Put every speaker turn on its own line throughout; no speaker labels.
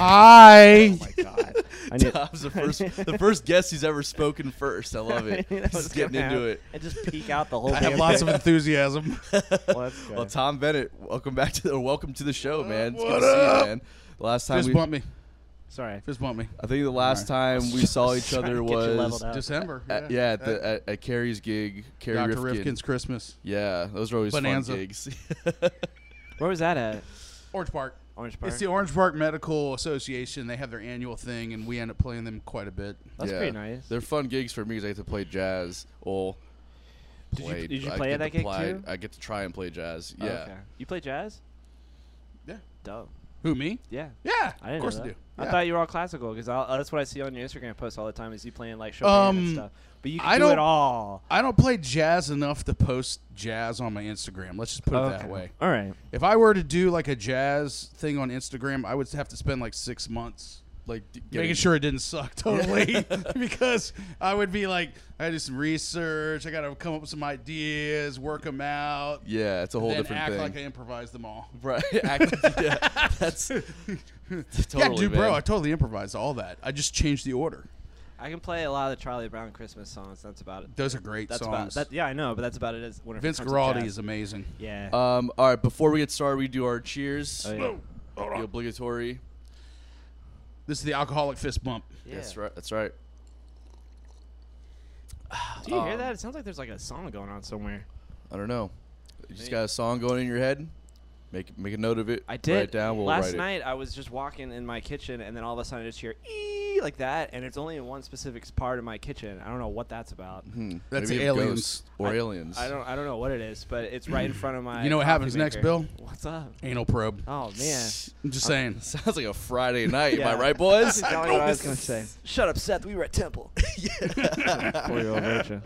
Hi.
my god.
Oh I knew-
Tom's the first, the first guest he's ever spoken first. I love it.
I knew that was
He's getting
gonna
into
happen.
it.
And just peek out the whole
I
damn
have lots of
thing.
enthusiasm.
Well, that's
Well,
good.
Tom Bennett, welcome back to the or welcome to the show, man. It's
What
good to see
up?
you, man. Last time
Just
we, Uh,
bump me.
Sorry.
Just bump me.
I think the last time we saw each
Trying to
other
get you
was
leveled up.
December.
at, uh, yeah at, the, at, at Carrie's gig, Carrie
Dr.
Rifkin.
Rifkin's Christmas.
Yeah, those are always
Bonanza.
fun gigs.
Where was that at?
Orange Park.
Orange Park.
It's the Orange Park Medical Association. They have their annual thing, and we end up playing them quite a bit.
That's
Yeah.
pretty nice.
They're fun gigs for me because I get to play jazz. Well,
Did you-
play,
did you
I
play
get
at
to
that gig
play-
too?
I get to try and play jazz.
Oh,
Yeah.
okay. You play jazz?
Yeah.
Dope.
Who me?
Yeah.
Yeah,
I didn't
of course
know
I
that.
do.
I
Yeah.
thought you were all classical because that's what I see on your Instagram posts all the time is you playing like Chopin and
Um,
stuff. But you can
I
do it
don't-
all.
I don't play jazz enough to post jazz on my Instagram. Let's just put it that way.
All right.
If I were to do like a jazz thing on Instagram, I would have to spend like six months
Like d- getting-
making sure it didn't suck totally because I would be like, I gotta do some research. I got to come up with some ideas, work them out,
Yeah, it's a whole
then
different
act
thing.
like I improvised them all.
Right. Act, yeah, that's
Yeah,
totally,
dude, bro,
man.
I totally improvised all that. I just changed the order.
I can play a lot of the Charlie Brown Christmas songs. That's about it.
Those are great
That's about
songs.
that. Yeah, I know, but that's about it. As when it
Vince
comes to
Guaraldi
jazz.
is amazing.
Yeah.
Um, all right, before we get started, we do our cheers.
Oh, yeah.
The obligatory.
This is the alcoholic fist bump.
That's right. That's right.
Do you
Um,
hear that? It sounds like there's like a song going on somewhere.
I don't know. You just got a song going in your head. Make make a note of it.
I
Write
did.
it down. We'll
Last
write
night I was just walking in my kitchen, and then all of a sudden I just hear ee like that, and it's only in one specific part of my kitchen. I don't know what that's about.
it. Hmm.
That's
Maybe a
aliens.
ghost or aliens.
I don't. I don't know what it is, but it's right in front of my.
You know what
coffee
happens next,
maker.
Bill?
What's up?
Anal probe.
Oh man.
I'm just saying.
Sounds like a Friday night. Am
Yeah.
I right, boys?
exactly what I was gonna say. Shut up, Seth. We were at Temple.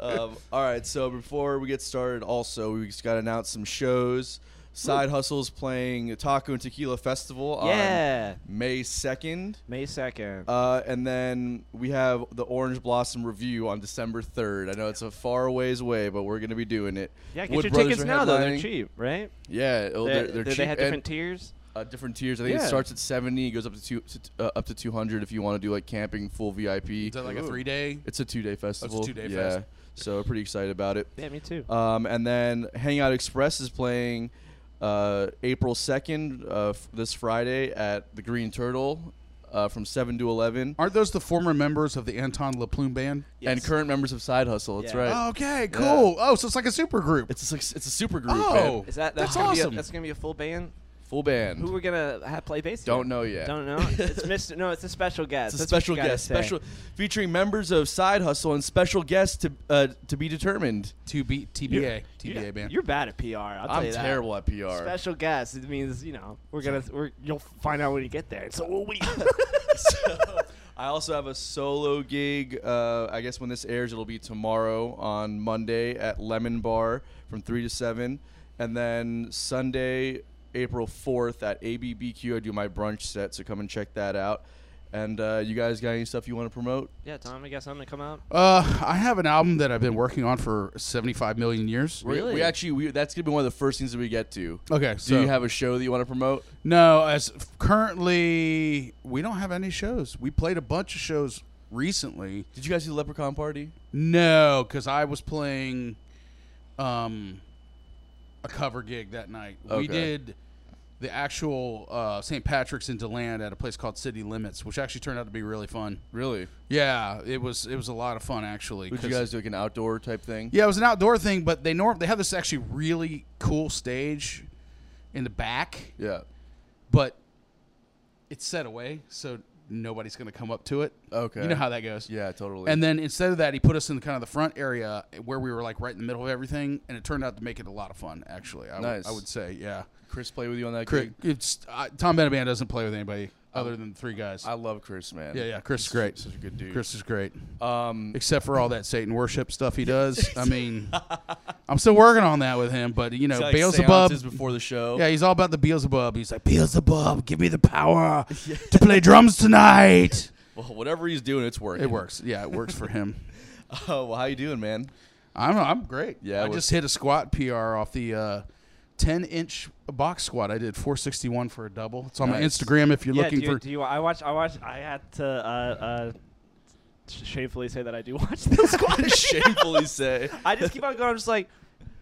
um, all right, so before we get started, also we just got to announce some shows. Side Hustle's playing Taco and Tequila Festival
yeah.
on May second,
May second.
uh, and then we have the Orange Blossom Review on December third. I know it's a far ways away, but we're gonna be doing it.
yeah, get
Wood
your
Brothers
tickets
are
now though. They're
headlining.
cheap, right?
Yeah, oh,
They-
they're, they're,
they-
cheap.
They had
and,
different tiers.
uh, different tiers. I think
Yeah.
it starts at seventy, goes up to two, to, uh, up to two hundred if you want to do like camping, full VIP.
Is that like a three day?
It's a two
Oh,
day festival.
two-day
yeah.
fest.
So we're pretty excited about it.
Yeah, me too.
Um, and then Hangout Express is playing uh, April 2nd, uh, f- this Friday, at the Green Turtle uh, from 7 to 11.
Aren't those the former members of the Anton LaPlume band?
And current members of Side Hustle. That's
Yeah.
right.
Oh, okay, cool. Oh, so it's like a super group.
It's a, s- it's a super group.
Oh,
man.
Is that
that's,
that's, gonna Be
awesome.
a, that's gonna be a full band?
Full band.
Who we're gonna ha- play bass?
Don't
again?
know yet.
Don't know. It's Mr. No, it's a special guest.
It's a
That's what
special
you gotta
guest,
say.
special featuring members of Side Hustle and special guests to uh, to be determined.
to be TBA,
You're-
TBA band.
You're bad at PR. I'll tell
I'm
you that.
terrible at PR.
Special guest. It means you know we're gonna we're you'll find out when you get there. So will we.
I also have a solo gig. Uh, I guess when this airs, it'll be tomorrow on Monday at Lemon Bar from 3 to 7. And then Sunday, April 4th at ABBQ, I do my brunch set, so come and check that out. And uh, you guys got any stuff you want to promote?
yeah, Tom. I guess I'm gonna come out.
Uh, I have an album that I've been working on for 75 million years.
We- We,
Really?
actually, we, that's going to be one of the first things that we get to.
Okay,
Do
so
you have a show that you want to promote?
no? As f- currently, we don't have any shows. We played a bunch of shows recently.
Did you guys do the Leprechaun Party?
No, because I was playing, um, a cover gig that night.
Okay.
We did the actual uh, St. Patrick's in Deland at a place called City Limits, which actually turned out to be really fun.
Really?
Yeah, it was it was a lot of fun actually.
Would you
'cause-
guys do like an outdoor type thing?
Yeah, it was an outdoor thing, but they norm they have this actually really cool stage in the back,
Yeah.
but it's set away, so nobody's gonna come up to it.
Okay.
You know how that goes.
Yeah, totally.
And then instead of that, he put us in kind of the front area where we were like right in the middle of everything, and it turned out to make it a lot of fun. Actually, I, w-
Nice.
I would say, yeah.
Chris play with you on that
Chris,
gig?
it's uh, Tom Benaban doesn't play with anybody other than the three guys.
I love Chris, man.
yeah, yeah. Chris is
He's
great.
Such a good dude.
Chris is great,
Um,
except for all that Satan worship stuff he does. I mean, I'm still working on that with him, but you know,
like
Beelzebub.
seances before the show.
Yeah, he's all about the Beelzebub. He's like, Beelzebub, give me the power to play drums tonight.
Well, whatever he's doing, it's working.
It works. Yeah, it works for him.
Oh, well, how you doing, man?
I'm I'm great.
Yeah,
I
we're-
just hit a squat PR off the uh, ten inch box squat. I did 461 for a double. It's on my
Nice.
Instagram if you're
yeah,
looking
do you,
for.
do you, I watch. I watch. I had to uh, uh, sh- shamefully say that I do watch the squad.
Shamefully say.
I just keep on going. I'm just like,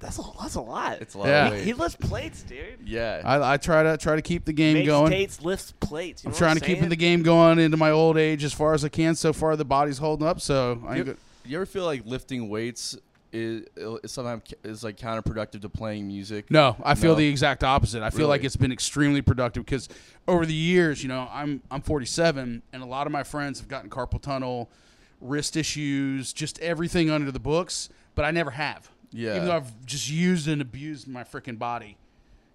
that's a that's a lot.
It's a lot
Yeah.
of
he,
weight.
he lifts plates, dude.
yeah.
I, I try to try to keep the game
Makes
going.
dates, lifts plates. You
I'm
know what
trying
I'm
to keep
saying?
the game going into my old age as far as I can. So far, the body's holding up. So I ain't
you,
go-
you ever feel like lifting weights is, is sometimes ca- is like counterproductive to playing music?
No, I feel
No.
the exact opposite. I feel like
Really?
it's been extremely productive because over the years, you know, I'm I'm 47, and a lot of my friends have gotten carpal tunnel, wrist issues, just everything under the books. But I never have.
Yeah.
Even though I've just used and abused my freaking body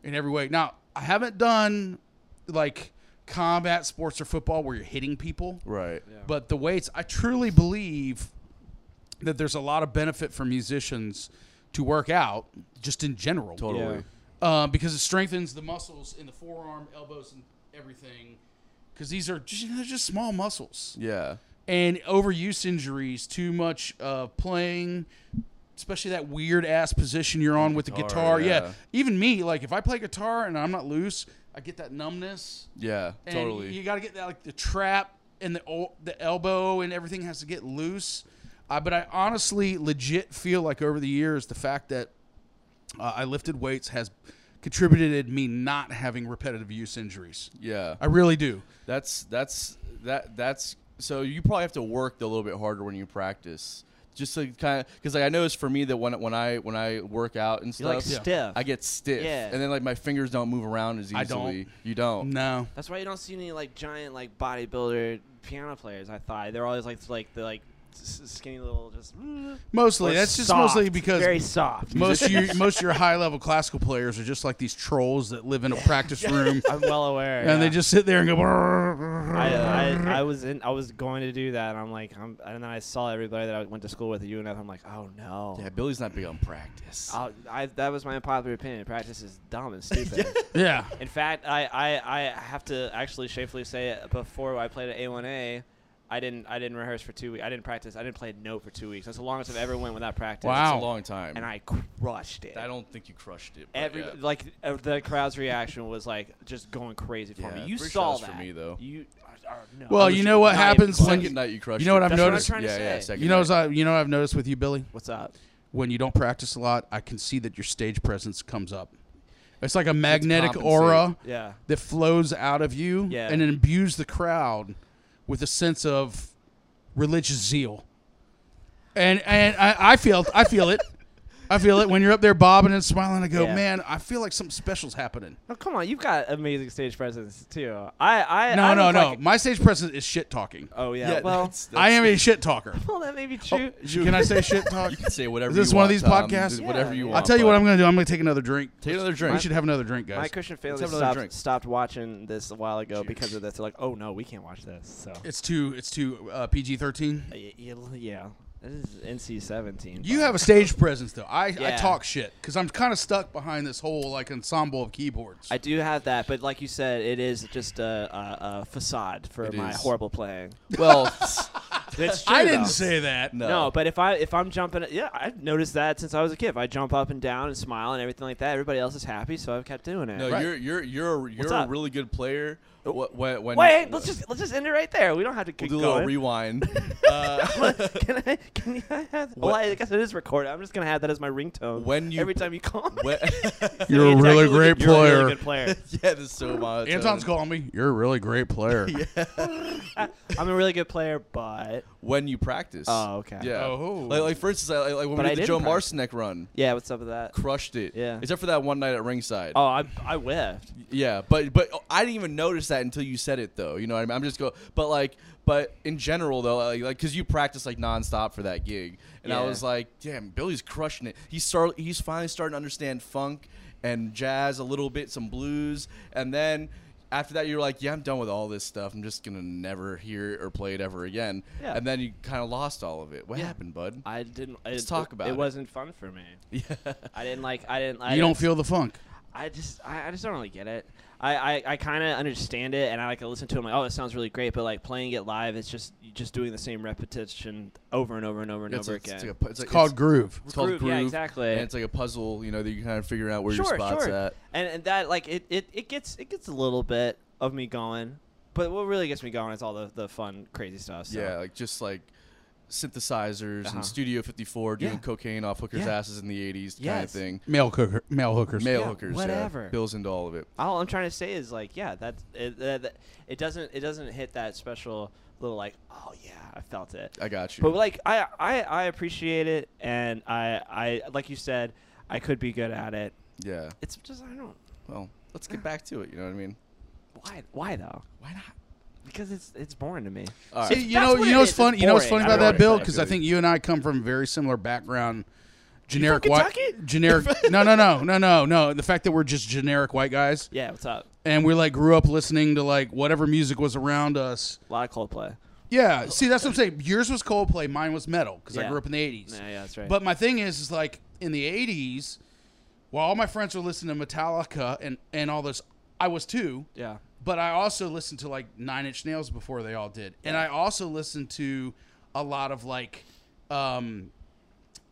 in every way. Now I haven't done like combat sports or football where you're hitting people.
Right.
But the weights, I truly believe that there's a lot of benefit for musicians to work out just in general.
Totally.
Yeah.
Um, because it strengthens the muscles in the forearm, elbows, and everything. Because these are just, they're just small muscles.
Yeah.
And overuse injuries, too much uh, playing, especially that weird ass position you're on with the
Guitar,
guitar. Yeah.
yeah.
Even me, like if I play guitar and I'm not loose, I get that numbness.
Yeah.
And
totally.
You got to get that like the trap and the el- the elbow and everything has to get loose. Uh, but I honestly, legit feel like over the years, the fact that uh, I lifted weights has contributed me not having repetitive use injuries.
yeah.
I really do.
That's that's that that's so you probably have to work a little bit harder when you practice. Just to kind of, because like I noticed for me that when when I when I work out and stuff,
You're like stiff.
I get stiff,
Yeah.
and then like my fingers don't move around as easily.
I don't.
You don't.
No.
That's why you don't see any like giant like bodybuilder piano players. I thought they're always like s- like the like s- s- skinny little just. mm,
Mostly.
Or
that's just
soft,
mostly because.
very soft.
most of your most of your high level classical players are just like these trolls that live in a practice room
I'm well aware.
and they
yeah.
just sit there and go.
I, I, I was in I was going to do that and I'm like I'm, and then I saw everybody that I went to school with at UNF I'm like oh no
Yeah, Billy's not big on practice.
I'll, I that was my unpopular opinion practice is dumb and stupid
yeah.
in fact I, I, I have to actually shamefully say it, before I played at A1A I didn't I didn't rehearse for two weeks I didn't practice I didn't play a note for two weeks that's the longest I've ever went without practice
Wow.
It's a long time.
and I crushed it
I don't think you crushed it. but
Every
yeah.
like uh, the crowd's reaction was like just going crazy for
Yeah,
me. You
pretty sure
saw
that's
that
for me, though.
You, uh, uh, no.
Well, you know what
Not even
happens when
close.
you-
second night you crushed.
you know what
it.
I've
That's what I'm
noticed?
trying to
yeah, yeah.
say.
Second
You know,
night.
as I, you know, what I've noticed with you, Billy.
What's up?
when you don't practice a lot, I can see that your stage presence comes up. It's like a magnetic
compensate.
aura
Yeah.
that flows out of you
Yeah.
and it imbues the crowd with a sense of religious zeal. And and I, I feel I feel it. I feel it when you're up there bobbing and smiling. I go,
Yeah.
man, I feel like something special's happening.
Oh come on, you've got amazing stage presence too. I I
No,
I
no,
look
no.
like-
My stage presence is shit talking.
oh yeah.
Yeah,
well,
that's-
I am a shit talker.
well, that may be true.
You-
Oh, Can I say shit talk?
You can say whatever.
Is this
you
one of
want,
these
Tom.
podcasts?
Do Whatever
Yeah.
you want.
I'll tell you what
but-
I'm going to do. I'm going to take another drink.
Take another
We
drink.
should have another drink, guys.
My Christian family
have another
stopped,
drink.
stopped watching this a while ago because of this. They're like, oh no, we can't watch this. So
It's too. It's too uh, PG thirteen.
Uh, y- y- yeah, this is NC seventeen.
You have a stage presence though. I, I
Yeah.
talk shit because I'm kind of stuck behind this whole like ensemble of keyboards.
I do have that, but like you said, it is just a, a, a facade for
It
my
is.
horrible playing.
Well,
It's true.
I didn't
though.
say that.
no.
No, but if I if I'm jumping, yeah, I've noticed that since I was a kid. If I jump up and down and smile and everything like that, everybody else is happy, so I've kept doing it.
No,
Right.
you're you're you're a, you're a
up? Oh.
really good player. What when, when
Wait, let's just let's just end it right there. We don't have to
we'll
keep
do a little
going.
rewind. Uh,
can I? Can you have? Well, I guess it is recorded. I'm just gonna have that as my ringtone.
When you-
every time you call. me.
When-
You're a
It's
really
actually
great
good- you're a
player.
really good player.
yeah, this is so monotone.
Anton's calling me. You're a really great player.
I'm a really good player, but
when you practice.
Oh, okay.
Yeah.
Oh.
Like, like for instance, I- like, like when
But
we
I
did the Joe
didn't practice.
Marcinek run,
yeah, what's up with that?
crushed it.
Yeah.
Except for that one night at ringside.
Oh, I I whiffed.
Yeah, but but I didn't even notice that until you said it, though. You know what I mean? I'm just go, but like, but in general though, like, like cause you practice like nonstop for that gig, and I
Yeah.
was like, damn, Billy's crushing it. He's start, he's finally starting to understand funk and jazz a little bit, some blues, and then after that you're like, yeah, I'm done with all this stuff. I'm just gonna never hear or play it ever again.
Yeah.
And then you kind of lost all of it. What happened, bud?
I didn't.
Let's
it,
talk about it.
It wasn't fun for me. Yeah. I didn't like. I didn't. I
you don't feel the funk.
I just I, I just don't really get it. I, I, I kind of understand it, and I like to listen to it. I'm like, oh, that sounds really great, but like playing it live, it's just you just doing the same repetition over and over and over and
It's,
over
it's,
again.
like a pu- it's like-
It's called
it's-
groove.
It's called
Groove,
groove.
yeah, exactly.
And it's like a puzzle, you know, that you kind of figure out where
sure,
your spot's
sure.
at.
And and that like it, it, it gets it gets a little bit of me going, but what really gets me going is all the, the fun crazy stuff. So.
Yeah, like just like synthesizers
Uh-huh.
and Studio 54 doing
Yeah.
cocaine off hookers'
Yeah.
asses in the 80s kind of
Yes.
thing.
Male cooker, male hookers.
Male
Yeah,
hookers,
whatever.
yeah. Bills into all of it.
all I'm trying to say is like, yeah, that's it, that, that- it doesn't it doesn't hit that special little like, oh yeah, I felt it.
I got you.
But like I, I I appreciate it and I I like you said, I could be good at it.
yeah.
It's just I don't
Well, let's get back to it. You know what I mean?
why why though?
Why not?
Because it's it's boring to me.
All
See,
right.
you
That's
know,
what
you
it
know what's
is.
funny.
It's
You know what's funny
boring.
about that,
I don't
Bill?
like it.
Because I think you and I come from very similar background. Generic
from
white,
Kentucky?
generic. no, no, no, no, no, no. The fact that we're just generic white guys,
Yeah, what's up?
and we like grew up listening to like whatever music was around us.
A lot of Coldplay.
Yeah, see, that's what I'm saying. Yours was Coldplay, mine was metal because I
Oh, Yeah.
grew up in the '80s.
Yeah, yeah, that's right.
But my thing is, is like in the '80s, while all my friends were listening to Metallica and and all this, I was too.
yeah.
But I also listened to like Nine Inch Nails before they all did, and I also listened to a lot of like um,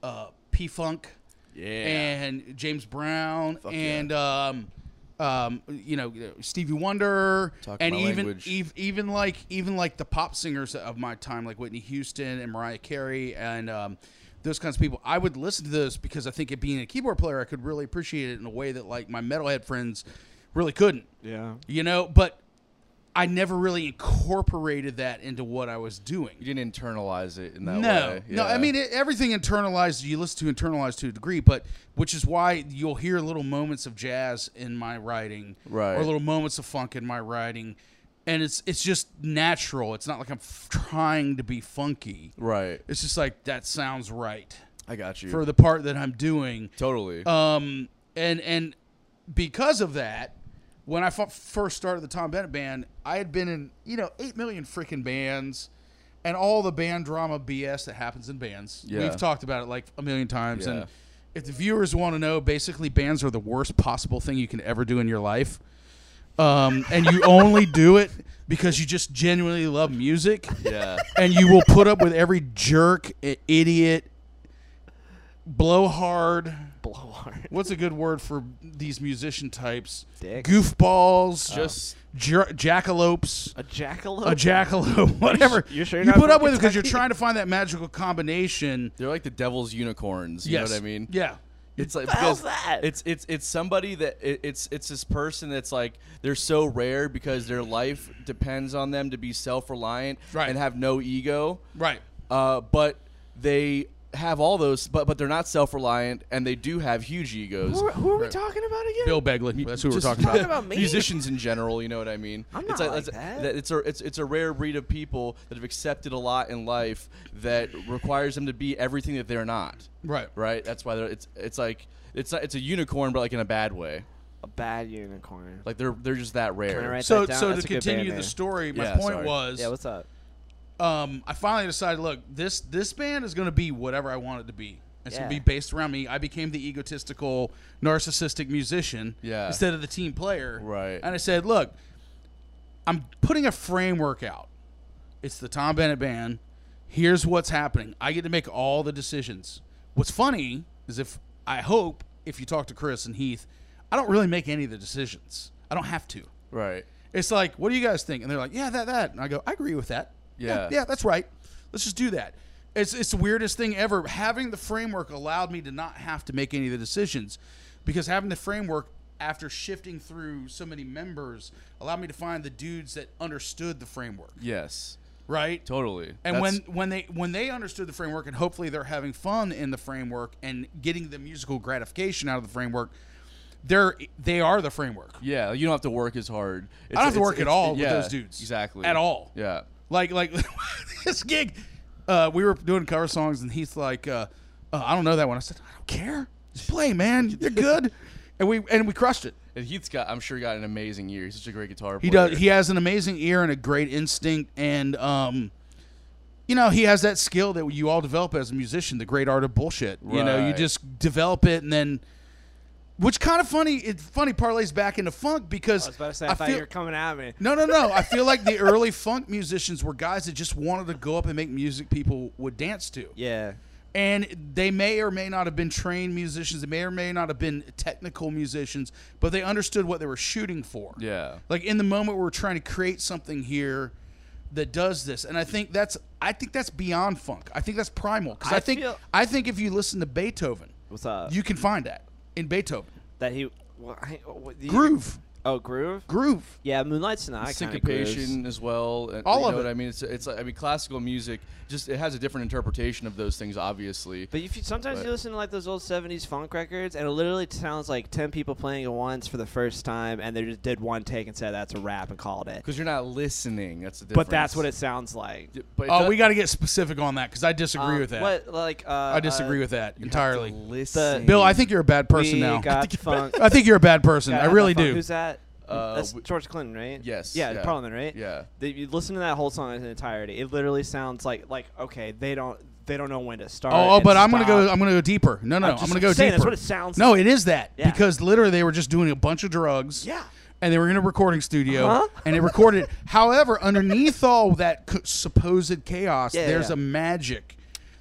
uh, P Funk
Yeah.
and James Brown
Fuck
and um, um, you know Stevie Wonder
Talk
and
my
even
language.
ev- even like even like the pop singers of my time like Whitney Houston and Mariah Carey and um, those kinds of people I would listen to those because I think it being a keyboard player I could really appreciate it in a way that like my metalhead friends really couldn't
Yeah.
you know but I never really incorporated that into what I was doing
you didn't internalize it in that
no,
way.
no. I
Yeah.
mean, it, everything internalized. You listen to internalized to a degree, but which is why you'll hear little moments of jazz in my writing,
Right.
Or little moments of funk in my writing, and it's it's just natural. It's not like I'm f- trying to be funky.
Right.
It's just like that sounds right
I got you.
for the part that I'm doing.
totally.
Um, and and because of that, when I f- first started the Tom Bennett band, I had been in you know eight million freaking bands, and all the band drama BS that happens in bands.
Yeah.
We've talked about it like a million times.
Yeah.
And if the viewers want to know, basically bands are the worst possible thing you can ever do in your life. Um, and you only do it because you just genuinely love music
yeah.
and you will put up with every jerk, i- idiot, blowhard.
Blowhard.
What's a good word for these musician types?
Dicks. Uh,
Goofballs,
Just
jer- jackalopes,
A jackalope.
a jackalope, whatever.
you sure you're
you
not
put
from
up with it because you're
Kentucky?
trying to find that magical combination.
they're like the devil's unicorns. You
yes,
know what I mean?
Yeah,
It's like
the hell's
because
that?
It's it's it's somebody that it, it's it's this person that's like they're so rare because their life depends on them to be self reliant
Right.
and have no ego.
right.
Uh, but they have all those, but but they're not self reliant and they do have huge egos.
who, are- who are we talking about again?
Bill Begley. That's who we're
Just
talking about.
about me?
Musicians in general, you know what I mean.
I'm
it's
not like
it's,
that.
It's a it's it's a rare breed of people that have accepted a lot in life that requires them to be everything that they're not.
Right.
Right. That's why they're, it's it's like it's not, it's a unicorn, but like in a bad way.
a bad unicorn.
Like they're they're just that rare.
Can I write
So,
that down?
so
That's
to
a good band
continue the
name.
story, my
Yeah,
point
sorry.
was,
Yeah, what's up?
um, I finally decided, look, this this band is going to be whatever I want it to be. It's going to
Yeah.
be based around me. I became the egotistical, narcissistic musician
Yeah.
instead of the team player.
Right.
And I said, look, I'm putting a framework out. It's the Tom Bennett band. Here's what's happening. I get to make all the decisions. What's funny is if I hope if you talk to Chris and Heath, I don't really make any of the decisions. I don't have to.
Right.
It's like, what do you guys think? And they're like, yeah, that, that. And I go, I agree with that.
Yeah.
Yeah, that's right. Let's just do that. It's, it's the weirdest thing ever. Having the framework allowed me to not have to make any of the decisions because having the framework after shifting through so many members allowed me to find the dudes that understood the framework,
Yes.
right?
Totally.
And
That's-
when, when they when they understood the framework and hopefully they're having fun in the framework and getting the musical gratification out of the framework, they're they are the framework.
yeah, you don't have to work as hard. It's,
I don't have to
it's-
work at
it's-
all with
yeah,
those dudes.
Exactly.
At all.
Yeah.
Like like this gig, uh, we were doing cover songs and he's like, uh, uh, I don't know that one. I said, I don't care. Just play, man. You're good. and we and we crushed it.
And Heath's got, I'm sure, got an amazing year. He's such a great guitar
He
player.
does. He has an amazing ear and a great instinct, and um, you know, he has that skill that you all develop as a musician—the great art of bullshit. You know, you
Right.
just develop it, and then Which kind of funny. It's funny parlays back into funk because
I was about to say, I, thought
feel,
you were coming at me.
no, no, no. I feel like the early funk musicians were guys that just wanted to go up and make music people would dance to.
Yeah.
And they may or may not have been trained musicians. They may or may not have been technical musicians, but they understood what they were shooting for.
Yeah.
Like in the moment, we're trying to create something here that does this, and I think that's I think that's beyond funk. I think that's primal because I,
I
think
feel-
I think if you listen to Beethoven,
What's up?
you can find that in Beethoven
that he. Well, I, what, do you-
groove,
Oh, groove.
groove.
Yeah, Moonlight's an icon.
syncopation as well. and-
All
you
of
know
it.
what I mean, it's it's like, I mean, classical music just it has a different interpretation of those things, obviously.
But if you, sometimes
But-
you listen to like those old '70s funk records, and it literally sounds like ten people playing at once for the first time, and they just did one take and said that's a rap and called it.
Because you're not listening, that's the difference.
But that's what it sounds like.
D- But it
Oh,
does-
we got to get specific on that because I disagree
Um,
with that.
What like? Uh,
I disagree with that
you have to
entirely.
Listen,
Bill, I think you're a bad person
we
now.
Got funk.
I think you're a bad person.
Got
I really
funk.
do.
Who's that?
Uh,
that's
w-
George Clinton, right?
Yes,
Yeah,
yeah.
Parliament, right?
Yeah.
They- you listen to that whole song in its entirety. It literally sounds like like okay, they don't they don't know when to start.
Oh, oh,
and
but I'm gonna
stop.
go. I'm gonna go deeper. No, no, I'm,
I'm just
gonna go
saying,
deeper.
that's what it sounds
No, it is that
Yeah.
because literally they were just doing a bunch of drugs.
Yeah.
And they were in a recording studio,
Uh-huh.
and they recorded. However, underneath all that c- supposed chaos,
Yeah,
there's
yeah.
a magic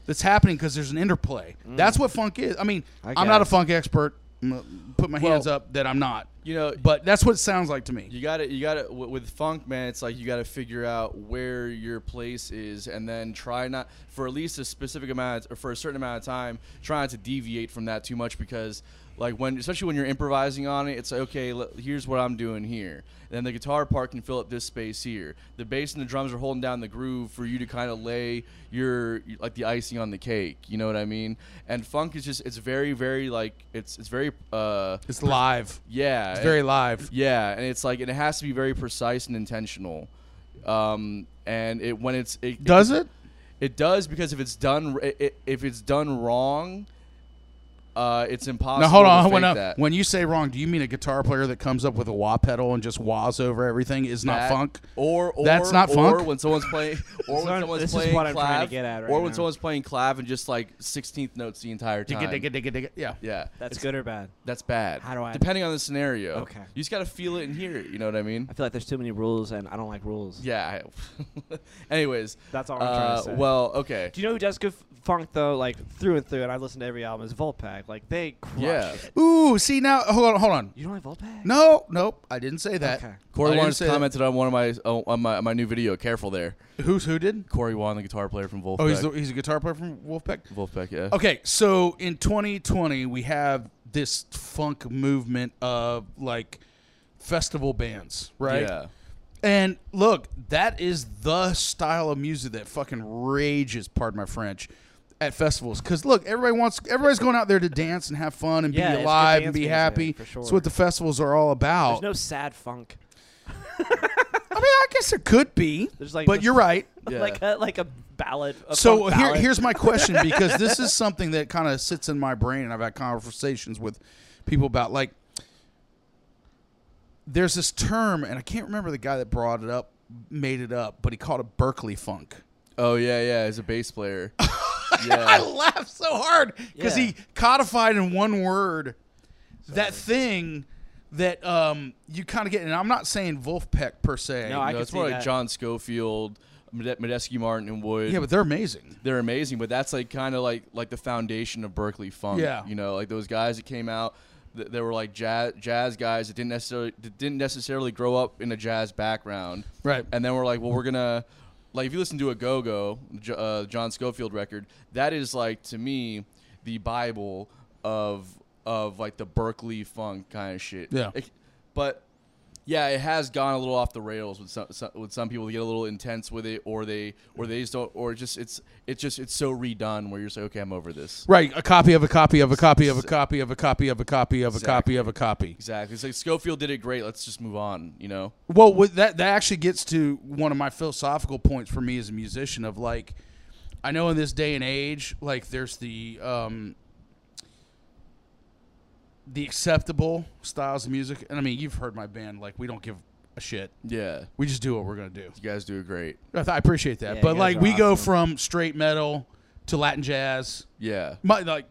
that's happening because there's an interplay. That's what funk is. I mean, I am not a
Mm. guess.
funk expert. I'm gonna put my hands up that I'm not.
you know,
But that's what it sounds like to me.
You got to you got to w- with funk, man. It's like you got to figure out where your place is, and then try not for at least a specific amount or for a certain amount of time, try not to deviate from that too much because, like when especially when you're improvising on it, it's like okay, l- here's what I'm doing here. And then the guitar part can fill up this space here. The bass and the drums are holding down the groove for you to kind of lay your like the icing on the cake. You know what I mean? And funk is just it's very very like it's it's very uh
It's live.
yeah
It's very live.
yeah, and it's like and it has to be very precise and intentional. Um, and it when it's it
Does it?
it does because if it's done r- i- i- if it's done wrong, uh, it's impossible.
Now hold
to
on, when,
fake
I-
that.
when you say wrong, do you mean a guitar player that comes up with a wah pedal and just wahs over everything is not
That-
funk?
or, or
That's not
or
funk?
when someone's playing or when
This is
someone's
what
playing
I'm trying to
clav,
get at right
or when
now.
someone's playing clav and just like sixteenth notes the entire time.
Digga, digga, digga, digga. Yeah.
Yeah,
That's
It's-
good or bad?
That's bad.
How do I-
Depending on the scenario.
Okay.
You just gotta feel it and hear it. You know what I mean?
I feel like there's too many rules, and I don't like rules.
Yeah. I- Anyways,
That's all I'm trying to
uh,
say.
Well, okay.
Do you know who does good f- funk though? Like through and through, and I listen to every album is Volpac. Like they crush
Yeah.
it.
Ooh, see now, hold on, hold on.
You don't like Volpac?
No, nope, I didn't say that.
Okay.
Corey
I didn't
Lawrence
say that.
commented on one of my oh, on my, my new video. Careful there,
Who's who did?
Corey Wan, the guitar player from Wolfpack.
Oh, he's Oh, the, he's a guitar player from Wolfpack.
Wolfpack, yeah.
Okay, so in 2020 we have this funk movement of like festival bands, right?
Yeah.
And look, that is the style of music that fucking rages, pardon my French, at festivals. Because look, everybody wants, everybody's going out there to dance and have fun and
Yeah, it's
be
good
alive
dance
and be
music,
happy.
for
That's
sure.
what the festivals are all about.
There's no sad funk.
I mean, I guess it could be,
There's like
but
this-
you're right.
Yeah.
like a, like a ballad. A
So
funk
here,
ballad.
here's my question because this is something that kind of sits in my brain, and I've had conversations with people about like. There's this term, and I can't remember the guy that brought it up, made it up, but he called it Berkeley funk.
Oh yeah, yeah. He's a bass player.
I
yeah.
laughed so hard because
Yeah.
he codified in one word that thing that um, you kind of get. And I'm not saying Wolfpack per se.
No,
No,
I can
it's
see
more like
that.
John Schofield, Mede- Medeski, Martin, and Wood.
yeah, but they're amazing.
they're amazing, but that's like kind of like like the foundation of Berkeley funk.
Yeah.
you know, like those guys that came out, that they were like jazz jazz guys that didn't necessarily that didn't necessarily grow up in a jazz background.
Right.
and then we're like, well, we're gonna like if you listen to a Go Go, uh, John Schofield record, that is like to me the Bible of of like the Berkeley funk kind of shit.
Yeah.
It- but yeah, it has gone a little off the rails with some, some with some people. They get a little intense with it, or they or they just don't, or just it's it's just it's so redone where you're just like, okay, I'm over this.
Right, a copy of a copy of a copy of a copy of a copy of a copy of a copy of a copy.
Exactly. It's like Schofield did it great. Let's just move on. You know.
Well, with that that actually gets to one of my philosophical points for me as a musician of like, I know in this day and age, like there's the um, the acceptable styles of music, and I mean you've heard my band, like we don't give a shit,
Yeah.
we just do what we're gonna do.
You guys do it great.
I, th- I appreciate that,
Yeah, you
but
guys
like
are
we go
awesome.
from straight metal to Latin jazz,
Yeah.
my, like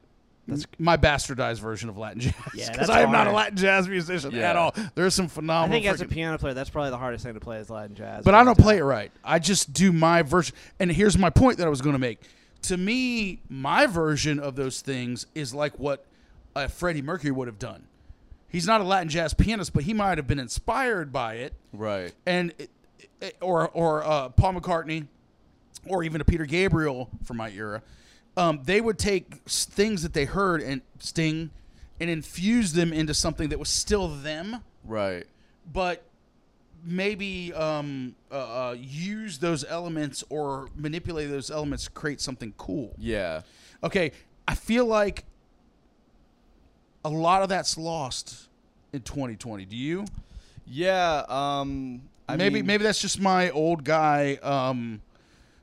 That's my bastardized version of Latin jazz.
Yeah,
because
that's
I am not a
hard.
Latin jazz musician
Yeah.
at all. There's some
I
phenomenal.
think as a
freaking-
piano player, that's probably the hardest thing to play is Latin jazz.
But I don't play it right. I just do my version. And here's my point that I was going to make. To me, my version of those things is like what uh, Freddie Mercury would have done. He's not a Latin jazz pianist, but he might have been inspired by it,
Right.
and it- it- or or uh, Paul McCartney, or even a Peter Gabriel from my era. Um, they would take s- things that they heard and Sting, and infuse them into something that was still them
Right.
but maybe um, uh, uh, use those elements or manipulate those elements to create something cool.
Yeah.
Okay, I feel like a lot of that's lost in 2020. Do you?
Yeah. Um. I
maybe
mean,
maybe that's just my old guy um,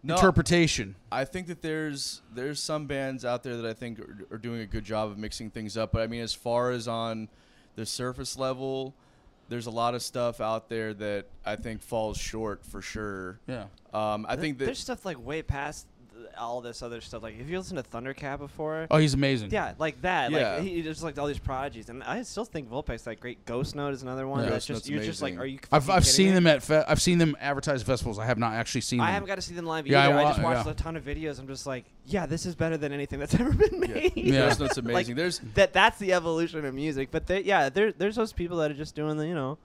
No.
interpretation.
I think that there's there's some bands out there that I think are, are doing a good job of mixing things up. But I mean, as far as on the surface level, there's a lot of stuff out there that I think falls short for sure.
Yeah.
Um, I think that
there's stuff like way past th- all this other stuff. Like, have you listened to Thundercat before?
Oh, he's amazing.
Yeah, like that.
Yeah.
Like he just like all these prodigies, and I still think Vulpe's like great. Ghost Note is another one.
Yeah.
That's
Ghost Note's
just you're just like,
amazing.
are you?
I've,
fucking
I've
kidding
seen
me?
them at fe- I've seen them advertise festivals. I have not actually seen them.
I haven't got to see them live either.
Yeah, I
I,
wa-
just watched
yeah.
a ton of videos. I'm just like, yeah, this is better than anything that's ever been made.
Yeah.
Ghost Note's amazing. There's-
that. That's the evolution of music. But there, yeah, there, there's those people that are just doing the you know,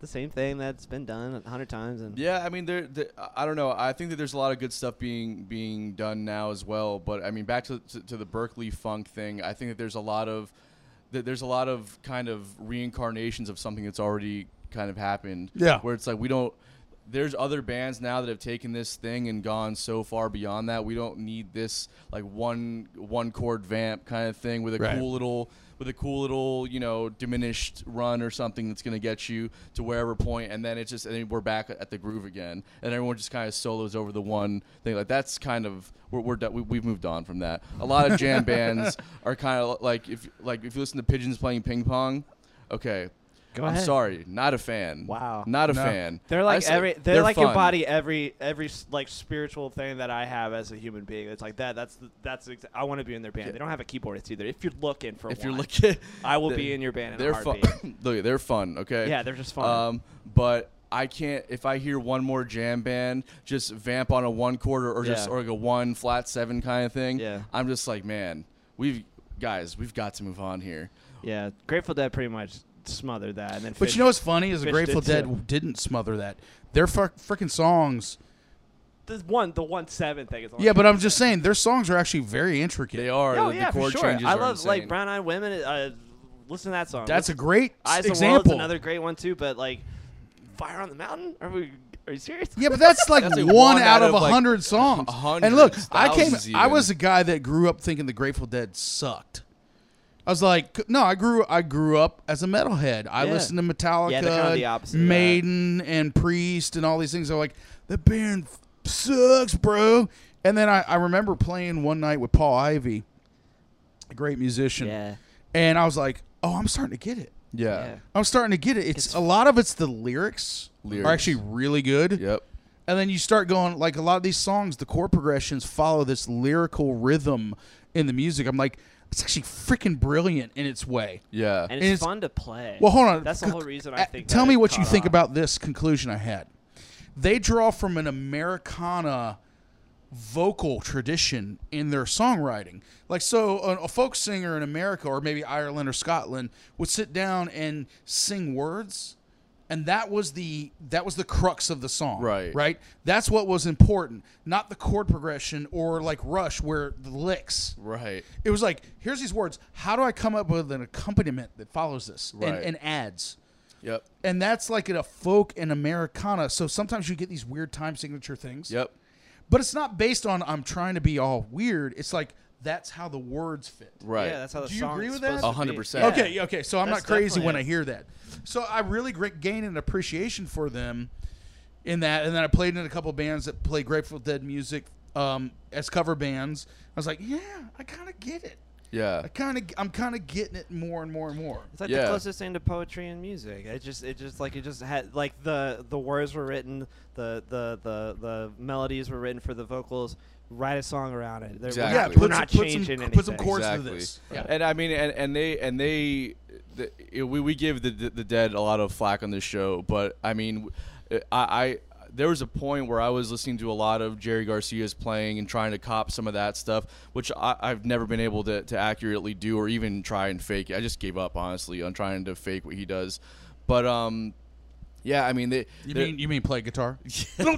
the same thing that's been done a hundred times. And
Yeah, I mean, there. there- I don't know. I think that there's a lot of good stuff being being done now as well. But I mean, back to to, to the Berkeley funk thing. I think that there's a lot of that there's a lot of kind of reincarnations of something that's already kind of happened.
Yeah.
where it's like we don't. There's other bands now that have taken this thing and gone so far beyond that. We don't need this like one one chord vamp kind of thing with a
Right.
cool little with a cool little you know diminished run or something that's going to get you to wherever point and then it's just and then we're back at the groove again and everyone just kind of solos over the one thing like that's kind of we're, we're done, we, we've moved on from that a lot of jam bands are kind of like if like if you listen to pigeons playing ping pong okay
Go
i'm
ahead.
sorry not a fan
Wow.
not a
No.
fan
They're
I
like
say-
every. They're, like
fun.
embody every every s- like spiritual thing that I have as a human being. It's like that. That's the, that's. Exa- I want to be in their band. They don't have a keyboardist either. If you're looking for,
if you're
one,
looking
I will
they-
be in your band. In
they're
a
fun
heartbeat.
look they're fun okay
Yeah, they're just fun.
Um, but I can't if I hear one more jam band just vamp on a one quarter or just
Yeah.
or like a one flat seven kind of thing.
Yeah.
I'm just like, man, we've guys, we've got to move on here.
yeah, Grateful Dead pretty much smothered that. And then
But you know what's funny is the
Fish
Grateful
did
Dead
too.
didn't smother that. Their fuck freaking songs.
the one the one seven thing is. the only
Yeah,
thing
but I'm
that-
just saying their songs are actually very intricate.
They are
Oh
the,
yeah,
the
for
chord
sure.
changes.
I
are
love like
insane.
brown eyed women. Uh, listen to that song.
That's a
listen,
great
Eyes of the World
example.
is another great one too. But like, Fire on the Mountain. Are we? Are you serious?
yeah, but that's like
That's like
one, out of a
like,
hundred songs.
hundreds,
and look, I came.
thousands
I
even.
was a guy that grew up thinking the Grateful Dead sucked. I was like, no, I grew. I grew up as a metalhead. I
Yeah.
listened to Metallica,
Yeah, they're kinda the opposite of that.
Maiden, and Priest, and all these things. I'm like, the band sucks, bro. And then I, I remember playing one night with Paul Ivy, a great musician.
Yeah.
And I was like, oh, I'm starting to get it.
yeah.
I'm starting to get it. It's,
It's-
a lot of it's the lyrics,
Lyrics.
are actually really good.
Yep.
And then you start going like a lot of these songs, the chord progressions follow this lyrical rhythm in the music. I'm like, it's actually freaking brilliant in its way.
Yeah.
And
And
it's,
it's-
fun to play.
Well, hold on.
That's the
C-
whole reason
uh,
I think.
Tell
that
me
it
what you
caught
think
on.
about this conclusion I had. They draw from an Americana vocal tradition in their songwriting. Like, so a, a folk singer in America or maybe Ireland or Scotland would sit down and sing words. And that was the that was the crux of the song,
Right.
Right. That's what was important, not the chord progression or like Rush, where the licks
Right.
it was like here's these words how do i come up with an accompaniment that follows this
Right.
and, and adds
Yep.
and that's like in a folk and americana so sometimes you get these weird time signature things
Yep.
but it's not based on i'm trying to be all weird it's like that's how the words fit
Right.
Yeah, that's how the
Do you
song
agree
is
with that?
supposed to be.
100%. Yeah.
okay yeah, okay so i'm
That's
not crazy when i
definitely
hear that so i really gr- gain an appreciation for them in that and then i played in a couple bands that play grateful dead music um, as cover bands i was like yeah i kind of get it
Yeah.
I kind of I'm kind of getting it more and more and more.
It's like
Yeah.
the closest thing to poetry and music. It just, it just like it just had like the the words were written, the the the the melodies were written for the vocals. Write a song around it. They're-
Exactly.
We're
Yeah,
not,
some- put
put
we're not
some-
changing anything.
put some chords- to
exactly.
this. Yeah.
And I mean, and, and they and they, the, you know, we, we give the the dead a lot of flack on this show, but I mean, I, I there was a point where I was listening to a lot of Jerry Garcia's playing and trying to cop some of that stuff, which I, I've never been able to, to accurately do or even try and fake. I just gave up honestly on trying to fake what he does, but um. Yeah, I mean, they,
You
they're-
mean you mean play guitar? oh,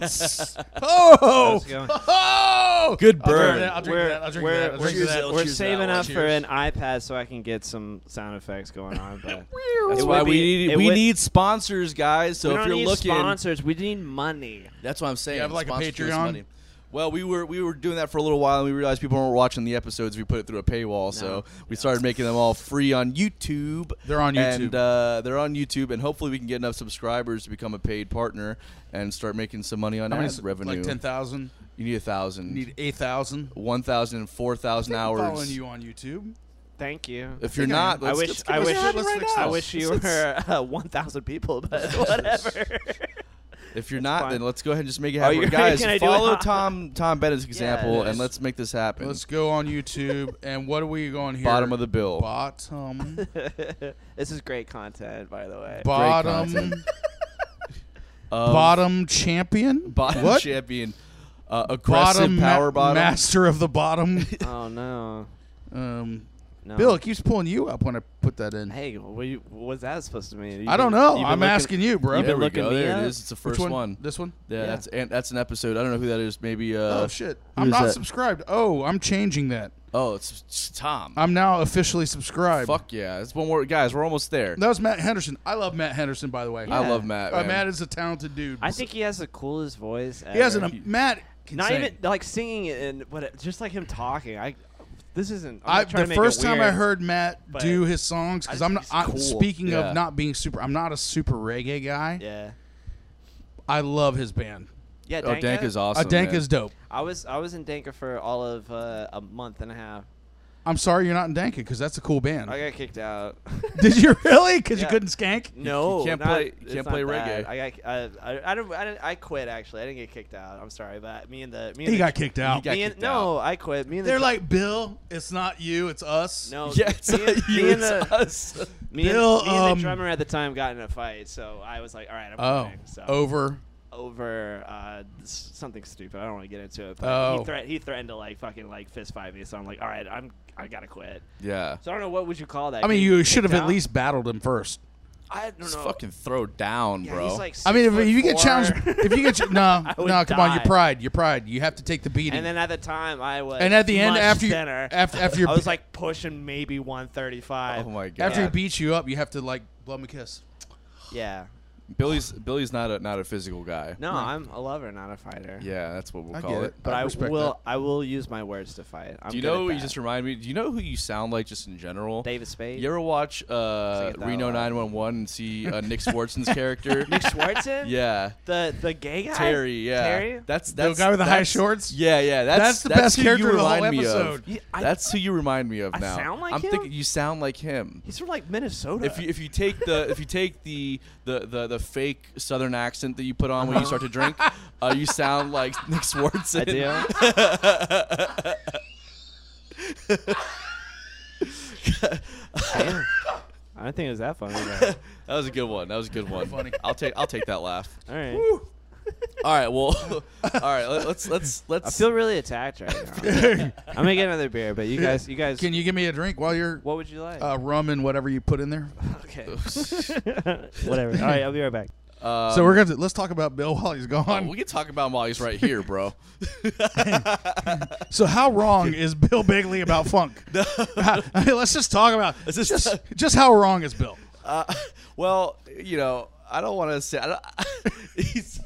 How's it going?
oh,
Good
I'll drink
burn.
that, I'll drink
We're-
that. I'll drink
we're-
that. I'll drink
we're-
that.
I'll
We're
choose
saving
that
up
one.
for an iPad so I can get some sound effects going on. But
that's
it
why
would
we
be-
need
it
we
would-
need sponsors, guys. So
we
if
don't
you're
need
looking,
sponsors. We need money.
That's what I'm saying.
You have, like, a
Sponsor us
Patreon?
money. Well, we were we were doing that for a little while, and we realized people weren't watching the episodes. We put it through a paywall, so we started making them all free on YouTube.
They're on YouTube.
and uh, they're on YouTube, and hopefully we can get enough subscribers to become a paid partner and start making some money on
How many
ad
is it?
revenue.
Like ten thousand.
you need a thousand,
Need eight thousand.
one thousand, and four thousand hours.
Following you on YouTube.
Thank you.
If you're
think I
not,
am.
I
let's-
wish
let's get
I
us
wish
started right
I
now.
wish you
Let's-
were uh, 1,000 people, but whatever.
If you're not,
fine.
then let's go ahead and just make it
Are
happen.
you-
Guys,
can I do
follow
it?
Tom Tom Bennett's example, and
let's-
let's make this happen.
Let's go on YouTube. and what are we going here?
Bottom of the bill.
Bottom.
this is great content, by the way.
bottom.
content. Of-
bottom champion.
bottom
what?
champion, uh, aggressive
Bottom ma-
power bottom.
master of the bottom.
oh no,
um,
no.
Bill, it keeps pulling you up when I put that in.
hey, what you, what's that supposed to mean?
I don't know. I'm asking you, bro.
There
You've been
we
looking
go.
me
There
up.
it is. It's the
Which
first one.
This one.
Yeah,
Yeah.
that's and that's an episode. I don't know who that is. Maybe. Uh,
Oh shit!
who
I'm
is
not
that?
subscribed. Oh, I'm changing that.
Oh, it's, it's Tom.
I'm now officially subscribed.
Fuck yeah! It's one more. Guys, we're almost there.
That was Matt Henderson. I love Matt Henderson, by the way.
I
Yeah.
love Matt.
Uh,
man.
Matt is a talented dude.
I think he has the coolest voice. Ever.
he has an am- Matt. Can
not
sing.
even like singing it and what just like him talking. I this isn't. I'm
I,
not trying
the
to make it
first time I
weird.
heard Matt
but
do his songs,
I
because
just
I'm not.
think
I,
he's cool.
Speaking
Yeah.
of not being super, I'm not a super reggae guy.
Yeah.
I love his band.
Yeah.
Oh, Dank is awesome.
Adenk
man.
Uh, is dope.
I was I was in Danka for all of uh, a month and a half.
I'm sorry you're not in Danka because that's a cool band.
I got kicked out.
Did you really? Because
Yeah.
you couldn't skank?
No,
can't
not-
play- you
it's
can't
not
play
that.
reggae.
I got, I, I, I don't, I, didn't, I quit actually. I didn't get kicked out. I'm sorry, but me and the me and
He
the,
got kicked out.
got
me and,
kicked
no, I quit. Me and
They're
the,
like Bill. It's not you. It's us.
no,
Yeah, it's
me, and,
not you,
me and
it's
the
us.
me, and,
Bill,
me and
um,
the drummer at the time got in a fight, so I was like, all right, I'm
Oh,
quitting. So
over.
over uh, s- something stupid. I don't want to get into it. But
Oh.
he, threat, he threatened to like fucking like fist fight me, so I'm like, all right, I'm I gotta quit.
Yeah.
So I don't know what would you call that.
I mean,
Getting
you
kicked
should have at
out?
least battled him first.
I don't
Just
know.
fucking throw down,
yeah,
bro.
He's like
I mean, if,
six
if you
foot
get challenged,
four.
if you get ch- no,
I
no,
would
come on, your
die.
pride, your pride. You have to take the beating.
And then at the time, I was.
And at the end,
much
after you-
thinner.
after- after you're
I was
bi-
like pushing maybe 135.
oh my god.
after he beats you up, you have to like blow him a kiss.
Yeah.
Billy's Billy's not a not a physical guy.
No, I'm a lover, not a fighter.
Yeah, that's what we'll
I
call
get
it.
it.
But
I
I,
respect
will. I will use my words to fight. I'm
Do you
good at
know? You
that.
just remind me. Do you know who you sound like just in general?
David Spade.
You ever watch uh,
get that a
Reno
lot.
911 and see uh, Nick Swartzen's character?
Nick Swartzen?
yeah.
The the gay guy.
Terry, yeah.
Terry.
That's
The
that's
guy with the high
that's-
shorts?
Yeah, yeah.
That's
That's
the best
who
character
you
of the whole
remind me
episode.
Yeah, I-
that's who you remind me of
I
now.
sound like
I'm
him?
thinking you sound like him.
He's from like Minnesota.
If you, if you take the if you take the, the, the, the fake southern accent that you put on when
Uh-huh.
you start to drink, uh, you sound like Nick Swartzen.
I do. Damn. I don't think it was that funny. but-
That was a good one. That was a good one.
Funny.
I'll take I'll take that laugh.
All right.
All right. Well. all right. Let, let's let's let's.
I feel really attacked right now. I'm gonna get another beer, but you guys, you guys,
Can you give me a drink while you're
what would you like?
uh, rum and whatever you put in there?
okay. Whatever. All right, I'll be right back.
um,
so we're gonna let's talk about Bill while he's
Oh,
gone.
we can talk about him while he's right here, bro.
So how wrong is Bill Bigley about funk? I mean, let's just talk about
Let's just-
just just how wrong is Bill?
Uh, well, you know, I don't want to say. I, don't, he's,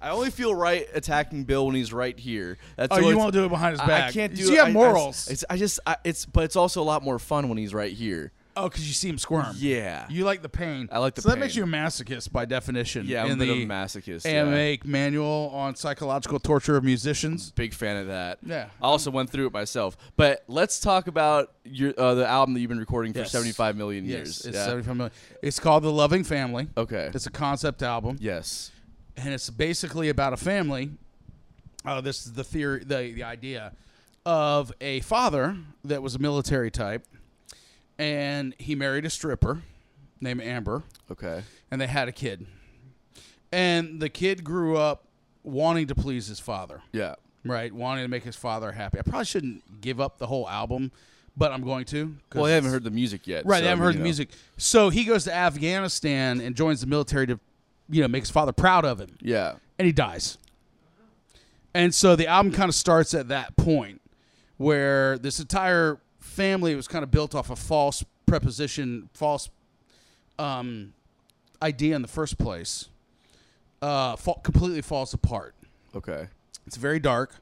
I only feel right attacking Bill when he's right here. That's
Oh,
always-
you won't do it behind his
I-
back.
I can't do.
So you have
I- I-
morals.
it's, I just. I, it's but it's also a lot more fun when he's right here.
Oh, because you see him squirm.
Yeah.
You like the pain.
I like the
so that makes you
pain.
a masochist by definition.
Yeah, I'm a
in
bit of
the
a masochist,
AMA
yeah.
manual on psychological torture of musicians.
Big fan of that.
Yeah.
I also went through it myself. But let's talk about your uh, the album that you've been recording for
Yes.
75 million years.
Yes, it's
Mm, Yeah.
75 million. It's called The Loving Family.
Okay.
It's a concept album,
yes.
and it's basically about a family. Uh, this is the theory, the, the idea of a father that was a military type, and he married a stripper named Amber.
Okay.
and they had a kid. And the kid grew up wanting to please his father,
Yeah.
right? Wanting to make his father happy. I probably shouldn't give up the whole album, but I'm going to. 'cause
Well, I haven't
it's-
heard the music yet.
Right,
so,
they haven't
you
heard the
know.
music. So he goes to Afghanistan and joins the military to, you know, make his father proud of him,
Yeah.
and he dies. And so the album kind of starts at that point, where this entire family was kind of built off a false preposition, false um, idea in the first place uh, fa- completely falls apart.
Okay.
It's very dark,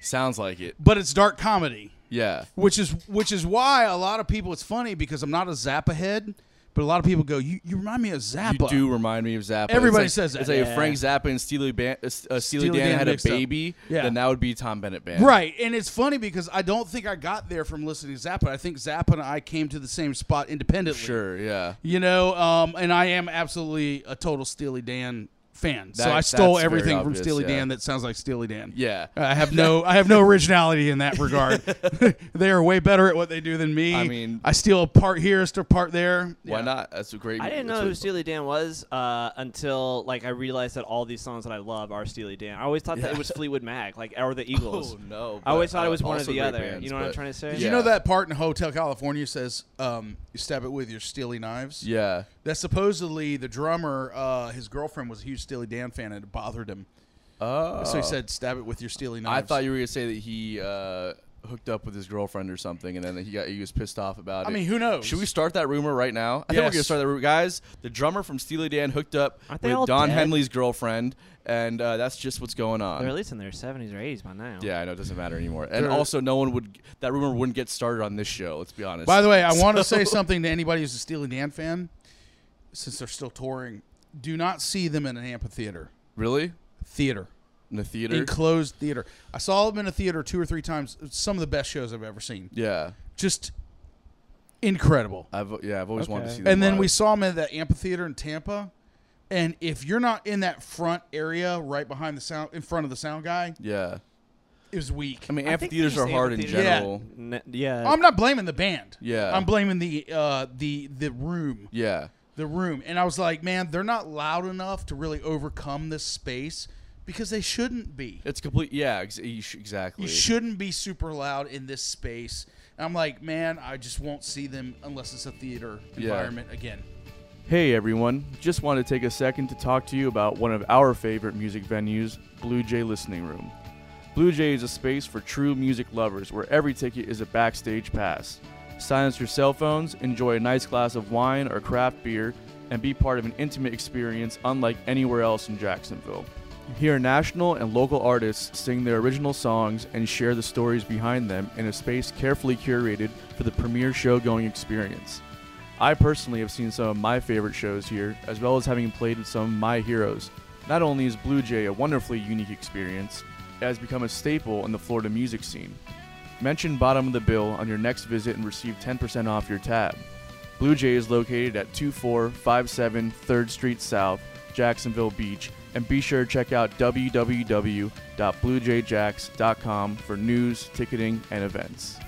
Sounds like it.
but it's dark comedy,
Yeah.
which is which is why a lot of people. It's funny because I'm not a Zappa head, but a lot of people go, "You, you remind me of Zappa."
You do remind me of Zappa.
Everybody
It's like-
says that.
It's like
Yeah.
if Frank Zappa and Steely, Ban- uh, S- uh, Steely,
Steely
Dan,
Dan
had a
mixed up.
baby,
Yeah.
then that would be Tom Bennett Band.
Right, and it's funny because I don't think I got there from listening to Zappa. I think Zappa and I came to the same spot independently.
Sure. Yeah.
You know, um, and I am absolutely a total Steely Dan fan. so
That-
I stole
that's very
everything from
obvious,
Steely
yeah.
Dan that sounds like Steely Dan.
Yeah.
I have no I have no originality in that regard. they are way better at what they do than me.
I mean-
I steal a part here, a part there.
Why
Yeah.
not? That's a great.
I didn't
that's
know
a-
who Steely Dan was uh, until like I realized that all these songs that I love are Steely Dan. I always thought that
Yeah.
it was Fleetwood Mac, like or the Eagles.
Oh no!
I always
but,
thought it
uh,
was one or
also
the
great
other.
bands,
you know what I'm
but-
trying to say?
Did you
Yeah.
know that part in Hotel California says um, you stab it with your steely knives?
Yeah.
That supposedly the drummer, uh, his girlfriend was a huge Steely Dan fan and it bothered him.
Oh.
So he said, "Stab it with your steely
I
knives."
thought you were gonna say that he uh, hooked up with his girlfriend or something, and then he got he was pissed off about it.
I mean, who knows?
Should we start that rumor right now? I think we're
Yes.
gonna start that rumor, guys. The drummer from Steely Dan hooked up
Aren't they all
with Don
dead?
Henley's girlfriend, and uh, that's just what's going on.
They're at least in their 70s or 80s by now.
Yeah, I know it doesn't matter anymore. And
They're-
also, no one would that rumor wouldn't get started on this show. Let's be honest.
By the way, I want to
So-
say something to anybody who's a Steely Dan fan, since they're still touring. Do not see them in an amphitheater,
really
theater,
in the theater.
enclosed theater. I saw them in a theater two or three times. Some of the best shows I've ever seen.
yeah,
Just incredible.
I've yeah I've always wanted to
Okay.
see. Them
And then
live.
we saw them at the amphitheater in Tampa. And if you're not in that front area, right behind the sound, in front of the sound guy,
yeah.
it was weak.
I mean,
I think they
amphitheaters
just
are
say
hard in
amphitheaters.
Yeah.
general.
N- yeah.
Oh, I'm not blaming the band.
Yeah.
I'm blaming the uh, the the room.
Yeah.
the room and i was like man they're not loud enough to really overcome this space because they shouldn't be
It's complete. Yeah, ex- you sh- exactly.
you shouldn't be super loud in this space and i'm like man i just won't see them unless it's a theater
Yeah.
environment again
Hey everyone, just want to take a second to talk to you about one of our favorite music venues, Blue Jay Listening Room. Blue Jay is a space for true music lovers where every ticket is a backstage pass. Silence your cell phones, enjoy a nice glass of wine or craft beer, and be part of an intimate experience unlike anywhere else in Jacksonville. Hear national and local artists sing their original songs and share the stories behind them in a space carefully curated for the premier show going experience. I personally have seen some of my favorite shows here, as well as having played with some of my heroes. Not only is Blue Jay a wonderfully unique experience, it has become a staple in the Florida music scene. Mention Bottom of the Bill on your next visit and receive 10% off your tab. Blue Jay is located at 2457 3rd Street South, Jacksonville Beach, and be sure to check out www.bluejayjacks.com for news, ticketing, and events.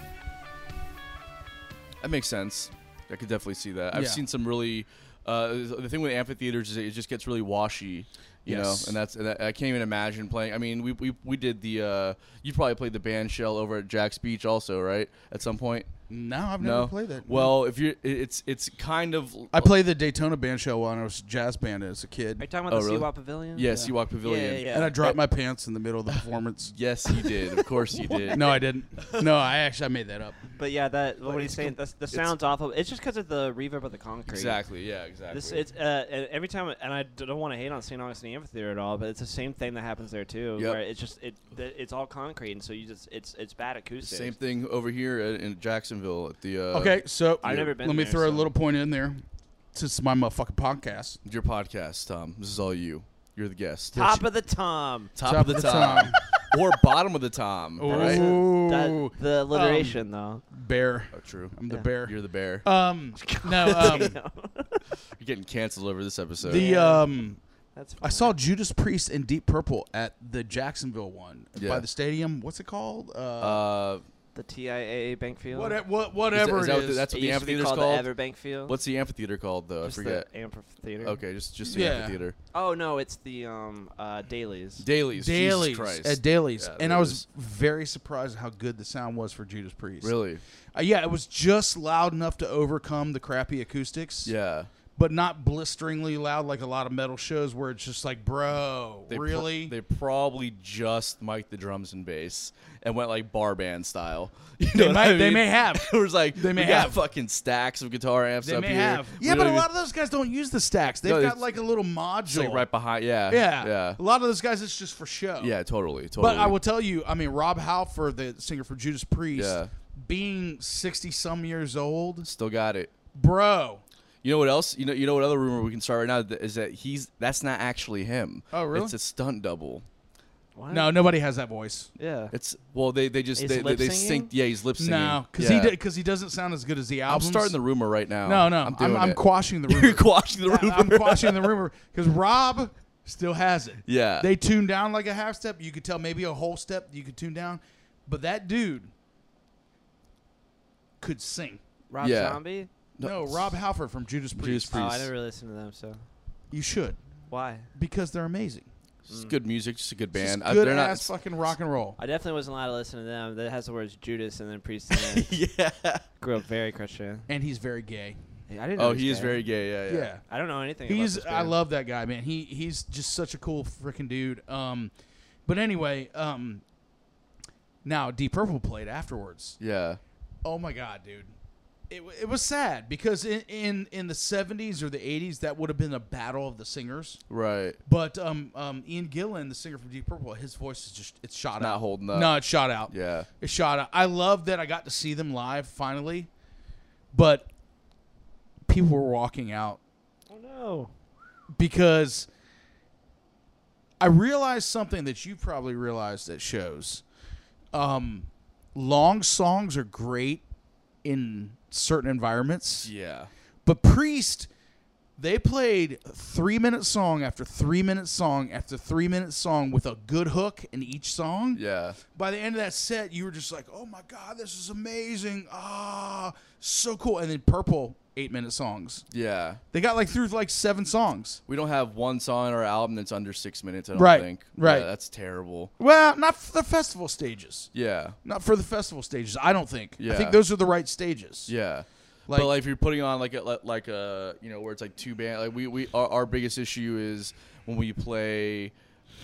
That makes sense. I could definitely see that. I've
Yeah.
seen some really. Uh, the thing with amphitheaters is it just gets really washy, you
Yes.
know, and that's and that, I can't even imagine playing. I mean, we we, we did the uh, you probably played the band shell over at Jack's Beach also, right? At some point.
no i've never
No,
played that
Well, if you it's it's kind of
i played the daytona band show when i was a jazz band as a kid
Are you talking about
Oh,
the
really?
Seawall Pavilion?
yeah, Seawalk Pavilion.
Yeah, yeah, yeah.
and i dropped my pants in the middle of the performance
Yes, you did. Of course, you did.
no i didn't no i actually i made that up
But yeah, that what he's
it's
saying,
com-
the, the sound's awful. It's just because of the reverb of the concrete.
exactly. Yeah, exactly.
This it's uh, and every time, and I d- don't want to hate on St. Augustine Amphitheater at all, but it's the same thing that happens there too.
Yep.
Where it's just it, the, it's all concrete, and so you just it's it's bad acoustics.
Same thing over here at- in Jacksonville at the uh,
Okay, so
I've never been
let me
there,
throw a
so-
little point in there. Since my motherfucking podcast.
your podcast, Tom. This is all you. You're the guest.
Top of the tom.
Top,
Top
of the
of the
Tom, or bottom of the Tom. Right?
Ooh.
That- the
Um,
alliteration
Bear.
Oh, true.
I'm the
Yeah.
bear.
You're the bear.
Um, no, um,
though.
You're getting canceled over this episode.
the um,
That's fine.
I saw Judas Priest and Deep Purple at the Jacksonville one
Yeah.
by the stadium. What's it called? Uh,
uh,
the TIAA bank field.
what, what, whatever it
is that what
is.
that's
it
what the
used to be
amphitheater's
called,
called.
the Everbank Field.
What's the amphitheater called though?
Just
I forget.
the amphitheater?
okay, just just the
Yeah.
amphitheater.
Oh no, it's the um uh dailies.
Dailies.
Dailies
Jesus Christ.
at Dailies,
Yeah,
and I
there
was
is.
very surprised how good the sound was for Judas Priest.
really.
Uh, yeah, it was just loud enough to overcome the crappy acoustics.
Yeah.
but not blisteringly loud like a lot of metal shows where it's just like, bro,
They pro-
really?
they probably just mic'd the drums and bass and went like bar band style. You
They
know what
might,
I
they
mean?
may have.
it was like
They may
we got
have.
fucking stacks of guitar amps
They
up
may
here.
have. Yeah,
We
but a
don't
lot of those guys don't use the stacks. They've
No,
got
it's-
like a little module.
even- like right behind. Yeah.
yeah.
Yeah.
A lot of those guys, it's just for show.
Yeah. Totally. Totally.
But I will tell you, I mean, Rob Halford, the singer for Judas Priest,
Yeah.
being 60 some years old,
still got it.
bro.
You know what else? You know. You know what other rumor we can start right now th- is that he's that's not actually him.
Oh, really?
It's a stunt double.
What?
No, nobody has that voice.
Yeah.
It's well, they they just
He's
they, they, they
lip-syncing?
synced. Yeah, he's lip syncing.
No, because
yeah.
he, did- 'cause he doesn't sound as good as the
I'm
album.
starting the rumor right now.
No, no.
I'm
I'm,
doing
I'm,
it.
quashing the
You're
rumor.
quashing the rumor.
I- I'm quashing the rumor because Rob still has it.
Yeah.
They tune down like a half step. You could tell maybe a whole step you could tune down. But that dude could sing.
Rob
Yeah.
Zombie.
No, Rob Halford from Judas Priest.
Judas
Oh,
Priest.
I never really listened to them, so
You should
why?
because they're ameying
It's good music, just a good band.
Just
I-
good
they're not.
ass fucking rock and roll.
I definitely wasn't allowed to listen to them. That has the words Judas and then Priest. In it.
yeah.
Grew up very Christian.
And he's very gay.
I didn't. know
Oh, he
was
is
gay.
very gay. Yeah, yeah.
Yeah.
I don't know anything. about
He's
this
I
band.
love that guy, man. He he's just such a cool freaking dude. Um but anyway, um now Deep Purple played afterwards.
Yeah.
Oh my god, dude. It, wa- it was sad because in, in, in the 70s or the 80s that would have been a battle of the singers.
Right.
But um, um, Ian Gillan, the singer from Deep Purple, his voice is just it's shot
Not
out.
holding up.
No, it's shot out.
Yeah.
It's shot out. I love that I got to see them live finally. But people were walking out
Oh no.
because I realized something that you probably realized at shows. Um, long songs are great in certain environments,
Yeah.
but Priest, they played three minute song after three minute song after three minute song with a good hook in each song.
Yeah.
By the end of that set, you were just like, "Oh my god, this is amazing! Ah, so cool!" And then Purple eight minute songs.
Yeah.
They got like through like seven songs.
We don't have one song on our album that's under six minutes. I don't
Right,
think.
right.
Yeah, that's terrible.
Well, not for the festival stages.
Yeah.
Not for the festival stages. I don't think. I
Yeah.
think those are the right stages.
Yeah.
Like-
but like if you're putting on like a like- like a you know where it's like two band like we we our, our biggest issue is when we play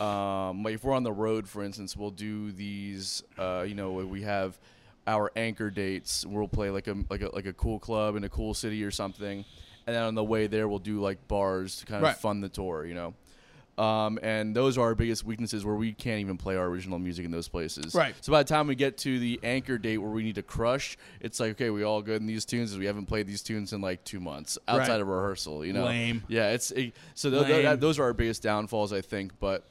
um like if we're on the road for instance we'll do these uh you know where we have our anchor dates we'll play like a like a like a cool club in a cool city or something and then on the way there we'll do like bars to kind
Right.
of fund the tour you know um, and those are our biggest weaknesses where we can't even play our original music in those places.
Right.
So by the time we get to the anchor date where we need to crush, it's like, okay, we all good in these tunes. 'cause We haven't played these tunes in like two months outside
Right.
of rehearsal, you know?
Lame.
Yeah. It's it, so tho- tho-
Lame.
that- those are our biggest downfalls, I think. But,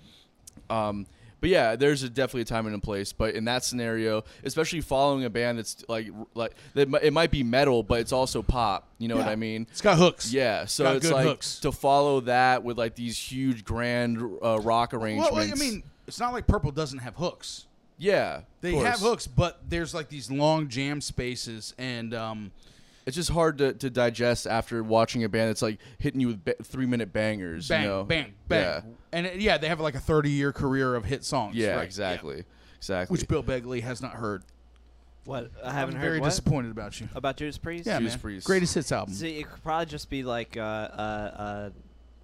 um, but yeah, there's a definitely a time and a place. But in that scenario, especially following a band that's like like that, mi- it might be metal, but it's also pop. You know what
Yeah.
I mean?
It's got hooks.
Yeah, so
Got
it's
good
like
hooks.
to follow that with like these huge grand uh, rock arrangements.
Well, I mean, it's not like Purple doesn't have hooks.
yeah, of
They
course.
have hooks, but there's like these long jam spaces, and um,
It's just hard to, to digest after watching a band that's like hitting you with ba- three minute bangers.
bang,
you know?
bang, bang, and it- yeah, they have like a 30 year career of hit songs.
Yeah, yeah,
right,
exactly,
yeah.
exactly.
Which Bill Begley has not heard.
What? I haven't
I'm
heard
very
what?
disappointed about you.
about Judas Priest.
yeah,
Judas
man.
Priest.
Greatest hits album.
So it could probably just be like uh uh uh,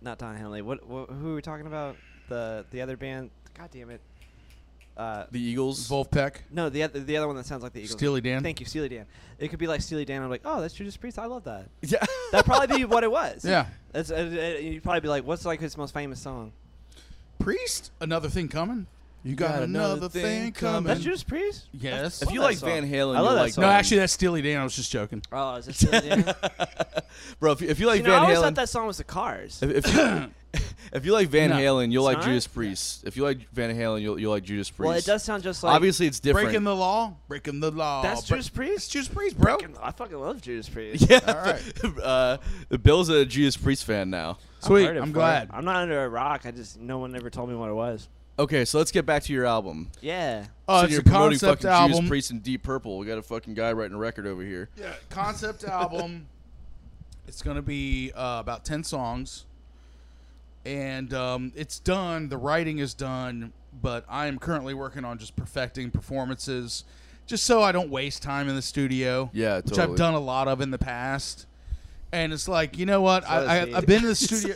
not Don Henley. What, what who are we talking about? The the other band. God damn it. Uh,
the Eagles.
Wolfpack.
no, the other the other one that sounds like the Eagles.
Steely Dan?
Thank you, Steely Dan. It could be like Steely Dan. I'm like, oh, that's Judas Priest. I love that.
yeah,
That'd probably be what it was.
Yeah.
That's uh, uh, you'd probably be like, what's like his most famous song?
Priest. Another thing coming. You got, another, thing coming.
That's Judas Priest.
yes.
If you
that
like
song.
Van Halen,
I love
you'll
that
like
song.
no, actually, that's Steely Dan. I was just joking.
Oh, is this Steely Dan?
bro. If you, if you like
you know, I
Van
always
Halen,
thought that song was the Cars.
if, if you, if you like Van
No.
Halen, you'll
It's
like
not?
Judas Priest. If you like Van Halen, you'll you'll like Judas Priest.
Well, it does sound just like
Obviously, it's different.
Breaking the law. Breaking the law.
That's
Bre-
Judas Priest?
That's Oh, Judas Priest, bro.
I fucking love Judas Priest.
yeah.
All right.
uh, Bill's a Judas Priest fan now.
Sweet.
heard it
I'm
before.
glad.
I'm not under a rock. I just no one ever told me what it was.
Okay, so let's get back to your album.
Yeah.
Oh,
so
it's
you're
a
promoting
concept
fucking
album.
Judas Priest and Deep Purple. We got a fucking guy writing a record over here.
Yeah, concept album. It's gonna be uh, about ten songs, and um, it's done. The writing is done, but I am currently working on just perfecting performances, just so I don't waste time in the studio.
Yeah,
which
totally.
I've done a lot of in the past. And it's like you know what
So
I,
does
I,
he.
I've been in the studio.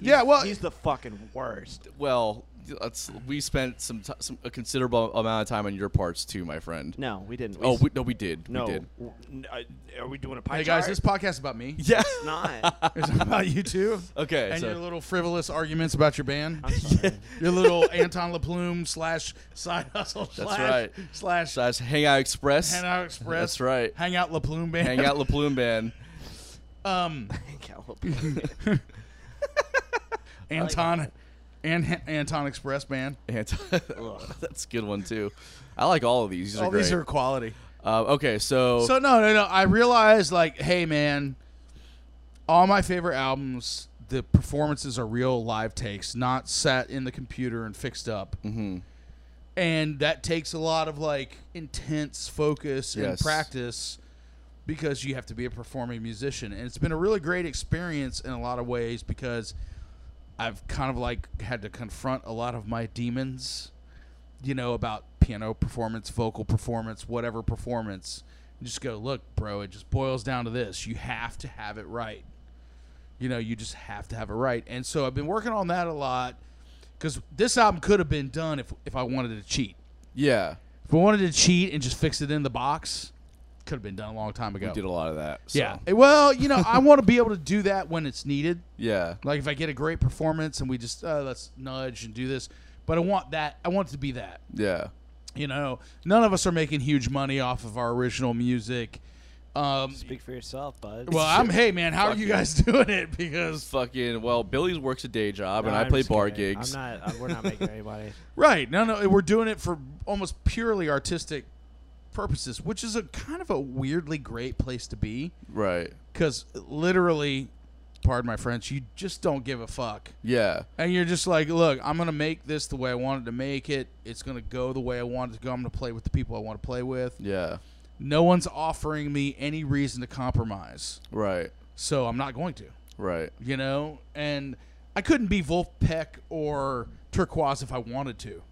yeah, well,
He's the fucking worst.
Well, that's, we spent some, t- some a considerable amount of time on your parts too, my friend.
No, we didn't. We
Oh
s-
we, no, we did.
no.
we did.
W- n- I- Are we doing a pie
hey guys,
chart?
this podcast is about me.
Yeah.
It's not.
It's about you too.
okay.
And
so-
your little frivolous arguments about your band.
I'm sorry.
Your little Anton LaPlume slash side hustle
That's
slash
right.
slash
slash Hangout Express.
Hangout Express.
That's right.
Hangout LaPlume band.
Hangout La Plume Band.
Um,
Calipari.
Anton and Anton Express band.
Anti- that's a good one too. I like all of these. These
All
are great.
these are quality.
Uh, okay, so,
So no, no, no. I realized like, hey man, all my favorite albums, the performances are real live takes, not sat in the computer and fixed up. Mm-hmm. And that takes a lot of like intense focus and
Yes.
practice because you have to be a performing musician. And it's been a really great experience in a lot of ways because I've kind of like had to confront a lot of my demons, you know, about piano performance, vocal performance, whatever performance. And just go, look, bro, it just boils down to this. You have to have it right. You know, you just have to have it right. And so I've been working on that a lot because this album could have been done if, if I wanted to cheat.
yeah,
If I wanted to cheat and just fix it in the box, could have been done a long time ago.
we did a lot of that. so-
yeah. Well, you know, I want to be able to do that when it's needed.
yeah.
Like if I get a great performance and we just uh, let's nudge and do this, but I want that. I want it to be that.
Yeah.
You know, none of us are making huge money off of our original music. Um,
Speak for yourself, bud.
well, I'm hey man, how are
Fuck
you
yeah.
guys doing it? Because
Fucking well, Billy works a day job,
No,
and I
I'm
play
just
bar
kidding.
gigs.
I'm not. uh, we're not making anybody.
right, no, no, we're doing it for almost purely artistic purposes, which is a kind of a weirdly great place to be.
Right.
Because literally, pardon my French, you just don't give a fuck.
Yeah.
and you're just like, look, I'm gonna make this the way I wanted to make it. It's gonna go the way I wanted to go. I'm gonna play with the people I want to play with.
Yeah.
No one's offering me any reason to compromise,
Right.
so I'm not going to.
Right.
You know, and I couldn't be Wolf Peck or Turquoise if I wanted to.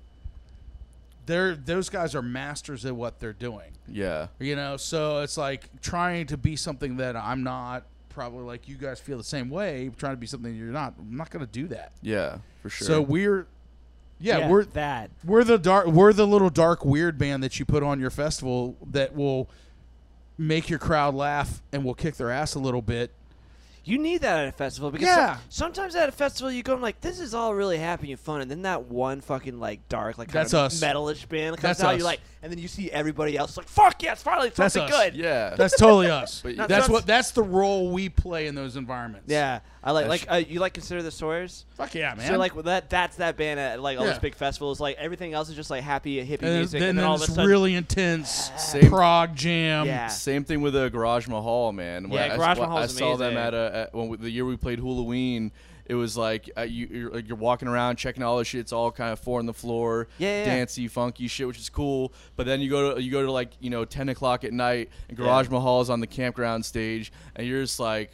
They're those guys are masters at what they're doing.
Yeah.
You know, so it's like trying to be something that I'm not. Probably like you guys feel the same way. Trying to be something you're not. I'm not gonna do that.
Yeah. For sure.
So we're yeah, we're
that.
we're the dark we're the little dark weird band that you put on your festival that will make your crowd laugh and will kick their ass a little bit.
You need that at a festival because
Yeah.
so- sometimes at a festival you go and like this is all really happy and fun, and then that one fucking like dark like kind
That's
of
us.
metalish band comes
That's
out.
us.
You like, and then you see everybody else like fuck yeah, it's finally
That's
something
us.
good.
yeah.
That's totally us.
But-
that's what that's the role we play in those environments.
Yeah, I like
That's-
like uh, you like consider the Sawyer's.
Fuck yeah, man.
So like well, that that's that band at like all
Yeah.
those big festivals. Like everything else is just like happy hippie
and
music,
then,
and then, all of a
it's
sudden,
really intense
Same-
prog jam.
yeah,
Same thing with uh, Garage Mahal, man. When
Yeah,
I,
Garage
when I
Mahal's
saw them
amazing.
at a at, when we, the year we played Halloween. It was like uh, you, you're, like, you're walking around checking all this shit. It's all kind of four on the floor,
Yeah, yeah, yeah.
dancey, funky shit, which is cool. But then you go to you go to like you know ten o'clock at night, and Garage Mahal is on the campground stage, and you're just like,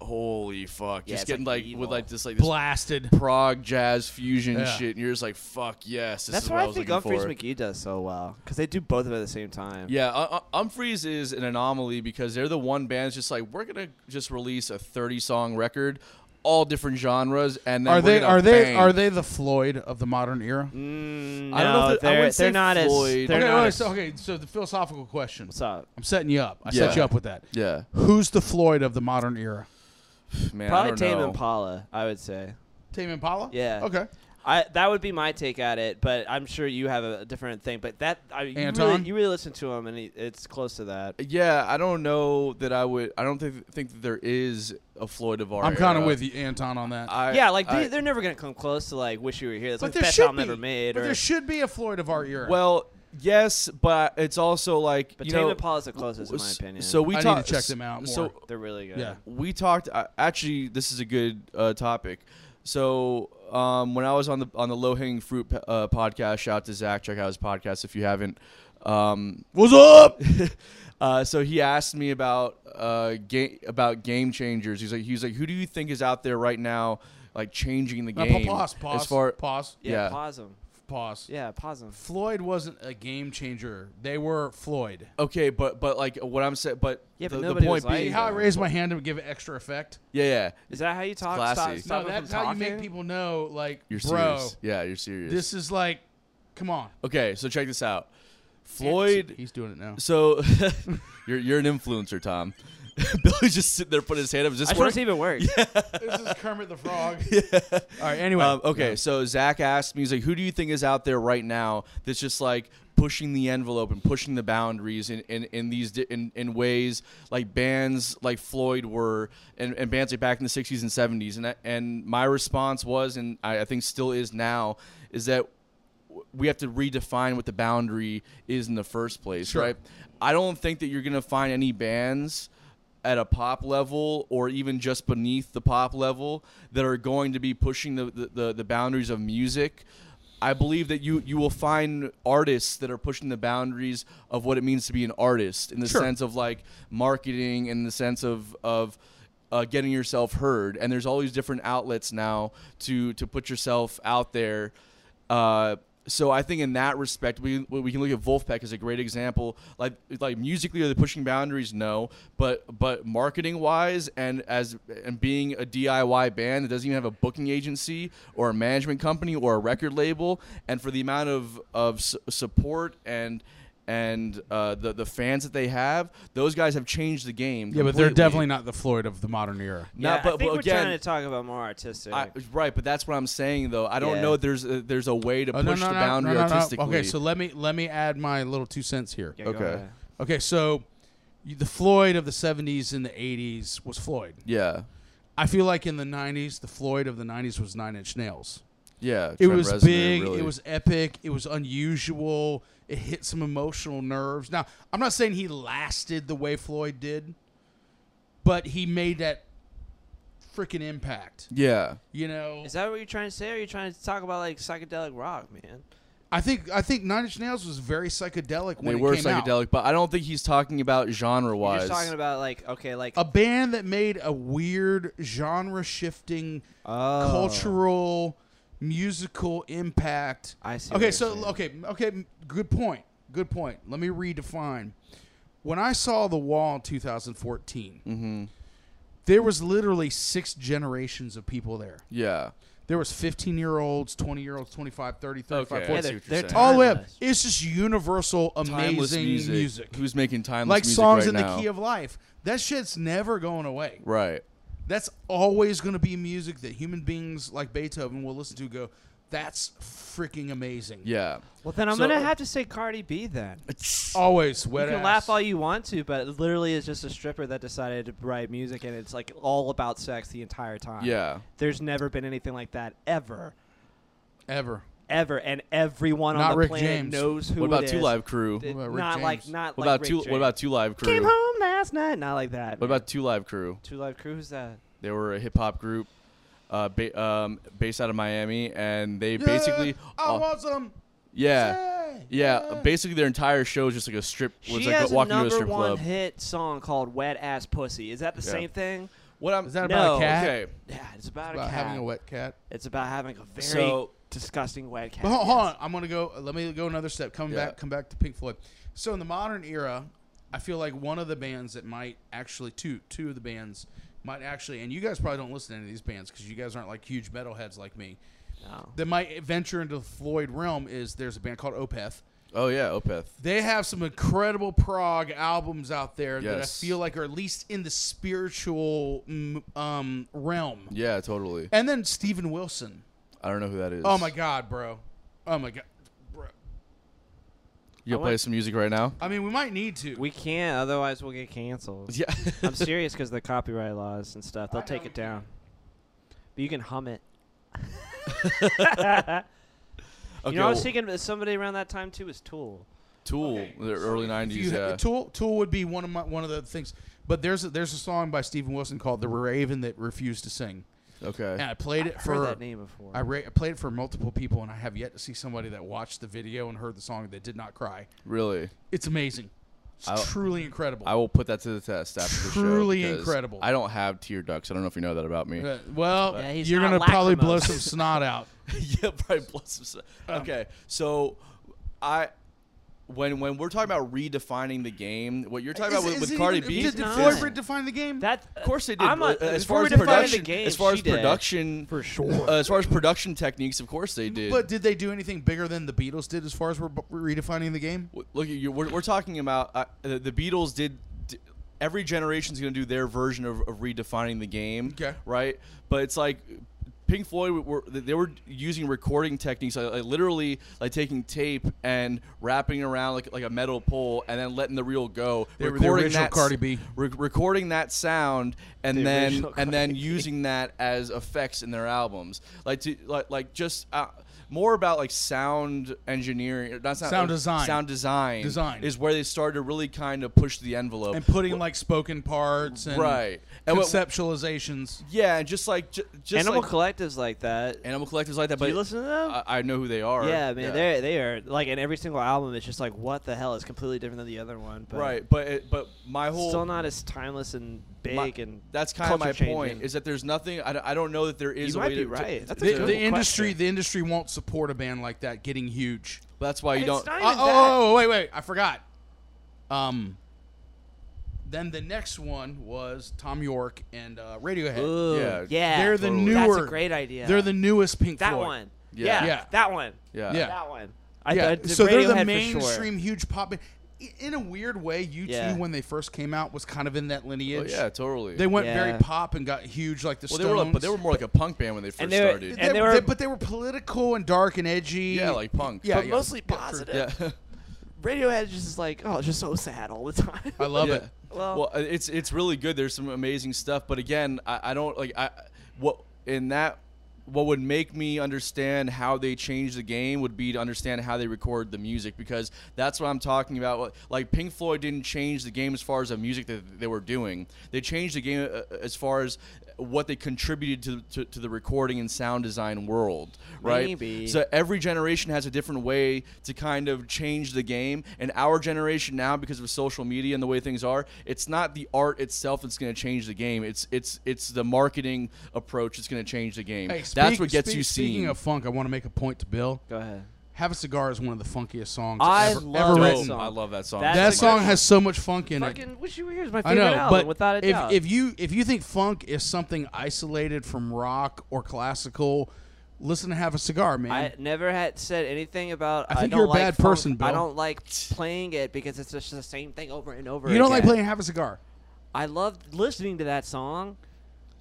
holy fuck,
Yeah,
just
it's,
getting
like,
like,
evil.
with like this like this
Blasted.
prog jazz fusion
Yeah.
shit, and you're just like, fuck yes, this
that's
is what
why
I
I
was
think
looking
Humphreys
for.
McGee does so well because they do both of it at the same time.
Yeah, uh, uh, Umphreys is an anomaly because they're the one band that's just like we're gonna just release a thirty song record, all different genres, and then
Are
we're
they
gonna
are they
bang.
are they the Floyd of the modern era?
Mm,
I don't know
no,
if it- I
they're,
wouldn't say
they're not
Floyd.
as. They're
okay,
not
wait,
as-
so, okay, so the philosophical question.
What's up?
I'm setting you up. I
Yeah.
set you up with that.
Yeah,
Who's the Floyd of the modern era?
man, I
Probably
don't
Tame
know.
Impala, I would say.
Tame Impala?
Yeah.
Okay.
I that would be my take at it, but I'm sure you have a different thing. But that I, you really
Anton?
you really listen to him, and he, it's close to that.
Yeah, I don't know that I would. I don't think think that there is a Floyd Devar.
I'm kind of
era.
with you, Anton, on that.
I,
yeah, like
I-
they, they're never gonna come close to like "Wish You Were Here." That's
but
Uh, like the
there
best
should
album
be.
ever made.
but
or,
there should be a Floyd of our era.
Well, yes, but it's also like
but
you
Tame
know,
Impala's the closest, in my
s-
opinion.
So we
I need
talked-
to check them out
So
more.
they're really good.
Yeah.
we talked. Uh, actually, this is a good uh, topic. So um, when I was on the on the low hanging fruit uh, podcast, shout out to Zach. Check out his podcast if you haven't. Um,
what's up?
uh, so he asked me about uh, game about game changers. He's like, he's like, who do you think is out there right now, like changing the
Now, Uh, pa-
game?
pause, pause,
as far
pause,
yeah,
Yeah.
Pause them.
pause.
Yeah, pause them.
Floyd wasn't a game changer. They were Floyd.
okay, but but like what I'm saying, but
Yeah, but
the, the
nobody
point
was like
being,
See how I raised my hand to give it extra effect?
yeah, yeah,
Is that how you talk?
classy.
Stop, stop
no,
them
that's
from
how
talking?
you make people know, like,
you're
bro,
serious. Yeah, you're serious.
this is like, come on.
okay, so check this out, Floyd.
He's doing it now.
So you're you're an influencer, Tom. Billy's just sitting there putting his hand up. Is
I
this
just want
work?
to see if it works.
this is Kermit the Frog. All right, anyway.
Um, okay, so Zach asked me, he's like, who do you think is out there right now that's just like pushing the envelope and pushing the boundaries in, in, in these di- in, in ways like bands like Floyd were and, and bands like back in the 60s and 70s? And, I- and my response was, and I, I think still is now, is that w- we have to redefine what the boundary is in the first place,
Sure.
right? I don't think that you're going to find any bands at a pop level or even just beneath the pop level that are going to be pushing the, the, the, the boundaries of music. I believe that you, you will find artists that are pushing the boundaries of what it means to be an artist in the
Sure.
sense of like marketing, in the sense of, of uh, getting yourself heard. And there's all these different outlets now to, to put yourself out there. Uh, so I think in that respect, we we can look at Wolfpack as a great example. Like like musically, are they pushing boundaries? No, but but marketing wise, and as and being a DIY band that doesn't even have a booking agency or a management company or a record label, and for the amount of of su- support and and uh, the the fans that they have, those guys have changed the game.
yeah, but they're
completely.
definitely not the Floyd of the modern era.
No,
yeah, I
but-
think
but
we're
again-
trying to talk about more artistic.
I, right, but that's what I'm saying though. I don't
Yeah.
know if there's a, there's a way to
Oh,
push the boundary artistically.
Okay, so let me let me add my little two cents here.
Yeah, go
okay.
ahead.
Okay, so you, the Floyd of the 70s and the 80s was Floyd.
yeah,
I feel like in the 90s, the Floyd of the 90s was Nine Inch Nails.
yeah.
It
Trent
was
Reznor,
big,
really.
it was epic, it was unusual, it hit some emotional nerves. Now, I'm not saying he lasted the way Floyd did, but he made that freaking impact.
Yeah.
You know,
Is that what you're trying to say? Or are you trying to talk about like psychedelic rock, man?
I think I think Nine Inch Nails was very psychedelic
They
when
were
it came out.
psychedelic, but I don't think he's talking about genre
You're
wise.
just talking about like okay, like
a band that made a weird genre shifting
Oh.
cultural musical impact
I see. what
okay
you're
so
saying.
okay okay m- good point good point let me redefine when i saw the wall in 2014
Mm-hmm.
there was literally six generations of people there
yeah.
there was 15 year olds 20 year olds 25 30 35
Okay.
yeah,
40
That's what
they're,
you're
they're
saying.
all the way up
timeless.
it's just universal
Timeless
amazing
music.
music,
Who's making timeless
like
music
songs
right
in
now?
the key of life that shit's never going away
right.
that's always going to be music that human beings like Beethoven will listen to and go, that's freaking amazing.
Yeah.
Well, then I'm
So-
uh,
gonna have to say Cardi B. Then you
Always wet
can
ass.
laugh all you want to, but it literally is just a stripper that decided to write music, and it's like all about sex the entire time.
Yeah.
there's never been anything like that ever,
Ever.
ever, and everyone
Not
on the
Rick
planet
James.
knows who
What about
it
Two
is.
Live Crew?
It-
What about Rick
not like
James?
not
What
like
about
Rick
two?
James.
What about Two Live Crew?
Came home last night. Not like that.
What
man.
about Two Live Crew?
Two Live Crew? Who's that?
They were a hip hop group, uh, ba- um, based out of Miami, and they basically,
I
uh,
want some.
yeah,
say,
yeah,
yeah.
basically their entire show is just like a strip. Was
she
like
has a
walking to a
number
strip
one
club.
hit song called "Wet Ass Pussy." Is that the
Yeah.
same thing?
What I'm
Is that about
No.
a cat?
okay?
Yeah, it's about,
About
a cat.
having a wet cat.
it's about having a very
So-
disgusting wet cat.
But hold,
yes.
hold on. I'm going to go. Let me go another step. Come
Yeah.
back. Come back to Pink Floyd. So in the modern era, I feel like one of the bands that might actually, two, two of the bands might actually, and you guys probably don't listen to any of these bands because you guys aren't like huge metalheads like me,
No.
that might venture into the Floyd realm is there's a band called Opeth.
Oh yeah, Opeth.
They have some incredible prog albums out there that I
Yes.
feel like are at least in the spiritual mm, um, realm.
Yeah, totally.
And then Steven Wilson.
I don't know who that is.
Oh my god, bro. Oh my god, bro.
You'll
I
play
want-
some music right now.
I mean, we might need to.
We can't, otherwise we'll get canceled.
Yeah.
I'm serious because the copyright laws and stuff, they'll
I
take
know.
it down. But you can hum it.
Okay,
you know, I was
well,
thinking that somebody around that time too was Tool.
Tool,
Okay,
the early
If
'90s.
you had-
yeah.
Tool Tool would be one of my, one of the things. But there's a, there's a song by Stephen Wilson called "The Raven That Refused to Sing,"
okay.
and I played it
I've
for
heard that name before.
I, ra- I played it for multiple people, and I have yet to see somebody that watched the video and heard the song that did not cry.
Really.
It's amazing. It's
I'll-
truly incredible.
I will put that to the test after the show.
Truly
because
incredible.
I don't have tear ducts. I don't know if you know that about me.
Uh, well,
Yeah, he's
you're gonna
not
probably
lacrimose.
blow some snot out.
yeah, probably plus. some-
Uh-huh.
Okay, so I when when we're talking about redefining the game, what you're talking about
Is-
with,
is
with
it
Cardi
even-
B,
Did, did
not.
Floyd Ritt define the game?
that
of course they did.
I'm a,
but uh, as
before
far
we
as
defined
production,
the game,
as far as
she did.
production, for sure. as far as production techniques, of course they did.
but did they do anything bigger than the Beatles did as far as we're b- redefining the game?
W- look, you, we're, we're talking about uh, the, the Beatles did. d- Every generation's going to do their version of, of redefining the game,
Okay.
right? But it's like Pink Floyd w- were they were using recording techniques, like, like literally like taking tape and wrapping around like like a metal pole, and then letting the reel go,
They were the
recording
original
that s-
Cardi B.
re- recording that sound, and
The
then
original
and then
Cardi B.
using that as effects in their albums, like to like like just. Uh, more about like sound engineering, or not sound,
Sound
uh,
design.
sound design,
Design.
is where they started to really kind of push the envelope
And putting like spoken parts and
right and what-
conceptualizations.
yeah, and just like ju- just
Animal
like,
Collectives like that.
animal collectives like that. But
you listen to them?
I, I know who they are.
yeah, man, they they are like in every single album. It's just like what the hell is completely different than the other one. But
right. But it, but my whole
still not as timeless and big
my-
and
that's kind of my
culture
point
changing.
is that there's nothing. I, don't- I don't know that there is.
You
a
might
way
be
to,
right.
to-
That's a
The,
to-
good
the industry,
question.
the industry won't support a band like that getting huge.
That's why you
And it's
don't.
not
Uh,
even
oh,
that.
oh, wait, wait, I forgot. Um, then the next one was Tom York and uh, Radiohead.
Ooh,
Yeah,
yeah,
they're the
totally.
newer.
That's a great idea.
They're the newest Pink
that
Floyd.
one.
Yeah.
Yeah.
Yeah.
that one.
yeah.
yeah.
that one. I,
yeah.
I, the
so they're
Radiohead
the
for
mainstream
Sure.
huge pop. Band. I- In a weird way, U two
Yeah.
when they first came out was kind of in that
Oh,
lineage.
yeah. Totally.
They went
Yeah.
very pop and got huge like the
well, they
Stones.
were like, but they were more like a punk band when they first
they were-
started.
They
and they
were-
were-
but they were political and dark and edgy.
yeah, like punk.
Yeah,
but
yeah.
mostly
Yeah, true.
positive.
Yeah.
Radiohead just is like, oh, it's just so sad all the time.
I love
yeah.
it.
Well-
well, uh, it's it's really good. There's some amazing stuff, but again, I, I don't like I what in that what would make me understand how they change the game would be to understand how they record the music because that's what I'm talking about. Like Pink Floyd didn't change the game as far as the music that they were doing. They changed the game uh, as far as what they contributed to, to, to the recording and sound design world, right?
Maybe.
So every generation has a different way to kind of change the game. And our generation now, because of social media and the way things are, it's not the art itself that's going to change the game. It's it's it's the marketing approach that's going to change the game.
Hey,
that's
speak-
what gets
speak-
you
Speaking
seen.
of funk, I want to make a point to Bill.
Go ahead.
Have a cigar is one of the funkiest songs
I
ever,
love
ever
that
written.
song.
I love that song.
That's
That
a
song
good-
has so much funk in it.
Fucking Wish You Were Here is my
I
favorite
know,
album,
but
without a
if,
doubt.
if you if you think funk is something isolated from rock or classical, listen to Have a Cigar, man.
I never had said anything about.
I think
don't
you're a
like
bad
funk.
person, Bill.
I don't like playing it because it's just the same thing over and over.
you don't like
again.
playing Have a Cigar.
I love listening to that song.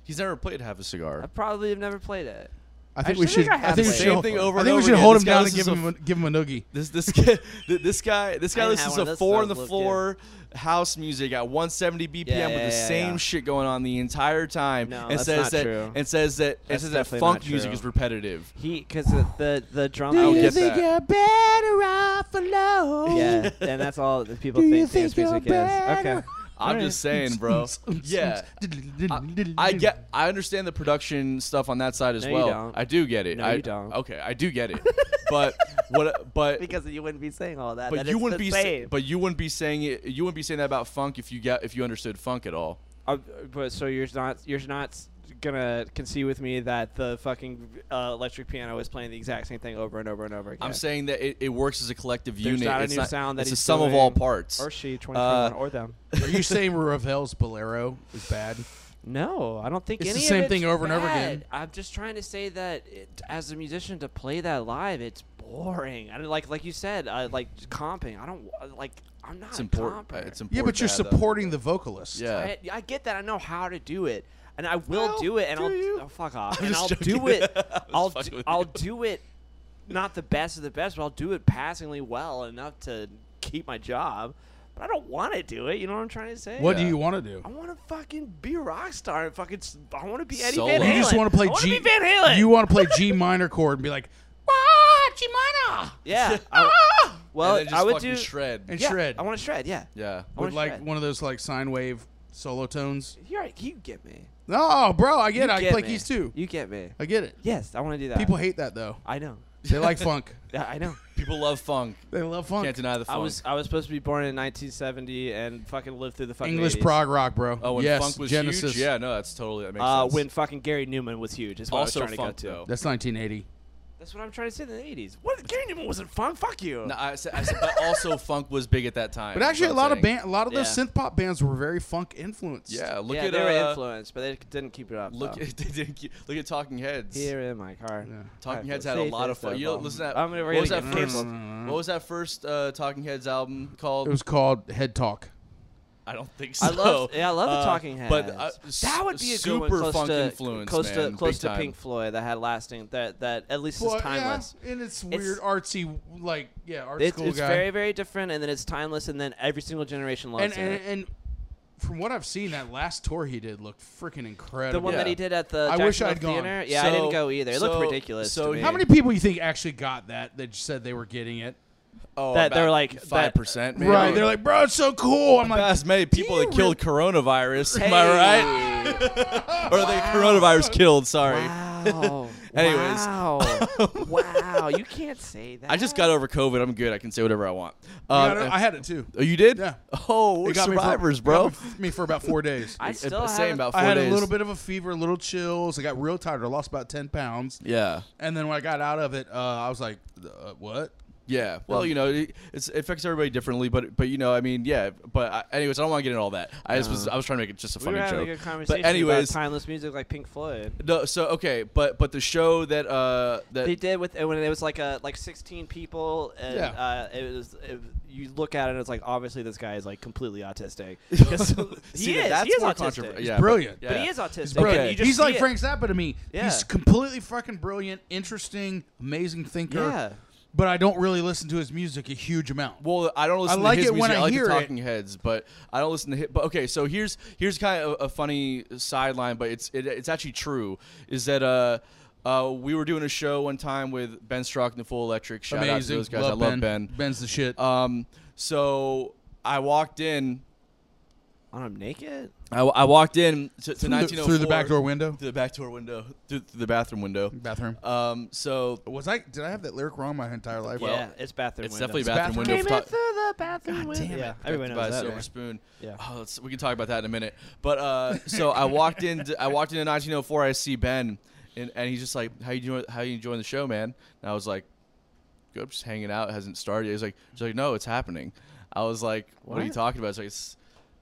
He's never played Have a
I
Cigar.
probably have never played it.
I think
just
we
think
should.
I
I
have
think we
played
should.
it.
Same thing over
I think
and
we
over
should
again.
hold
This
him
guy
down and
listens
give
to
him a, give him a noogie.
This this guy th- this guy this guy
I didn't
listens
have one
to
of those
four on the
songs, look,
floor house music at 170 BPM
Yeah,
with
yeah,
the
yeah,
same
yeah.
shit going on the entire time,
No,
and
that's
says
not
that
true.
and says that and
That's
says that
definitely
funk
not
music
true.
is repetitive.
He because the, the the drum.
I don't
is-
get that.
better off alone?
Yeah, and that's all that people
Do you
think dance
think you're
music is. Okay.
better?
I'm just saying, bro. yeah. I, I get I understand the production stuff on that side as
No, you
well.
don't.
I do get it.
No,
I
you don't.
Okay, I do get it. but what but
Because you wouldn't be saying all that.
but
that
you
it's
wouldn't
the
be
same.
sa- but you wouldn't be saying it you wouldn't be saying that about funk if you got if you understood funk at all.
Uh, but so you're not you're not s- gonna concede with me that the fucking uh, electric piano is playing the exact same thing over and over and over again.
I'm saying that it, it works as a collective
There's
unit.
not a
it's
new sound that
it's a
he's
sum of all
doing,
parts.
or she 2021
Uh,
or them.
Are you saying Ravel's Bolero is bad?
No, I don't think
It's the
any of
same
it's
thing over and over again.
bad. I'm just trying to say that it, as a musician to play that live, it's boring. I don't like like you said, I like comping. I don't w- like. I'm not
it's
a
important.
comper.
It's important.
Yeah, but
to
you're
have that.
supporting the vocalist.
Yeah.
I, I get that. I know how to do it. and I will
Well,
do it, and
do
I'll
you?
oh, fuck off,
I'm
and
just
I'll do
joking.
it.
I'm just
I'll
fucking
do,
with
I'll
you.
do it, not the best of the best, but I'll do it passingly well enough to keep my job. But I don't want to do it. You know what I'm trying to say?
What do
Yeah.
you want to do?
I want to fucking be a rock star and fucking. s- I want to be Eddie
Solo.
Van Halen.
You just want to play
I wanna
G.
Be Van Halen.
You want to play G minor chord and be like, ah, G minor,
Yeah. I, well,
Ah! and then just
I would
fucking
do.
shred.
and
yeah,
shred.
I want to shred. Yeah.
yeah.
I wanna
with like
shred.
one of those like sine wave solo tones.
You're right. You get me.
No, bro, I get it.
You
I
get
play
me.
keys too.
You get me.
I get it.
Yes, I want to do that.
People hate that though.
I know.
They like funk.
Yeah, I know.
People love funk.
They love funk.
Can't deny the
I
funk.
was I was supposed to be born in 1970 and fucking lived through the fucking
English
80s.
prog rock, bro.
oh, when
yes,
funk was
Genesis.
huge. Yeah, no, that's totally that makes
Uh,
sense.
when fucking Gary Newman was huge. Is what
Also
I was trying
funk,
to go to.
though.
That's 1980.
That's what I'm trying to say in the 80s. What? Gary Newman wasn't funk. Fuck you.
No, I said, I said, but also funk was big at that time.
But
is
actually, a
what I'm
lot of
saying.
band, a lot of those
Yeah.
synth pop bands were very funk influenced.
Yeah, look
yeah,
at
they were
uh,
influenced, but they didn't keep it up.
look
though.
at they didn't keep- look at Talking Heads.
here in my car.
Yeah.
Talking
I
Heads
feel
had a
safe
lot of
instead
fun. You know,
all-
listen to that.
I'm gonna
what was
get
that first?
canceled.
What was that first uh, Talking Heads album called?
It was called Head Talk.
I don't think so.
I love, yeah, I love
Uh,
the Talking Heads.
But uh,
that would be a
super
good one, close
funk
to,
influence,
close
man,
to close
big
to
time.
Pink Floyd that had lasting that that at least is timeless.
Yeah, and it's
It's-
weird, artsy, like yeah, art
It's,
school
it's
guy.
very very different, and then it's timeless, and then every single generation loves
and, and
it.
and from what I've seen, that last tour he did looked freaking incredible.
the one
Yeah.
that he did at the
I wish
Jackson
I'd
Hole
gone.
Theater, yeah, I
So-
didn't go either. It
so-
looked ridiculous.
so
to me.
How many people you think actually got that? That just said they were getting it.
oh,
that they're
about
like- that-
five percent,
Right? They're like, bro, it's so cool. I'm like,
as many people
you
that killed coronavirus. Am
Hey.
I right? or the coronavirus killed. Sorry.
Wow.
Anyways.
Wow. wow. You can't say that.
I just got over COVID. I'm good. I can say whatever I want.
Yeah,
Uh,
no, I had it too.
oh, you did?
Yeah.
Oh,
It
we're
got me for-
survivors,
it
bro.
got Me for about four days.
I
It's the
still
same
haven't-
about four
I had
days.
a little bit of a fever, a little chills. I got real tired. I lost about ten pounds,
Yeah.
and then when I got out of it, uh, I was like, uh, "What?"
Yeah. Well, you know, it, it's, it affects everybody differently, but but you know, I mean, yeah. But I, anyways, I don't want to get into all that. I just was I was trying to make it just a
We
funny
were having a
joke.
good conversation
but anyways,
about timeless music like Pink Floyd.
no. So okay, but but the show that uh that
They did with when it was like a like 16 people and
Yeah.
uh, it was it, you look at it and it's like obviously this guy is like completely autistic. 'Cause
See,
he
that-
is.
that's
he is
more
autistic.
controversial. Yeah,
brilliant.
But,
But
yeah.
he is autistic.
He's
and
brilliant.
Okay.
you just
He's like
see it.
Frank Zappa to me.
Yeah.
He's completely fucking brilliant, interesting, amazing thinker.
Yeah.
But I don't really listen to his music a huge amount.
Well, I don't listen
like
to his
it when
music.
I
I like
hear
the
it.
Talking Heads, but I don't listen to hit. But okay, so here's here's kind of a, a funny sideline, but it's it, it's actually true. Is that uh. Uh, we were doing a show one time with Ben Strock and the Full Electric. Shout out to
amazing.
those guys.
Love
I love
ben. Uh,
Ben.
Ben's the shit.
Um, so I walked in.
On him naked.
I, I walked in to, to
through, the,
1904
through the back door window,
Through the back door window. Through, through the bathroom window.
bathroom.
Um, so
Uh, Was I? Did I have that lyric wrong my entire life?
yeah, it's bathroom.
it's
window.
definitely
bathroom window.
bathroom, window.
Came in
Talk-
through the bathroom
God
window.
damn it.
Yeah, everyone
by
knows that.
Silver
man.
Spoon.
Yeah.
Oh, that's, we can talk about that in a minute. But uh, so I walked in. I walked into 1904. I see Ben, and, and he's just like, "How you doing? How you enjoying the show, man?" And I was like, "Good, I'm just hanging out. It hasn't started." yet." He's like, "He's like, no, it's happening." I was like, "What, are you
What?
talking about?" It's like. It's,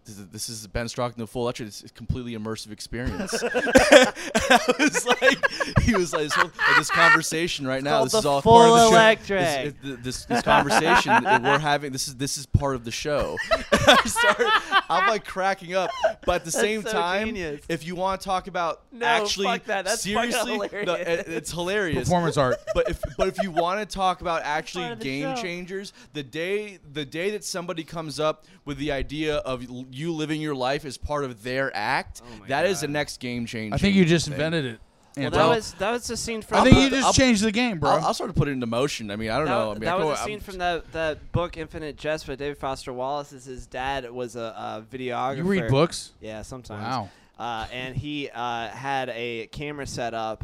this is- this is Ben Strock in the full lecture. It's a completely immersive experience. I was like, he was like, this, whole- like, this conversation right now.
called
This is
The
all part of
Full
the show.
Electric.
This- it- th- this, this conversation that we're having. This is this is part of the show. I started, I'm like cracking up, but at the same
so
time,
genius.
if you want to talk about
No,
actually
fuck that. That's fucking
seriously, no,
hilarious.
it- it's hilarious.
Performance art.
But if but if you want to talk about actually
of the
game
show.
changers, the day the day that somebody comes up with the idea of l- you living your life as part of their act, that
Oh my
is
God.
the next game changer.
I think you just invented it.
Well,
Anton.
that was that was a scene from.
I think
uh,
you just
I'll-
changed the game, bro.
I'll, I'll sort of put it into motion. I mean, I don't know. I
That,
mean,
that
I
was
go-
a scene
I'm-
from the, the book Infinite Jest by David Foster Wallace. Is his dad was a, uh videographer.
you read books?
Yeah, sometimes.
Wow.
Uh, and he uh, had a camera set up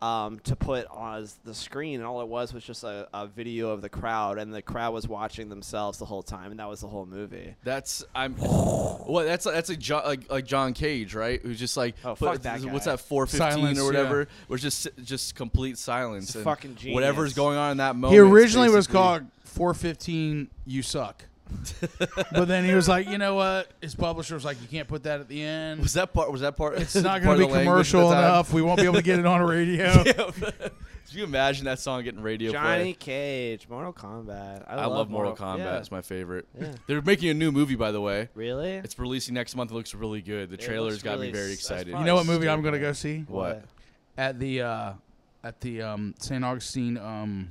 um, to put on s- the screen, and all it was was just a, a video of the crowd, and the crowd was watching themselves the whole time, and that was the whole movie.
That's I'm. Well, that's that's like John, like, like John Cage, right? Who's just like,
Oh,
put-
fuck that
what's
guy.
that, four fifteen
Silence,
or
yeah.
whatever? Was just just complete silence.
He's a
and
fucking genius.
Whatever's going on in that moment.
He
is
originally was
basically-
called 415 You Suck. but then he was like, you know what? His publisher was like, you can't put that at the end.
Was that part? Was that part?
It's not going to be commercial enough. We won't be able to get it on radio.
Could you imagine that song getting radio
Johnny
play?
Cage, Mortal Kombat. I,
I love, Mortal Kombat.
yeah.
It's my favorite.
Yeah.
They're making a new movie, by the way.
Really?
It's releasing next month. It looks really good. The
It
trailer's
looks
got me
really
very
s- that's
excited.
You
probably-
know what movie I'm gonna go see?
what?
At the uh, at the um, St. Augustine, um,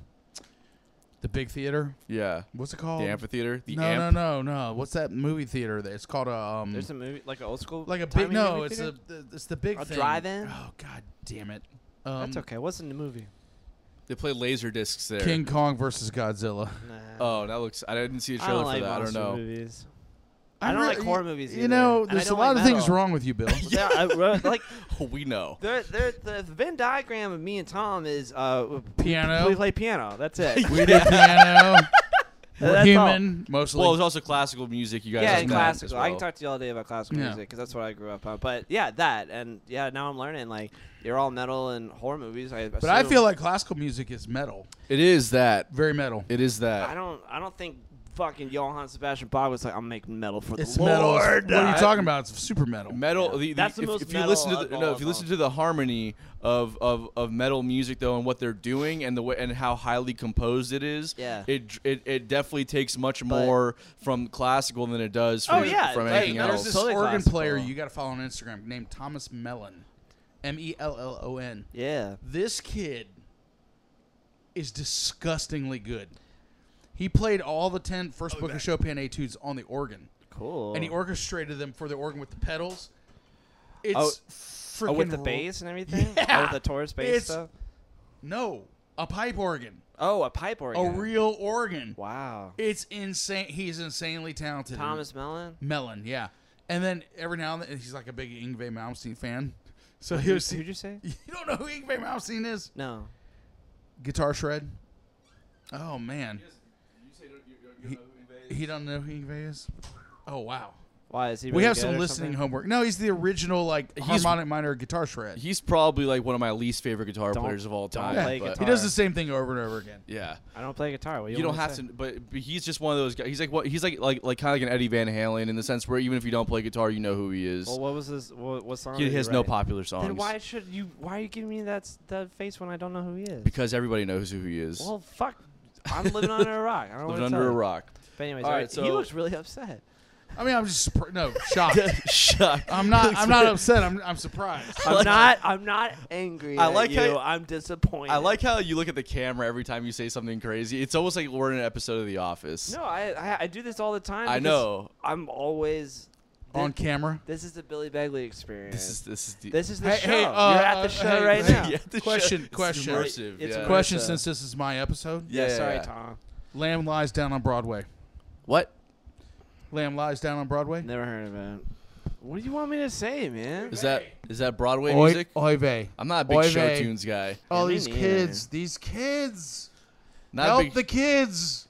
the big theater.
Yeah.
What's it called?
The amphitheater. The
Oh. no,
amp.
no, no, no. What's that movie theater? That it's called a um,
Mm.
There's a movie like an old school.
like a big.
timey
No,
movie
it's
theater?
a the, it's the big
A
thing.
drive-in?
Oh god damn it! Um,
That's okay. What's in the movie?
They play laser discs there.
King Kong versus Godzilla.
Nah.
Oh, that looks. I didn't see a
I
trailer
don't like
for that. I don't
monster
know.
movies. I don't
re-
like horror movies
You
either,
know,
and I
there's a
don't
lot
like
of things
metal.
wrong with you, Bill.
yeah, I, wrote- like
Oh, we know.
they're, they're, the Venn diagram of me and Tom is uh,
Piano.
We play piano. That's it.
we do piano. We're
That's all.
human mostly.
Well, there's also classical music. You guys.
yeah,
like
and
that
classical.
as
I can
well.
talk to you all day about classical
Yeah.
music 'cause music because that's what I grew up on. But yeah, that and yeah, now I'm learning like you're all metal and horror movies. I
but I feel like classical music is metal,
It is that.
very metal.
It is that.
I don't. I don't think fucking Johann Sebastian Bach was like, I'm making metal for
It's
the
metal.
Lord.
What are you talking about? It's super metal.
metal. The, the,
That's the
if,
most
if you listen to
metal
the,
of
no,
all
if you
of
listen
them.
to the harmony of, of, of metal music though, and what they're doing, and the way and how highly composed it is,
Yeah.
it dr- it, it definitely takes much more from classical than it does from,
Oh, yeah,
from
like,
anything
metal's
There's this
else.
Totally
organ
classical.
player you got to follow on Instagram named Thomas Mellon, M E L L O N.
Yeah.
This kid is disgustingly good. He played all the ten first book of Chopin etudes on the organ,
Cool.
and he orchestrated them for the organ with the pedals. It's
Oh,
freaking
oh, with the
ro-
bass and everything.
Yeah.
Oh, with the Taurus bass
It's-
stuff.
No, a pipe organ,
Oh, a pipe
a
organ.
real organ.
wow.
It's insane. He's insanely talented.
Thomas Mellon.
Melon, yeah. And then every now and then he's like a big Ingve Malmsteen fan. So he
Who,
was
who'd you say?
You don't know who Ingve Malmsteen is?
No.
Guitar shred. Oh man, he don't know who Ingve is. Oh wow.
Why is he?
we
really
have
good
some
or
listening
something?
homework. No, he's the original like
He's-
harmonic minor guitar shred.
He's probably like one of my least favorite guitar
Don't-
players of all
don't
time.
Yeah,
play
but-
he
guitar.
does the same thing over and over again.
Yeah.
I don't play guitar. What do
You,
you
don't
want me
have to, but, but he's just one of those guys. He's like what he's like like like kind of like an Eddie Van Halen in the sense where even if you don't play guitar, you know who he is.
Well, what was this? What, what song?
he
did
has no
write?
popular songs.
Then why should you? Why are you giving me that s- that face when I don't know who he is?
Because everybody knows who he is.
well, fuck. I'm living under a rock. I don't know
Lived
what to
under
tell
a
you.
rock.
But anyways,
All
all
right,
right, he
so-
looks really upset.
I mean, I'm just surprised. no shocked.
Shut.
I'm not. I'm not upset. I'm. I'm surprised.
I'm not. I'm not angry.
I
at
like how
you.
you-
I'm disappointed.
I like how you look at the camera every time you say something crazy. It's almost like we're in an episode of The Office.
No, I I, I do this all the time.
I
because
know.
I'm always thi-
On camera.
This is the Billy Begley experience.
This is this is the
This is the
Hey,
show.
hey, uh,
You're at
uh,
the show
hey,
right
hey.
now.
Yeah, the
Question,
It's
question.
immersive,
It's
yeah.
immersive.
Question:
Marissa.
Since this is my episode,
Yeah, yeah,
sorry,
yeah.
Tom.
Lamb lies down on Broadway.
What?
Lamb lies down on Broadway.
Never heard of it. What do you want me to say, man?
Is that is that Broadway
Oy-
music?
oy vey.
I'm not a big
Oy
show
vey.
tunes guy.
Oh,
Me
these
neither.
kids! These kids!
Not
Help
a big
the kids!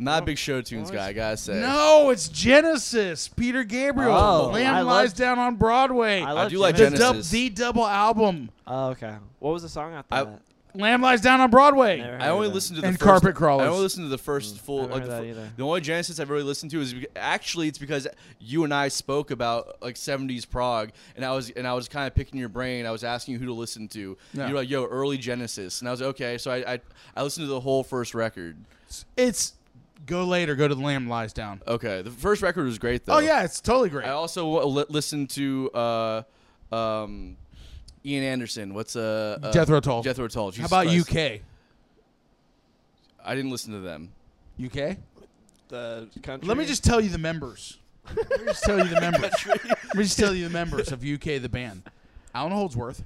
not a big show tunes
What?
guy. I gotta say.
No, it's Genesis. Peter Gabriel.
Oh,
Lamb
I
lies
love-
down on Broadway.
I
I,
love
do like
the,
Genesis.
dub,
Genesis.
the double album.
Oh, okay. What was the song after
I-
that?
Lamb lies down on Broadway.
Never heard
I only
of it.
listened to the
And
first,
Carpet Crawlers.
I only listened to the first full.
Mm. haven't
Like
heard
the,
that
fu-
either.
the only Genesis I've really listened to is beca- actually it's because you and I spoke about like '70s Prague, and I was and I was kind of picking your brain. I was asking you who to listen to.
Yeah.
You were like, "Yo, early Genesis," and I was like, okay. So I, I I listened to the whole first record.
It's go later. Go to the Lamb lies down.
Okay, the first record was great though.
Oh yeah, it's totally great.
I also wa- li- listened to uh, um, Ian Anderson. What's uh, uh
Jethro Tull.
Jethro Tull.
How
Jesus
about
Christ.
UK?
I didn't listen to them.
UK.
The country.
Let me just tell you the members. Let me just tell you the members. Let me just tell you the members of UK the band: Alan Holdsworth,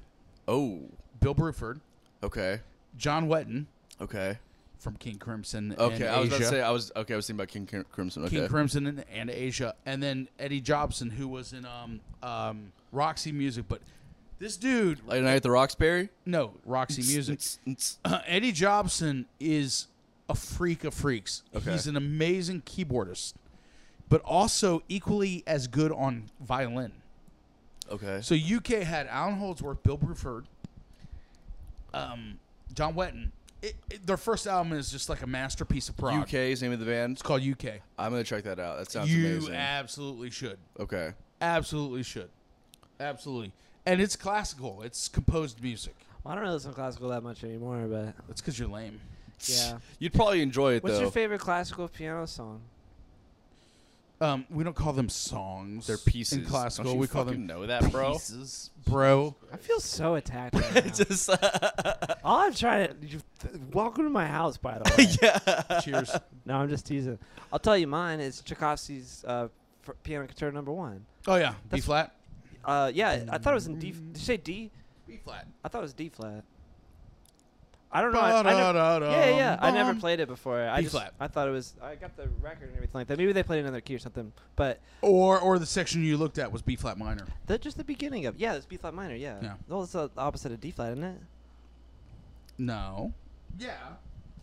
Oh,
Bill Bruford,
okay,
John Wetton
okay.
from King Crimson.
Okay,
and
I was about to
Asia.
say I was okay. I was thinking about King Crim- Crimson. Okay,
King Crimson and, and Asia, and then Eddie Jobson, who was in um, um, Roxy Music. But this dude,
Late Night at the Roxbury.
no Roxy Music. Eddie Jobson is a freak of freaks.
Okay.
He's an amazing keyboardist, but also equally as good on violin.
Okay.
So UK had Alan Holdsworth, Bill Bruford, um, John Wetton. It, it- their first album is just like a masterpiece of prog.
UK is the name of the band.
It's called UK.
I'm gonna check that out. That sounds
you
amazing.
absolutely should.
okay.
Absolutely should. Absolutely. And it's classical. It's composed music.
Well, I don't really listen to classical that much anymore, but
That's because you're lame.
yeah.
You'd probably enjoy it
What's
though.
your favorite classical piano song?
Um, we don't call them songs.
They're pieces.
in classical.
Don't you
we call
fucking
them
know that, bro.
pieces, bro.
I feel so attacked. Right now.
Just
All I'm trying to you, th- welcome to my house, by the way.
Cheers.
No, I'm just teasing. I'll tell you mine. It's Tchaikovsky's uh, f- Piano Concerto Number One.
Oh yeah, B
That's-
flat.
Uh, yeah, I thought it was in D. F- Did you say D?
B flat.
I thought it was D flat. I don't know. I, I never, yeah, yeah. yeah. I never played it before. I
B
just,
flat.
I thought it was. I got the record and everything like that. Maybe they played another key or something. But
Or or the section you looked at was B flat minor.
the, just the beginning of yeah, it's B flat minor. Yeah.
Yeah.
Well, it's the opposite of D flat, isn't it?
No. Yeah,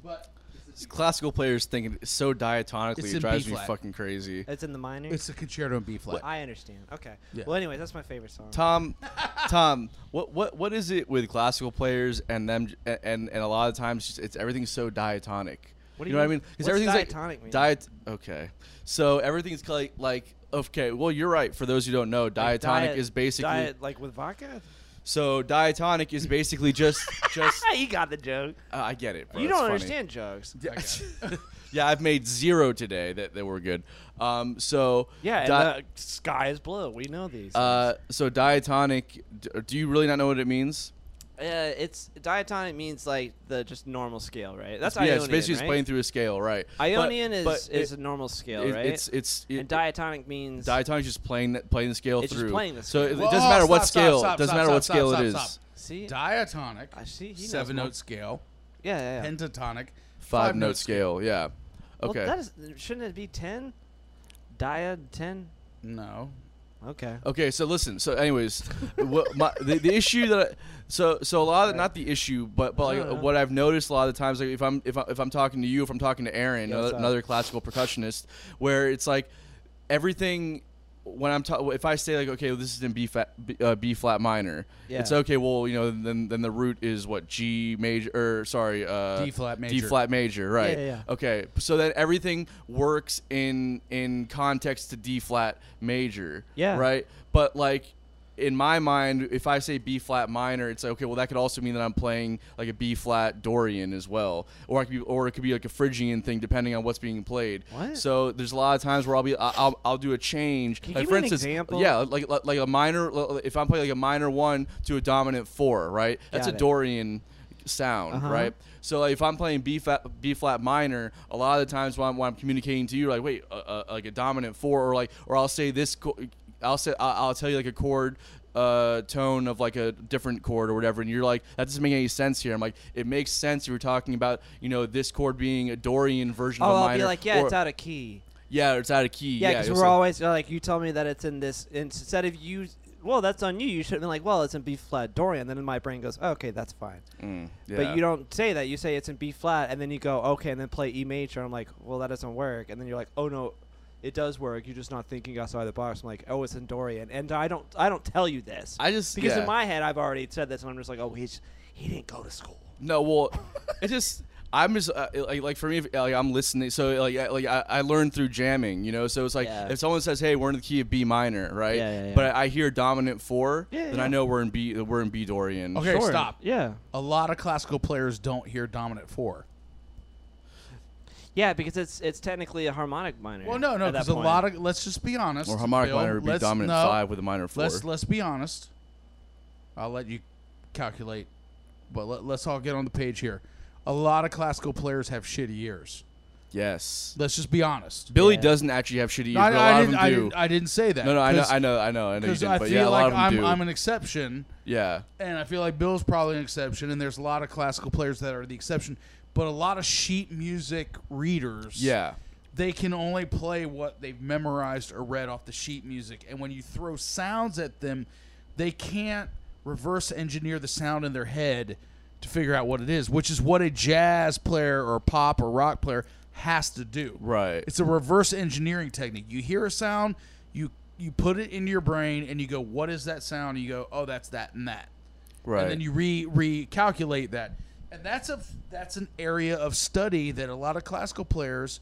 but
These classical players thinking so diatonically,
It's
it
in
drives
B
me
flat.
fucking crazy.
It's in the minor.
it's a concerto in B flat.
I understand. Okay.
Yeah.
Well, anyways, that's my favorite song.
Tom, Tom, what what what is it with classical players and them j- a- and and a lot of times just, it's everything's so diatonic.
What do
you know
you mean?
what I mean? Because
What's
everything's
diatonic mean?
like diet. Okay, so everything's like like okay. Well, you're right. For those who don't know,
Like
diatonic
diet-
is basically
diet like with vodka.
so diatonic is basically just just
you got the joke.
uh, I get it. bro,
you
it's
don't
funny.
understand jokes.
I got it.
Yeah, I've made zero today that that were good. Um, so
Yeah,
di-
and the sky is blue. We know these.
Uh, so diatonic. d- Do you really not know what it means?
things. uh, it's diatonic means like the just normal scale, right? That's
yeah,
Ionian,
it's basically just
right?
playing through a scale, right? But-
Ionian is
but
is
it-
a normal scale,
it-
right?
It's it's it,
and diatonic means
diatonic is just playing that- playing the scale
It's just
through.
playing the
So it,
scale.
it
Whoa,
doesn't matter what
stop,
scale.
stop, stop,
doesn't
stop,
matter what
stop,
scale
stop,
it is.
stop.
See,
Diatonic,
I see. He knows
seven
more.
note scale,
Yeah, yeah. yeah.
pentatonic,
Five, note, scale. Yeah.
Well,
Okay.
that is. Shouldn't it be ten? Dia ten.
No,
Okay. Oh,
Okay, so listen. So, anyways, what my, the, the issue that I, so so a lot of not the issue, but but
No, no, no.
like what I've noticed a lot of the times, like if I'm if I'm, if I'm talking to you, if I'm talking to Aaron,
Yeah, what's
another,
up?
another classical percussionist, where it's like everything when I'm ta- if I say like okay, well, this is in B flat B, uh, B flat minor,
Yeah.
it's okay. Well, you know, then then the root is what G major or sorry uh,
D flat
D
major.
flat major, right?
Yeah, yeah, yeah.
Okay, so then everything works in in context to D flat major.
Yeah.
Right. But like in my mind, if I say B flat minor, it's like, okay. Well, that could also mean that I'm playing like a B flat Dorian as well, or I could be, or it could be like a Phrygian thing, depending on what's being played.
What?
So there's a lot of times where I'll be I- I'll, I'll do a change.
Can you
like
give
for
me an
instance,
example?
yeah, uh, like like like a minor. If I'm playing like a minor one to a dominant four, right? That's
Got
a
it.
Dorian sound,
Uh-huh.
right? So like, if I'm playing B flat, B flat minor, a lot of the times when I'm, when I'm communicating to you, like, wait, uh, uh, like a dominant four, or like, or I'll say this, co- I'll say, I'll, I'll tell you like a chord uh, tone of like a different chord or whatever, and you're like, that doesn't make any sense here. I'm like, it makes sense. You were talking about, you know, this chord being a Dorian version
Oh,
of a
I'll
minor.
be like, yeah,
or-
it's out of key.
yeah, it's out of key.
Yeah, because
you'll
we're
say-
always like, you tell me that it's in this instead of you. Well, that's on you. You should have been like, well, it's in B flat Dorian. Then my brain goes, okay, that's fine.
Mm,
But
yeah.
you don't say that. You say it's in B flat, and then you go, okay, and then play E major. I'm like, well, that doesn't work. And then you're like, oh no, it does work. You're just not thinking outside the box. I'm like, oh, it's in Dorian, and I don't, I don't tell you this
I just
because
yeah.
in my head I've already said this, and I'm just like, oh, he's he didn't go to school.
No, well, it just I'm just uh, like like for me, if- like I'm listening. So like I, like I, I learned through jamming, you know. So it's like
Yeah.
if someone says, "Hey, we're in the key of B minor," right?
Yeah, yeah, yeah.
But I hear dominant four,
Yeah,
then
yeah.
I know we're in B. We're in B Dorian.
Okay,
Sure.
stop.
Yeah,
A lot of classical players don't hear dominant four.
yeah, because it's it's technically a harmonic minor.
Well, no, no,
at that
because a
point.
lot of let's just be honest.
Or harmonic
Bill,
minor would be
let's-
dominant
no,
five with a minor 4
Let's let's be honest. I'll let you calculate, but let, let's all get on the page here. A lot of classical players have shitty ears.
yes,
Let's just be honest.
Billy
Yeah.
doesn't actually have shitty ears.
I,
but a
I
lot of
didn't,
them
I,
do.
didn't, I didn't say that.
no, no, I know,
'cause-
I know, I know, I know you
'cause
didn't.
I
but
feel
yeah, a lot
like
of them
I'm,
do.
I'm an exception,
yeah,
and I feel like Bill's probably an exception, and there's a lot of classical players that are the exception. But a lot of sheet music readers,
yeah.
they can only play what they've memorized or read off the sheet music. And when you throw sounds at them, they can't reverse engineer the sound in their head to figure out what it is, which is what a jazz player or pop or rock player has to do.
Right.
It's a reverse engineering technique. You hear a sound, you you put it into your brain and you go, "What is that sound?" And you go, "Oh, that's that and that."
Right.
and then you re recalculate that and that's a that's an area of study that a lot of classical players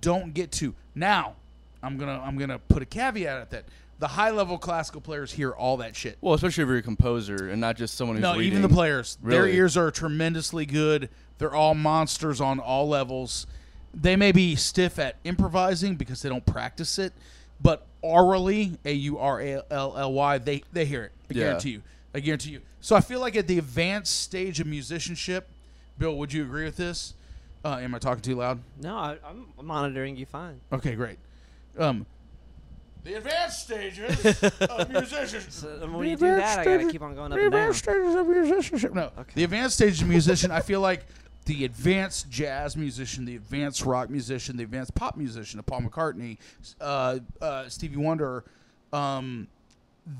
don't get to now i'm gonna i'm gonna put a caveat at that the high level classical players hear all that shit.
Well, especially if you're a composer and not just someone who's
No, even the
reading.
players, their
Really?
ears are tremendously good. They're all monsters on all levels. They may be stiff at improvising because they don't practice it, but orally, A U R A L L Y, they they hear it. I
Yeah.
guarantee you. I guarantee you. So I feel like at the advanced stage of musicianship, Bill, would you agree with this? Uh, am I talking too loud?
No, I, I'm monitoring you fine.
Okay, great. Um, the advanced stages of musicianship.
So when you do that, I gotta keep on going up and down.
stages of musicianship. No, the advanced stage of musician. I feel like the advanced jazz musician, the advanced rock musician, the advanced pop musician, of Paul McCartney, uh, uh, Stevie Wonder, um,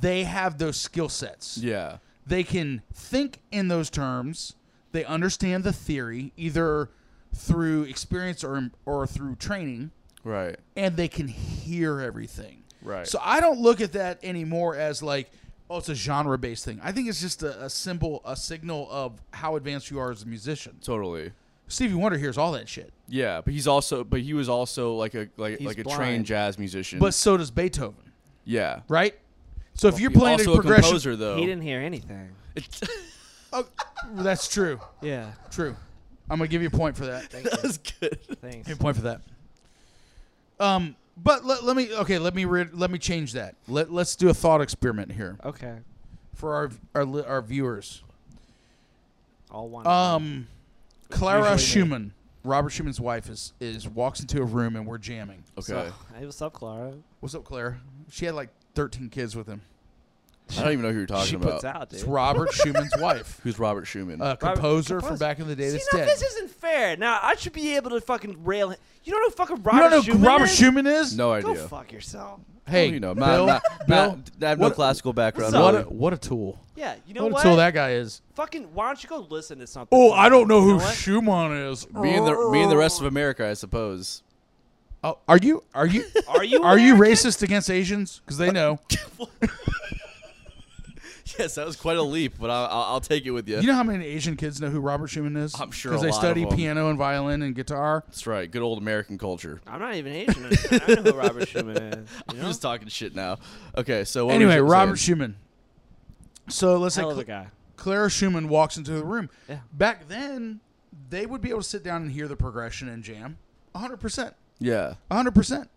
they have those skill sets.
Yeah.
They can think in those terms. They understand the theory either through experience or or through training
Right.
and they can hear everything.
Right.
So I don't look at that anymore as like, oh, it's a genre based thing. I think it's just a, a symbol, a signal of how advanced you are as a musician.
Totally.
Stevie Wonder hears all that shit,
Yeah, but he's also but he was also like a like
He's
like a
blind.
trained jazz musician.
but so does Beethoven,
yeah.
right? So if you're playing
also
a progression,
composer though.
He didn't hear anything.
Oh, that's true,
Yeah,
true. I'm gonna give you a point for that.
thank you.
That's good.
Thanks.
Give you a point for that. Um, but let, let me okay. Let me re- let me change that. Let let's do a thought experiment here
Okay,
for our our li- our viewers.
all one.
Um, Clara
Usually they-
Schumann, Robert Schumann's wife, is is walks into a room and we're jamming.
Okay.
hey, what's up, Clara?
What's up, Clara? She had like 13 kids with him.
I don't even know who you're talking
she
about.
puts out, dude.
It's Robert Schumann's wife,
Who's Robert Schumann?
a composer from
composer.
back in the day
See,
that's
now
dead.
this isn't fair. Now I should be able to fucking rail. Him. You don't know who fucking
you
Robert
don't know who
Schumann
Robert
is?
Schumann is?
no
Go
idea.
fuck yourself.
Hey,
you know,
Bill,
not, not,
Bill,
not, I have
what-
no classical background.
What's
what
up?
a,
really.
what a tool!
Yeah, you know
what a
what?
tool that guy is.
fucking, why don't you go listen to something?
Oh,
fucking-
I don't know
you
who
what?
Schumann is.
me and the me and the rest of America, I suppose.
Oh, are you are you
Are you?
are you
American?
racist against Asians? Because they know.
Yes, that was quite a leap, but I'll, I'll, I'll take it with you.
You know how many Asian kids know who Robert Schumann is?
I'm sure
because
a
they
lot
study
of 'em.
piano and violin and guitar.
That's right. Good old American culture.
I'm not even Asian. I know who Robert Schumann is. You
I'm
know?
just talking shit now. Okay, so what
anyway,
was I
Robert
saying?
Schumann. So let's say
Hell of
Cl-
a guy.
Clara Schumann walks into the room.
Yeah.
Back then, they would be able to sit down and hear the progression and jam. 100%.
Yeah.
100%.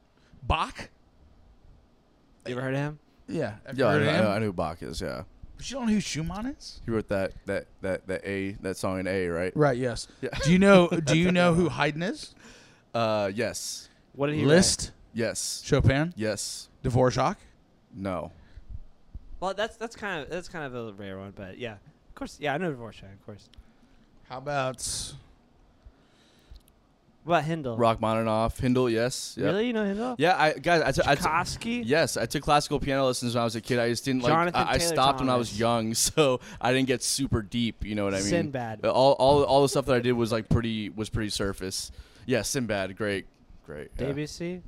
Bach?
You ever heard of him?
Yeah. Have you
Yeah, I
heard
know,
of
I, know,
him?
I know who Bach is. Yeah,
But you don't know who Schumann is?
he wrote that that that that A that song in A, right?
Right, yes.
Yeah.
Do you know do you know who Haydn is?
Uh, yes,
What did he
Liszt,
yes,
Chopin,
yes,
Dvorak.
no.
Write? Well, that's that's kind of that's kind of a rare one, but yeah, of course, yeah, I know Dvorak, of course.
How about
What about Hindel?
Rachmaninoff, Hindel, yes. Yep.
Really, you know Hindel?
Yeah, I guys, I took- I took-
Tchaikovsky.
yes, I took classical piano lessons when I was a kid. I just didn't like.
Jonathan
I, I
Taylor
stopped when I
Thomas.
was young, so I didn't get super deep. You know what I mean?
Sinbad.
But All all all the stuff that I did was like pretty was pretty surface. Yeah, Sinbad, great, great. yeah.
WC.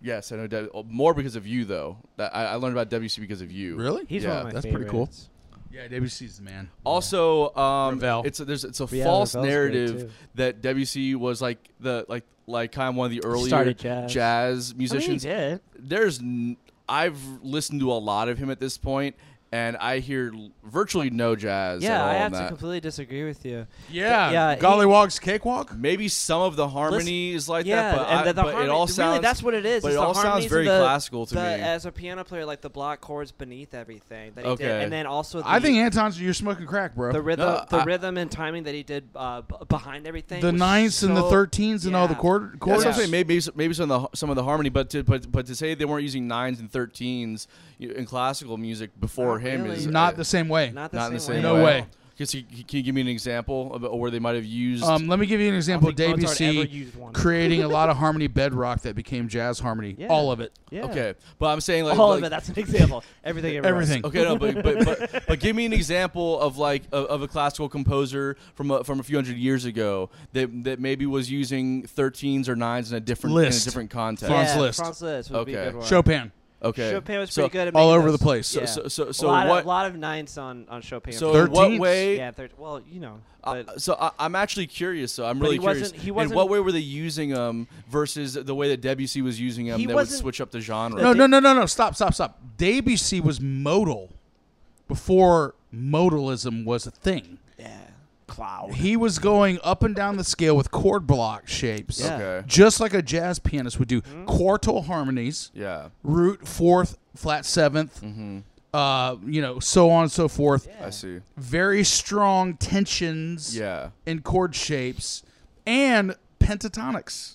Yes, I know. Deb- more because of you though. That I, I learned about WC because of you.
Really?
He's one
Yeah,
of my
that's pretty cool.
favorites.
Yeah, WC's the man.
Also, um,
Ravel.
it's a, there's it's a
Yeah, Ravel's
false
great, too.
narrative that WC was like the like like kind of one of the earlier
started jazz. I mean, he
musicians.
did.
there's n- I've listened to a lot of him at this point, and I hear l- virtually no jazz. at
Yeah,
all
I
on
have to
that.
completely disagree with you.
Yeah.
Yeah, he-
Gollywog's Cakewalk?
Maybe some of the harmonies like
yeah,
that, but,
and
I-
the, the
but
harmony-
it all
really,
sounds
that's what it is.
but
is
it
the
all sounds
harmonies and
very
the-
classical to
the-
me.
As a piano player, like the block chords beneath everything that he did,
Okay.
and then also the,
I think Anton's you're smoking crack, bro.
the rhythm,
No,
the
I-
rhythm and timing that he did uh, b- behind everything.
the
was
ninths and the
so-
thirteens and all the
yeah.
quarter
That's
quarters.
what I'm saying. Maybe maybe some of the some of the harmony, but to, but but to say they weren't using nines and thirteens in classical music before
Not
him
really.
is
not
uh,
the same way.
Not the
not
same,
in the same
No
way.
way.
Because he, he- can you give me an example of where they might have used?
Um, let me give you an example.
think Mozart ever
DBC
used one.
creating a lot of harmony bedrock that became jazz harmony.
Yeah.
All of it.
Yeah.
Okay, but I'm saying like
All
like,
of it. That's an example. Everything. everywhere.
Everything.
Okay, no, but, but, but, but give me an example of like of, of a classical composer from a, from a few hundred years ago that that maybe was using thirteens or nines in a different in a
Liszt.
different context.
Franz
yeah,
Liszt.
Franz Liszt would be a
Okay.
good one.
Chopin.
Okay.
Chopin was
So,
pretty good at
all
making
over
those.
the place. So-
Yeah.
so- so-
A
so
lot of-
what-
lot of ninths on on Chopin.
So in what
13th?
way?
yeah, thir- well, you know,
I-
but
so I, I'm actually curious. So I'm
But
really
he
curious.
wasn't- he
in
wasn't-
what way were they using them versus the way that Debussy was using them
He
that would
wasn't-
switch up the genre?
No, no, no, no, no. Stop, stop, stop. Debussy was modal before modalism was a thing.
Yeah. Cloud.
He was going up and down the scale with chord block shapes.
Yeah.
Okay.
Just like a jazz pianist would do.
Mm-hmm.
Quartal harmonies,
Yeah.
root, fourth, flat 7th uh, you know, so on and so forth.
I see.
Very strong tensions
Yeah.
in chord shapes and pentatonics.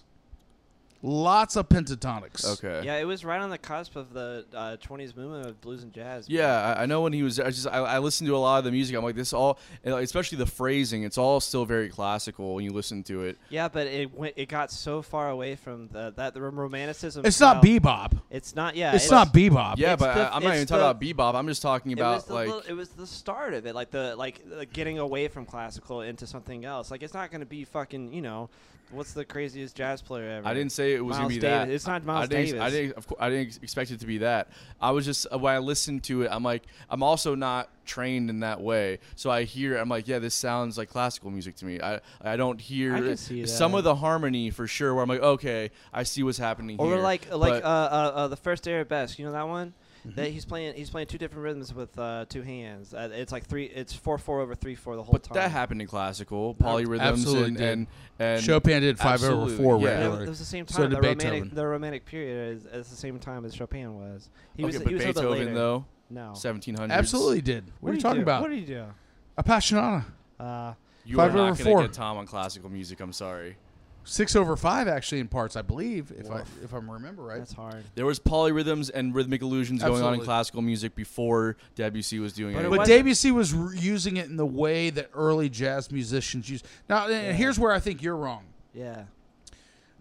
Lots of pentatonics.
Okay.
yeah, it was right on the cusp of the uh, 20s movement of blues and jazz. man.
Yeah, I, I know when he was. I just I, I listened to a lot of the music. I'm like this all, and, like, especially the phrasing. It's all still very classical when you listen to it.
yeah, but it went. It got so far away from the that the romanticism.
It's not
style.
bebop.
It's not. Yeah,
It's not bebop.
Yeah,
It's
but
the-
I, am not
it's
even talking
the-
about bebop. I'm just talking
It was,
about
the
like.
little- it was the start of it, like the like uh, getting away from classical into something else. Like it's not going to be fucking, you know, what's the craziest jazz player ever?
I didn't say it was gonna
Miles
be
Davis.
that.
It's not
I
Miles
didn't,
Davis.
I didn't. Of course, I didn't ex- expect it to be that. I was just uh, when I listened to it, I'm like, I'm also not trained in that way. So I hear, I'm like, yeah, this sounds like classical music to me. I I don't hear
I can see
some
that.
of the harmony for sure. Where I'm like, okay, I see what's happening.
Or
here.
like like
But- Mm-hmm.
uh, uh, uh, the first arabesque, you know that one? That he's playing he's playing two different rhythms with uh, two hands. Uh, it's like three. It's four four over three four the whole
But
time.
that happened in classical polyrhythms
absolutely
and,
did.
and and
Chopin did five over
Absolutely,
four
yeah.
Yeah,
regularly.
but it was the same time.
So did
the
Beethoven.
romantic, the romantic period is, is the same time as Chopin was. He
okay,
was,
but
he was a little bit
Beethoven
later.
though,
No.
1700s.
Absolutely did. What, are you talking about?
What do you do?
Appassionata.
Uh,
you
Five
are not
over
gonna
four.
get Tom on classical music. I'm sorry.
Six over five, actually, in parts, I believe, if I if I remember right.
that's hard.
There was polyrhythms and rhythmic illusions going on in
Absolutely.
classical music before Debussy was doing
But
it.
it
But
wasn't-
Debussy was r using it in the way that early jazz musicians use. Now, and here's where I think you're wrong.
Yeah.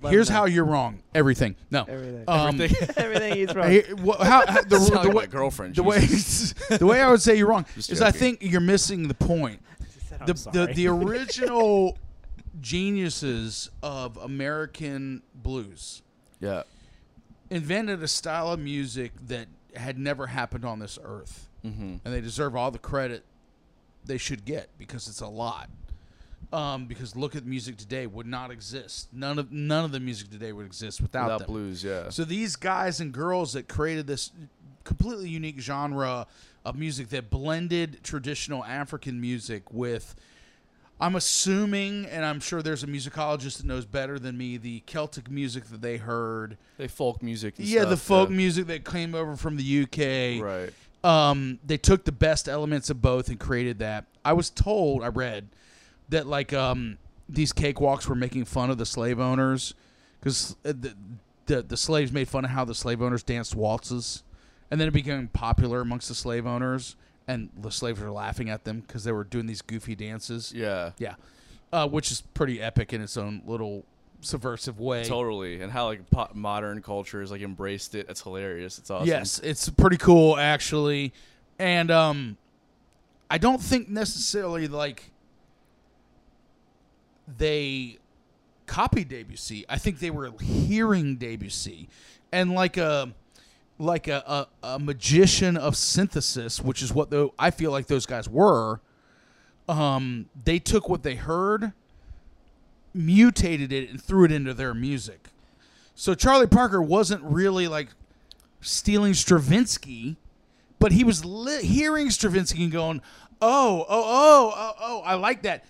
Let
Here's
him know.
how you're wrong. Everything. No.
Everything.
Um,
Everything he's wrong.
Hey, wha- how- how- the,
Sound
the
like
way,
my girlfriend,
The way, the way I would say you're wrong
Just
is I
joking.
think you're missing the point.
said, "I'm
The, the,
sorry."
the original geniuses of American blues
yeah.
invented a style of music that had never happened on this earth,
Mhm.
and they deserve all the credit they should get because it's a lot. Um, because look at music today would not exist. None of none of the music today would exist without,
Without
them.
blues, yeah.
So these guys and girls that created this completely unique genre of music that blended traditional African music with I'm assuming and I'm sure there's a musicologist that knows better than me the Celtic music that they heard.
they folk music. And
yeah, the
stuff,
folk music that came over from the UK.
Right.
Um they took the best elements of both and created that. I was told, I read that like um these cakewalks were making fun of the slave owners because the, the the slaves made fun of how the slave owners danced waltzes, and then it became popular amongst the slave owners, and the slaves were laughing at them because they were doing these goofy dances.
Yeah.
Yeah, uh, which is pretty epic in its own little subversive way.
Totally. And how like po- modern culture has like embraced it. That's hilarious. It's awesome.
Yes, it's pretty cool actually, and um, I don't think necessarily like they copied Debussy. I think they were hearing Debussy, and like a like a, a, a magician of synthesis, which is what though I feel like those guys were. Um, they took what they heard, mutated it, and threw it into their music. So Charlie Parker wasn't really like stealing Stravinsky, but he was li- hearing Stravinsky and going, "Oh, oh, oh, oh, oh, I like that."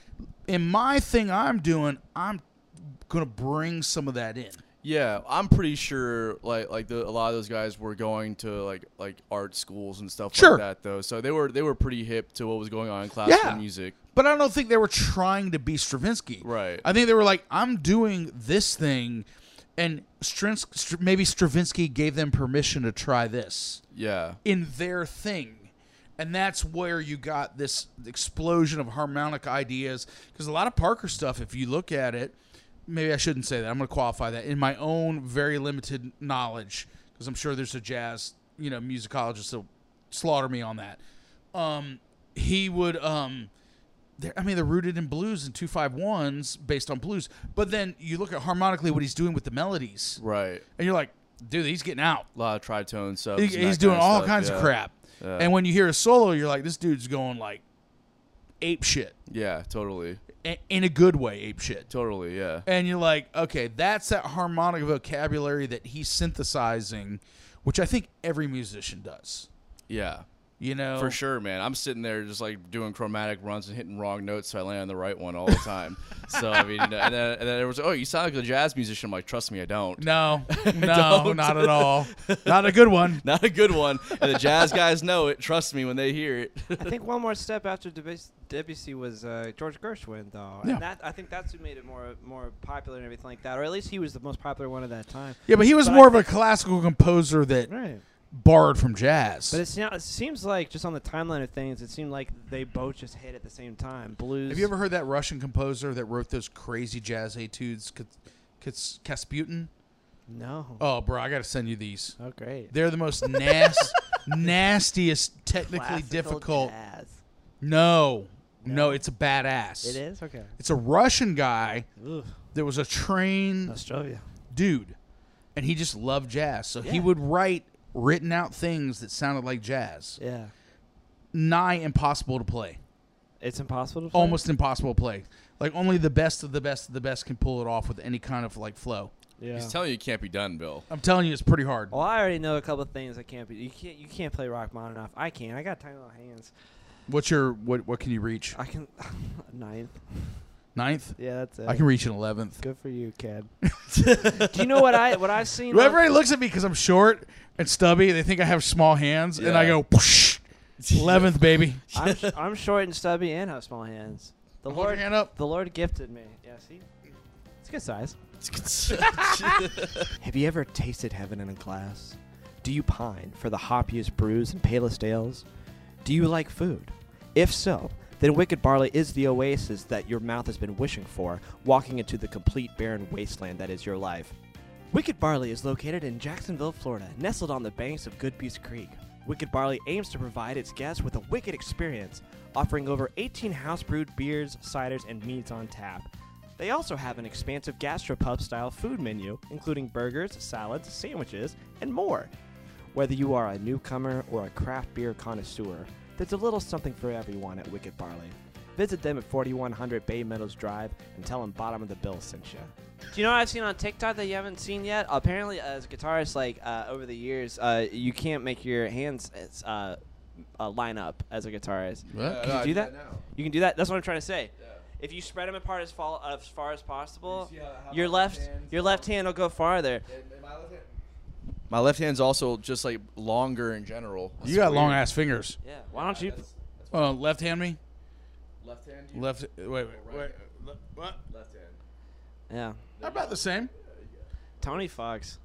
In my thing, I'm doing, I'm gonna bring some of that in.
Yeah, I'm pretty sure like like the, a lot of those guys were going to like like art schools and stuff
Sure.
like that though. So they were they were pretty hip to what was going on in classical
Yeah.
music.
But I don't think they were trying to be Stravinsky.
Right.
I think they were like, "I'm doing this thing," and Strins- Str- maybe Stravinsky gave them permission to try this.
Yeah.
in their thing. And that's where you got this explosion of harmonic ideas. Because a lot of Parker stuff, if you look at it, maybe I shouldn't say that. I'm going to qualify that in my own very limited knowledge, because I'm sure there's a jazz, you know, musicologist that'll slaughter me on that. Um, he would, um, they're, I mean, they're rooted in blues and two five ones based on blues. But then you look at harmonically what he's doing with the melodies,
Right.
and you're like, dude, he's getting out.
A lot of tritones. So
He- he's doing all kinds of crap.
Yeah.
And when you hear a solo, you're like, this dude's going like ape shit
Yeah, totally,
A- in a good way, ape shit.
totally. Yeah,
And you're like, okay, that's that harmonic vocabulary that he's synthesizing, which I think every musician does.
yeah,
You know,
for sure, man. I'm sitting there just like doing chromatic runs and hitting wrong notes, so I land on the right one all the time. so I mean, and then, and then there was, oh, you sound like a jazz musician. I'm like, trust me, I don't.
No, no, not at all. Not a good one.
Not a good one. And the jazz guys know it. Trust me when they hear it.
I think one more step after Debus- Debussy was uh, George Gershwin, though,
Yeah.
and that I think that's who made it more more popular and everything like that, or at least he was the most popular one at that time.
Yeah, but he was
But I
more of a classical composer that
Right.
borrowed from jazz.
But it's not, it seems like just on the timeline of things, it seemed like they both just hit at the same time. Blues.
Have you ever heard that Russian composer that wrote those crazy jazz etudes, Kas- Kas- Kasputin?
No.
Oh, bro, I got to send you these.
Oh, great.
They're the most nas- nastiest, technically
Classical
difficult.
jazz.
No, no, it's a badass.
It is okay.
It's a Russian guy
Ooh,
that was a trained
Australia.
dude, and he just loved jazz. So he
Yeah.
would write written out things that sounded like jazz.
Yeah.
Nigh impossible to play.
It's impossible to. Play?
Almost impossible to play. Like only the best of the best of the best can pull it off with any kind of like flow.
Yeah.
He's telling you it can't be done, Bill.
I'm telling you, it's pretty hard.
well, I already know a couple of things I can't be. You can't. You can't play Rachmaninoff. I can. I got tiny little hands.
What's your what? What can you reach?
I can. ninth.
Ninth.
Yeah, that's it.
I can reach an eleventh.
Good for you, kid. Do you know what I what I've seen?
Whoever
on-
looks at me because I'm short and stubby, they think I have small hands, and I
Yeah.
go "Whoosh, eleventh, baby.
I'm, sh- I'm short and stubby and have small hands. The
Hold your
Lord,
hand up.
the Lord gifted me. Yeah, see, it's a good size. Have you ever tasted heaven in a glass? Do you pine for the hoppiest brews and palest ales? Do you like food? If so, then Wicked Barley is the oasis that your mouth has been wishing for, walking into the complete barren wasteland that is your life. Wicked Barley is located in Jacksonville, Florida, nestled on the banks of Good Goodpiece Creek. Wicked Barley aims to provide its guests with a wicked experience, offering over 18 house brewed beers, ciders, and meats on tap. They also have an expansive gastropub style food menu, including burgers, salads, sandwiches, and more. Whether you are a newcomer or a craft beer connoisseur, there's a little something for everyone at Wicked Barley. Visit them at 4100 Bay Meadows Drive and tell them Bottom of the Bill sent you. Do you know what I've seen on TikTok that you haven't seen yet? Apparently, as a guitarist, like uh, over the years, uh, you can't make your hands uh, uh, line up as a guitarist.
What?
Can you do that? You can do that. That's what I'm trying to say. If you spread them apart as, fall, as far as possible,
You see how- how
your
my
left
hands
your left hand will go farther.
My left hand's also just like longer in general.
You got long ass fingers.
Yeah. Why don't you?
Uh, left hand me.
Left hand.
Left. Wait. Wait. wait. Le- What?
Left hand.
Yeah.
About the same.
Tony Fox.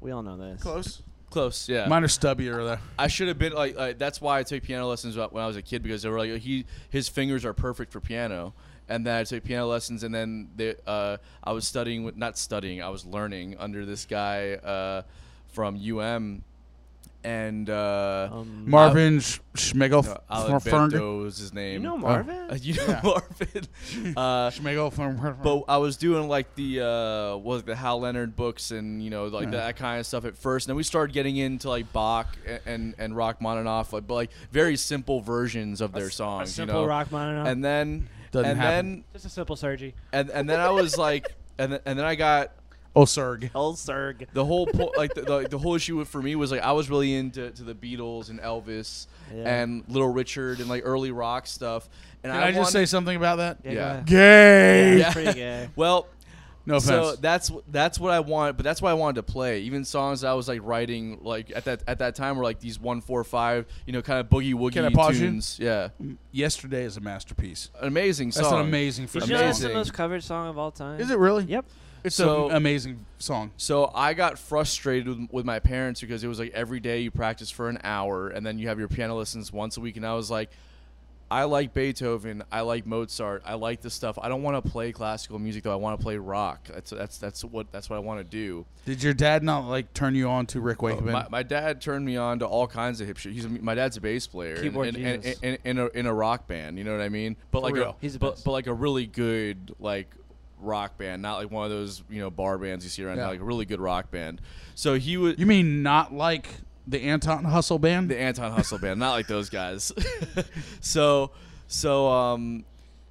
We all know this.
Close.
Close. Yeah.
Mine are stubbier though.
I should have been like, like that's why I took piano lessons when I was a kid because they were like he his fingers are perfect for piano. And then I took piano lessons, and then they, uh, I was studying with not studying, I was learning under this guy uh, from UM, and uh,
Oh,
Um,
Marvin Sch- Schmigel.
no,
from Fern-
Alberto is his name.
you know Marvin?
Uh, you know
Yeah.
Marvin. Uh,
Schmigel from.
but I was doing like the uh, what was it, the Hal Leonard books and you know like that kind of stuff at first, and then we started getting into like Bach and and, and Rachmaninoff, like but like very simple versions of their songs, you
simple
know.
Rachmaninoff.
and then
Doesn't
and
happen.
Just a simple Sergi.
then and, and then I was like, and then, and then I got
oh, Serg.
Old Serg.
the whole po- like the, the, the whole issue with- for me was like I was really into to the Beatles and Elvis
Yeah.
and Little Richard and like early rock stuff, and
Can I, just say
wanted-
something about that?
go
Yeah.
ahead.
Gay.
Yeah. Pretty gay.
well.
No offense.
So that's that's what I want, but that's why I wanted to play. Even songs I was like writing, like at that at that time were like these one four five, you know, kind of boogie woogie
Can I pause you?
tunes. Yeah,
Yesterday is a masterpiece.
An amazing song.
That's an amazing
Did
freaking
you know that's
song.
the
Amazing.
most covered song of all time?
Is it really?
Yep.
It's
So-
an amazing song.
So I got frustrated with, with my parents because it was like every day you practice for an hour and then you have your piano lessons once a week, and I was like. I like Beethoven. I like Mozart. I like this stuff. I don't want to play classical music though. I want to play rock. That's that's that's what that's what I want to do.
Did your dad not like turn you on to Rick Wakeman?
Oh, My, my dad turned me on to all kinds of hip shit. He's a, my dad's a bass player, and-
Keyboard
and, and,
Jesus.
and- and in a in a rock band. You know what I mean? But like
real.
a
He's the
but,
best.
but like a really good like rock band, not like one of those you know bar bands you see around,
Yeah.
like a really good rock band. So he would
You mean not like the Anton Hustle band?
the Anton Hustle band, not like those guys. so, so, um,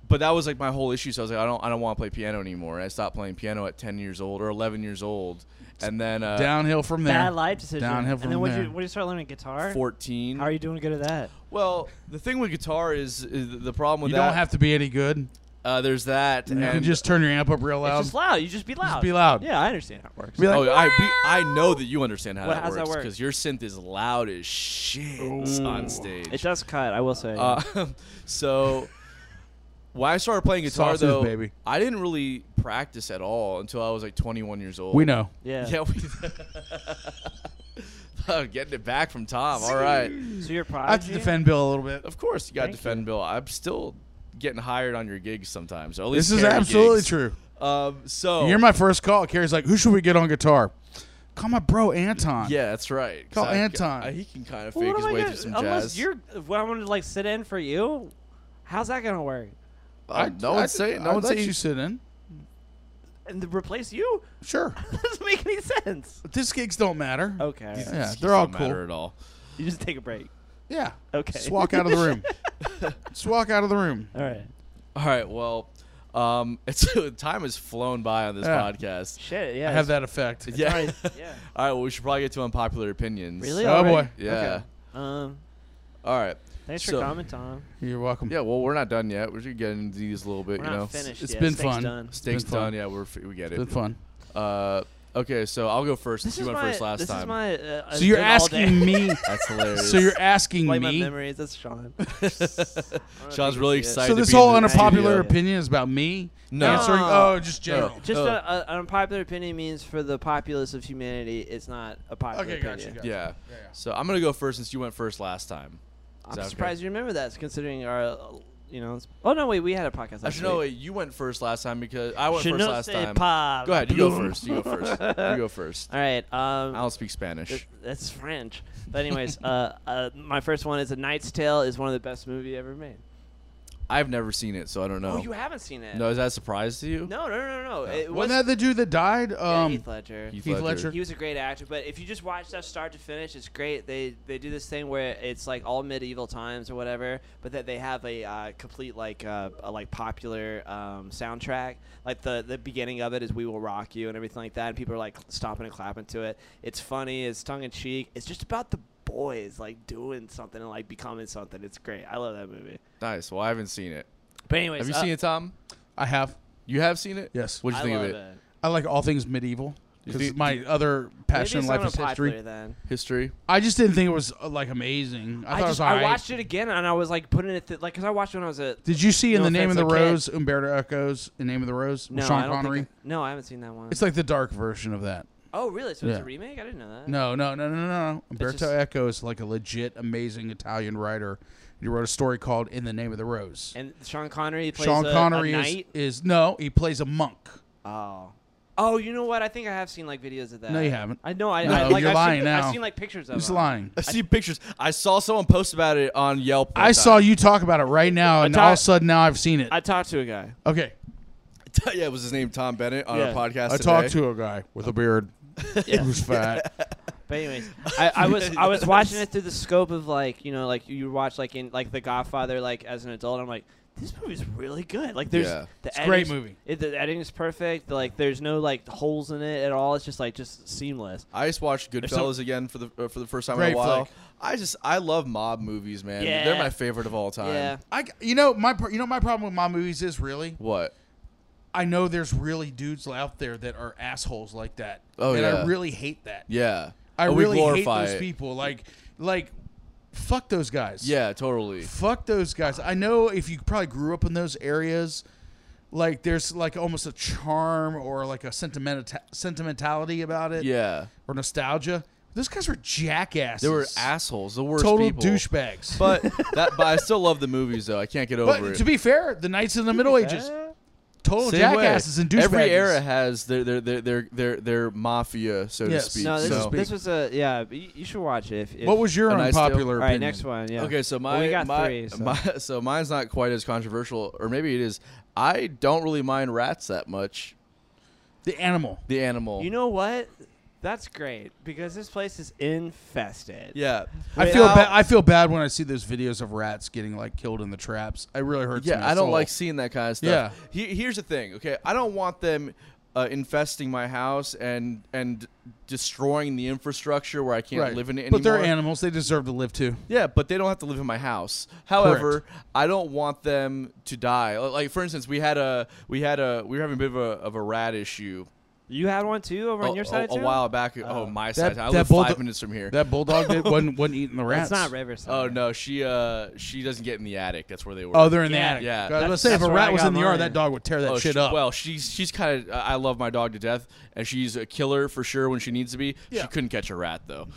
but that was like my whole issue. So I was like, I don't, I don't want to play piano anymore. I stopped playing piano at ten years old or eleven years old, and then uh,
Downhill from there.
Bad life decision.
Downhill from
and then what
there.
you what you start learning guitar?
fourteen.
How are you doing good at that?
well, the thing with guitar is, is the problem with
you
that.
don't have to be any good.
uh, there's that,
You can
and
just turn your amp up real
It's
loud.
just loud. You just be loud.
be loud.
Yeah, I understand how it works.
Be like,
oh, I, we, I know that you understand how
What-
that
how's that
works
work?
because your synth is loud as shit on stage.
It does cut, I will say.
Uh, so when I started playing guitar,
Sausage,
though,
baby.
I didn't really practice at all until I was like 21 years old.
we know.
yeah.
Yeah, we. Oh, getting it back from Tom. All right.
So you're a
I have to
prodigy?
defend Bill a little bit.
Of course, you got to
Thank
defend Bill. I'm still getting hired on your gigs sometimes. Or at least
This is
carry
absolutely
gigs.
true.
Um, so
You're my first call. Carrie's like, who should we get on guitar? Call my bro Anton.
Yeah, that's right. 'Cause
Call
I-
Anton.
I- he can kind of
Well,
fake
what
his
am I
way
gonna-
through some
unless
jazz.
you're, if I'm going to like sit in for you, how's that going to work?
Uh, no one's saying. No
I'd
one's
let
saying.
you sit in.
And to replace you?
Sure.
That doesn't make any sense.
But these gigs don't matter.
Okay. all right.
Yeah,
These
they're
don't
all
matter
cool.
At all.
You just take a break.
Yeah.
Okay.
Just walk out of the room. Just walk out of the room.
All right.
All right. Well, um, it's time has flown by on this
Yeah.
podcast.
Shit, yeah.
I have that effect.
Yeah.
Alright, yeah.
All right. Well, we should probably get to unpopular opinions.
Really?
Oh boy.
Alright.
Yeah.
Um,
All right.
thanks
So-
for coming, Tom.
You're welcome.
Yeah. Well, we're not done yet. We're just getting into these a little bit.
We're
you know.
not finished
it's
yet.
been
Steak's
fun.
Done.
Steak's
It's been fun.
done. Yeah. We're f- we get
It's been
it.
fun.
Uh, okay. So I'll go first. since
This
you
is
went
my,
first last
this
time.
Is my, uh,
So you're
thing all day.
asking me.
That's hilarious.
So you're asking
Play my
me.
memories. That's Sean.
Sean's really excited.
So
to
this
be in
whole
the
unpopular
studio.
Yeah.
opinion is about me
No.
answering.
No.
Oh, just general.
Just
Oh.
a, a, an unpopular opinion means for the populace of humanity, it's not a popular
Okay,
opinion.
gotcha, gotcha.
Yeah.
Yeah, yeah.
So I'm gonna go first since you went first last time.
I'm
that okay?
surprised you remember that, considering our, uh, you know. it's- Oh no, wait, we had a podcast. last
Actually, no,
week.
wait, you went first last time because I went
Should
first
not
last
say
time.
par.
Go ahead, you go first. You go first. You go first.
All right. Um,
I don't speak
th-
Spanish.
that's French. But anyways, uh, uh, my first one is A Knight's Tale is one of the best movie ever made.
I've never seen it, so I don't know.
Oh, you haven't seen it?
no, is that a surprise to you?
no, no, no, no. no. It was
Wasn't that the dude that died?
yeah,
Um,
Heath Ledger.
Heath
Heath Ledger.
He was a great actor, but if you just watch that start to finish, it's great. They they do this thing where it's like all medieval times or whatever, but that they have a uh, complete like uh, a, like popular um, soundtrack. Like the the beginning of it is "We Will Rock You" and everything like that, and people are like stopping and clapping to it. It's funny. It's tongue in cheek. It's just about the boys like doing something and like becoming something. It's great. I love that movie.
Nice. Well, I haven't seen it.
But anyways, uh,
Have you seen it, Tom?
I have.
You have seen it?
Yes.
What'd you
I
think of
love
it?
I like all things medieval
You
because
think-
my other passion in life
Maybe it's not
is history.
unpopular then.
History.
I just didn't think it was uh, like amazing. I,
I,
thought it
just
was all
I
right.
watched it again and I was like putting it th- like because I watched it when I was a
Did you see in
No
the Name of
offense,
the
I can't.
Rose Umberto Echoes in Name of the Rose? with
No,
Sean
I don't
Connery.
Think I, no, I haven't seen that one.
It's like the dark version of that.
oh, really? So it's
Yeah.
a remake? I didn't know that.
No, no, no, no, no, no. Umberto
just-
Eco is like a legit amazing Italian writer. He wrote a story called In the Name of the Rose.
And Sean Connery plays
Sean
a,
Connery
a
is,
knight.
is no, he plays a monk.
Oh. Oh, you know what? I think I have seen like videos of that.
No, you haven't.
I know. I,
No,
I like.
you're
I've
lying
seen,
now.
I've seen like pictures of.
He's
him.
lying.
I've seen pictures. I saw someone post about it on Yelp. one
I saw
time.
you talk about it right now, and
thought-
all of a sudden now I've seen it.
I talked to a guy.
okay,
yeah, it was his name Tom Bennett on
Yeah.
our podcast.
I
today.
talked to a guy with a beard who's fat.
But anyways, I, I was I was watching it through the scope of like you know like you watch like in like The Godfather like as an adult. I'm like this movie's really good. Like there's
Yeah.
the
a great
editing's-
movie.
It, the editing is perfect. Like there's no like holes in it at all. It's just like just seamless.
I just watched
so-
Goodfellas again for the uh, for the first time in
Great
a while.
flick.
I just I love mob movies, man.
Yeah.
They're my favorite of all time.
Yeah.
I, you know my, pro- you know my problem with my movies is really
What?
I know there's really dudes out there that are assholes like that.
Oh,
and I
yeah.
really hate that.
Yeah.
I
Oh, we
really hate
glorify
those
it.
people. Like, like, fuck those guys.
Yeah, totally.
fuck those guys. I know if you probably grew up in those areas, like there's like almost a charm or like a sentimental sentimentality about it.
Yeah.
or nostalgia. Those guys were jackasses.
They were assholes, the worst
total
people.
douchebags.
But that, but I still love the movies though. I can't get over
But
it.
to be fair, the Knights in the Middle Ages, total
Same way.
jackasses and douchebaggies.
Every era has their their their their their, their mafia, so
Yes.
to speak.
No, this,
so.
is-
this was a yeah. but You, you should watch it. If, if,
What was your
And I still-
unpopular
all
opinion?
right? Next one. Yeah.
Okay, so my
Well, we got
my,
three. So.
my so mine's not quite as controversial, or maybe it is. I don't really mind rats that much.
The animal.
The animal.
You know what? That's great because this place is infested.
yeah.
I
Wait,
feel
I'll-
bad. I feel bad when I see those videos of rats getting like killed in the traps. It really hurts.
Yeah,
my
I don't
soul.
like seeing that kind of stuff. Yeah. here's the thing, okay? I don't want them uh, infesting my house and and destroying the infrastructure where I can't
right.
live in it anymore.
But they're animals. They deserve to live too.
Yeah, but they don't have to live in my house. However, I don't want them to die. Li- Like for instance, we had a we had a we were having a bit of a, of a rat issue
You had one too over
Oh, a,
on your side
a, a
too. Uh,
while back. oh, my side. I
that
live
bulldog-
five minutes from here.
That bulldog did, wasn't wasn't eating the rats.
That's not Riverside.
oh no, she uh she doesn't get in the attic. That's where they were.
Oh, they're in the
Yeah.
attic.
Yeah.
God,
That's-
let's say if
that's
a
where I
rat was
got
in the yard,
mine.
that dog would tear that
Oh,
shit
she-
up.
Well, she's she's kind of. I I love my dog to death, and she's a killer for sure when she needs to be.
Yeah.
She couldn't catch a rat though.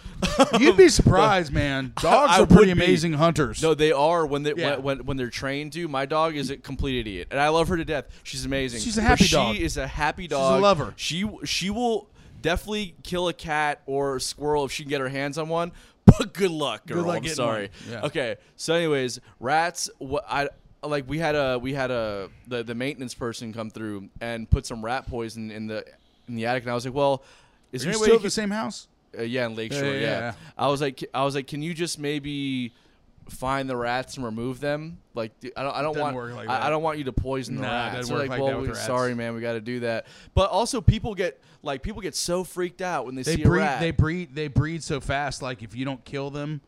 You'd be surprised, man. Dogs
I
are pretty
would be.
amazing hunters.
no, they are when they
Yeah.
when, when when they're trained to. My dog is a complete idiot, and I love her to death. She's amazing.
She's a
But
happy
she
dog.
is a happy
a
dog.
lover.
She she will definitely kill a cat or a squirrel if she can get her hands on one. But good luck, girl.
luck
I'm
getting
sorry.
one. Yeah.
Okay. Okay. So, anyways, rats. What I like, we had a we had a the, the maintenance person come through and put some rat poison in the in the attic, and I was like, well. Is
Are you
there any
still
way
at the
you could-
same house?
uh, yeah, in Lakeshore.
Yeah,
Yeah,
yeah, yeah.
I was like, I was like, can you just maybe find the rats and remove them? Like, d- I don't, I don't
Doesn't
want,
work like
I, I
that.
don't want you to poison the
Nah, it
rats.
doesn't
They're
work
like,
like
well,
that with
we-
rats.
sorry, man, we got to do that. But also, people get like, people get so freaked out when they,
They
see a
breed.
rat.
They breed. They breed so fast. Like if you don't kill them,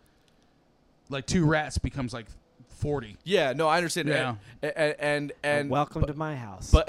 like two rats becomes like forty.
yeah, no, I understand.
Yeah.
And and and, and
Welcome to my house.
but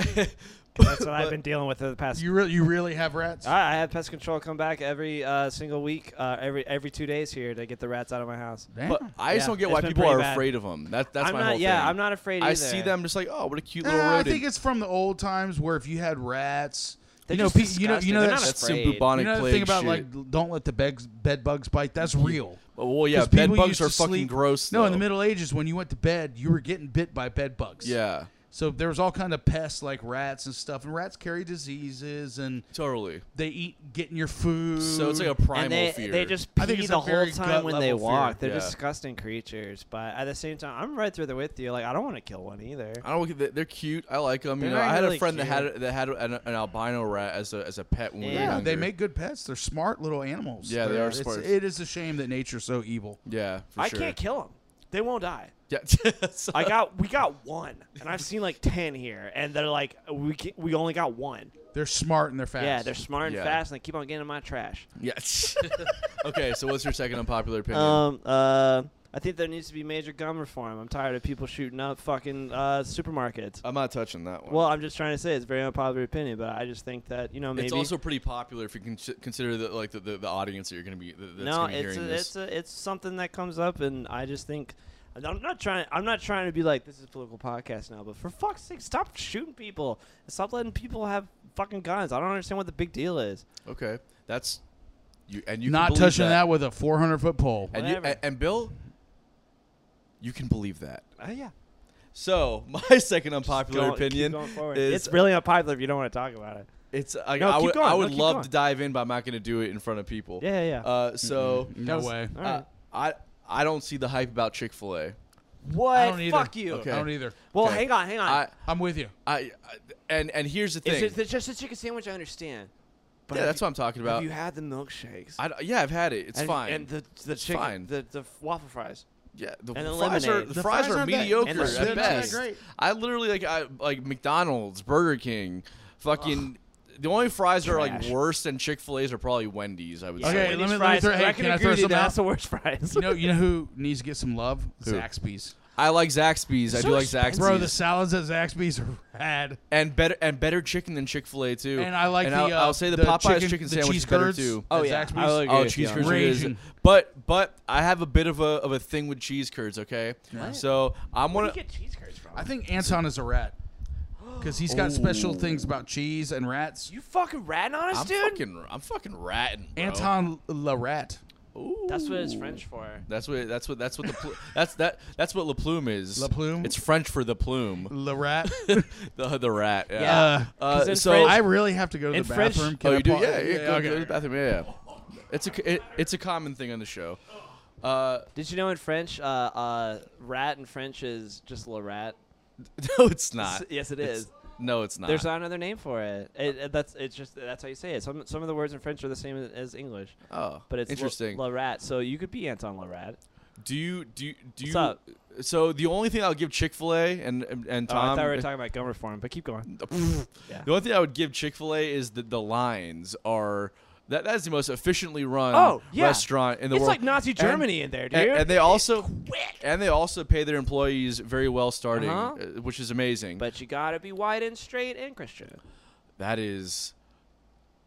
That's what I've been dealing with for the past.
You really, you really have rats.
I I have pest control come back every uh, single week, uh, every every two days here to get the rats out of my house.
Damn.
but I just
Yeah,
don't get
it's
why
been
people
pretty
are
bad.
afraid of them. That that's
I'm
my
not.
whole
Yeah,
thing.
I'm not afraid
I
either.
see them just like, oh, what a cute
Nah,
little
I
rodent.
think it's from the old times where if you had rats,
They're
you know,
just
pe- you know, you know
disgusting. They're
that's
not
that's some
afraid.
bubonic
you know the
plague
thing about
shit.
like don't let the bed, bed bugs bite. That's real.
Oh, well, yeah,
'Cause
bed
people
bugs
used
are
to
fucking
sleep-
gross.
No, in the
though.
Middle Ages, when you went to bed, you were getting bit by bed bugs.
Yeah,
So there was all kind of pests like rats and stuff, and rats carry diseases, and
totally.
they eat getting your food.
So it's like a primal
and they,
fear.
they just
I think
pee
it's
the
a
whole
very
time
gut
when they
level
walk.
fear.
They're
Yeah.
disgusting creatures, but at the same time, I'm right there with you. Like I don't want to kill one either.
I don't. they- They're cute. I like them. You
They're
know, I had
really
a friend that
cute.
had that had an, an albino rat as a as a pet when we were
yeah,
younger.
they make good pets. They're smart little animals.
Yeah, they
They're-
are
it's-
smart.
It is a shame that nature's so evil.
Yeah, for
I
sure.
can't kill them. They won't die.
Yeah. So-
I got we got one, and I've seen like ten here, and they're like we can, we only got one.
They're smart and they're fast.
Yeah, they're smart and
Yeah.
fast, and they keep on getting in my trash.
yeah. okay, so what's your second unpopular opinion?
Um, uh, I think there needs to be major gun reform. I'm tired of people shooting up fucking uh, supermarkets.
I'm not touching that one.
Well, I'm just trying to say it's a very unpopular opinion, but I just think that you know maybe
it's also pretty popular if you con- consider the like the, the, the audience that you're going to be. That, that's
no,
gonna be
it's
hearing
a,
this.
it's a, it's something that comes up, and I just think I'm not trying. I'm not trying to be like this is a political podcast now, but for fuck's sake, stop shooting people. Stop letting people have fucking guns. I don't understand what the big deal is.
Okay, that's you and you can
Not
believe
touching
that,
that. with a 400 foot pole.
and you
Whatever.
and, and Bill, you can believe that.
Uh, yeah,
So my second unpopular
Go- keep
opinion
going forward.
is
it's really unpopular if you don't want to talk about it.
it's I,
No,
I
keep
would
going.
I
No,
would
keep
love
going.
to dive in, but I'm not going to do it in front of people.
Yeah, yeah. yeah.
Uh, so
no way.
All
uh,
right.
I I don't see the hype about Chick Fil A.
what?
I don't either.
Fuck you. Uh,
Okay.
I don't either.
Well,
Okay.
hang on, hang on.
I,
I'm with you.
I I and and here's the thing.
Is it it's just a chicken sandwich? I understand. But
yeah,
have
that's
you,
what I'm talking
Have
about.
you had the milkshakes?
I, yeah, I've had it. It's
and,
fine.
And the the
It's
chicken,
fine.
the the waffle fries.
Yeah, the,
And the
fries are
lemonade.
the,
The
fries,
fries
are
aren't bad.
mediocre
And the
at
sandwich
isn't
best.
great.
I literally like I like McDonald's, Burger King, fucking. The only fries that are like
Trash.
worse than Chick Fil A's are probably Wendy's. I would
Okay,
say.
let me- let me
fries.
throw- hey,
I
can I
agree
throw
with you,
something out?
That's the worst fries.
You know, you know who needs to get some love?
Who?
Zaxby's.
I like Zaxby's. I
So
do like Zaxby's.
expensive.
Bro, the salads at Zaxby's are rad.
and better and better chicken than Chick Fil A too.
And I like
and
the.
I'll,
uh,
I'll say the, Popeyes chicken, sandwich is
cheese
better
curds
too.
at
Oh, yeah.
Zaxby's.
I like
Oh,
agree with
cheese
you
curds
on
are
that.
good as-
Raging.
But but I have a bit of a of a thing with cheese curds. Okay, so I'm
Where do
gonna.
you get cheese curds from?
I think Anton is a rat because he's got special things about cheese and rats.
you fucking ratting on us,
I'm
dude.
fucking I'm fucking ratting. bro.
Anton La Rat.
Ooh.
That's what it's French for.
That's what that's what that's what the pl- that's that that's what La Plume is.
La Plume?
It's French for the plume.
La Rat.
the the rat. Yeah.
Yeah.
Uh,
'Cause
Uh,
in
so
French-
I really have to go to
In
the
French-
bathroom.
oh,
I
you do?
pause?
Yeah. yeah, go,
okay.
go to the bathroom. Yeah. yeah. It's a it, it's a common thing on the show. Uh,
Did you know in French, uh, uh, rat in French is just la rat?
no, it's not.
S- yes, it
It's-
is.
No, it's not.
There's not another name for it. It, it- That's it's just that's how you say it. Some some of the words in French are the same as- as English,
oh,
but it's Lo-
interesting.
Lorat, so you could be Anton Lorat.
do you do you, do
What's
you?
up?
So the only thing I'll give Chick Fil A and and, and
Oh, I
Tom.
thought we were talking about gum reform, but keep
Um,
going. Yeah.
The only thing I would give Chick Fil A is that the lines are that that is the most efficiently run
Oh, yeah.
restaurant in the
It's
world.
like Nazi
And-
Germany in there, dude.
and, and they also and they also pay their employees very well starting,
Uh-huh.
uh, which is amazing.
but you gotta be white and straight and Christian.
that is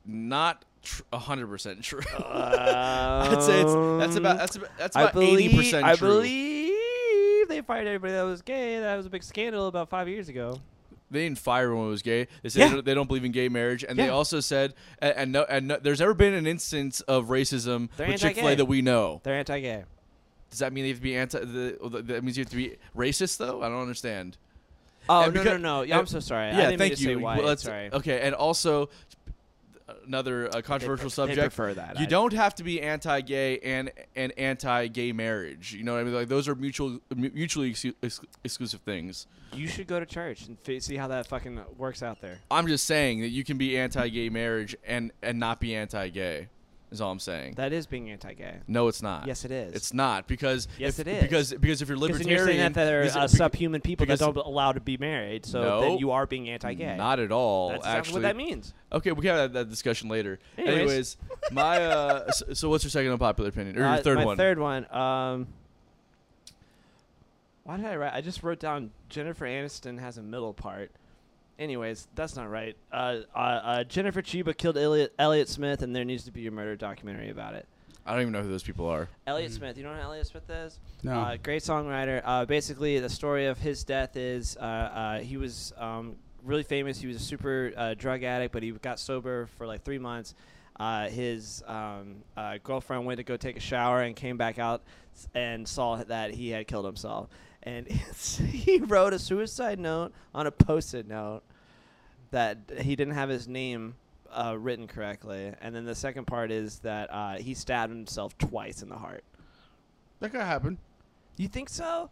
not hundred percent true.
I'd
I'd say it's that's about that's about that's
Um, I
about eighty
believe,
percent.
I believe they fired everybody that was gay. That was a big scandal about five years ago.
they didn't fire everyone who was gay. They said
Yeah.
they, don't, they don't believe in gay marriage, and they
Yeah.
also said and, and no and no, there's never been an instance of racism
They're
with Chick Fil A
anti-gay.
that we know.
They're anti-gay.
Does that mean they have to be anti? The, well, that means you have to be racist, though. I don't understand.
Oh
And
no,
because-
no no Yeah,
and-
I'm so sorry. I
yeah,
didn't mean
thank
to
you.
Say white.
Well, that's-
sorry.
Okay, and also another uh, controversial subject.
prefer that,
You
I-
don't have to be anti-gay and and anti-gay marriage. You know what I mean? Like those are mutual mu- mutually excu- ex- exclusive things.
You should go to church and f- see how that fucking works out there.
I'm just saying that you can be anti-gay marriage and and not be anti-gay. Is all I'm saying.
That is being anti-gay.
no, it's not.
Yes, it is.
It's not because
Yes,
if-
it is.
because because if you're
Because
libertarian,
then you're saying that there are
is it-
uh,
bec-
subhuman people that
because-
don't allow to be married, so
No.
then you are being anti-gay.
Not at all.
That's
actually,
exactly what that means.
Okay, we can have that, that discussion later. Anyways,
Anyways.
my uh, so, so what's your second unpopular opinion or your
Uh,
third
my
one?
third one. Um, why did I write? I just wrote down Jennifer Aniston has a middle part. Anyways, that's not right. Uh, uh, uh, Jennifer Chiba killed Elliot, Elliot Smith, and there needs to be a murder documentary about it.
I don't even know who those people are.
Elliot Smith, you know who Elliot Smith is?
No.
Uh, great songwriter. Uh, basically, the story of his death is uh, uh, he was um, really famous. He was a super uh, drug addict, but he got sober for like three months. Uh, his um, uh, girlfriend went to go take a shower and came back out s- and saw that he had killed himself. And it's, he wrote a suicide note on a post-it note that he didn't have his name uh, written correctly. And then the second part is that uh, he stabbed himself twice in the heart.
That could happen.
You think so?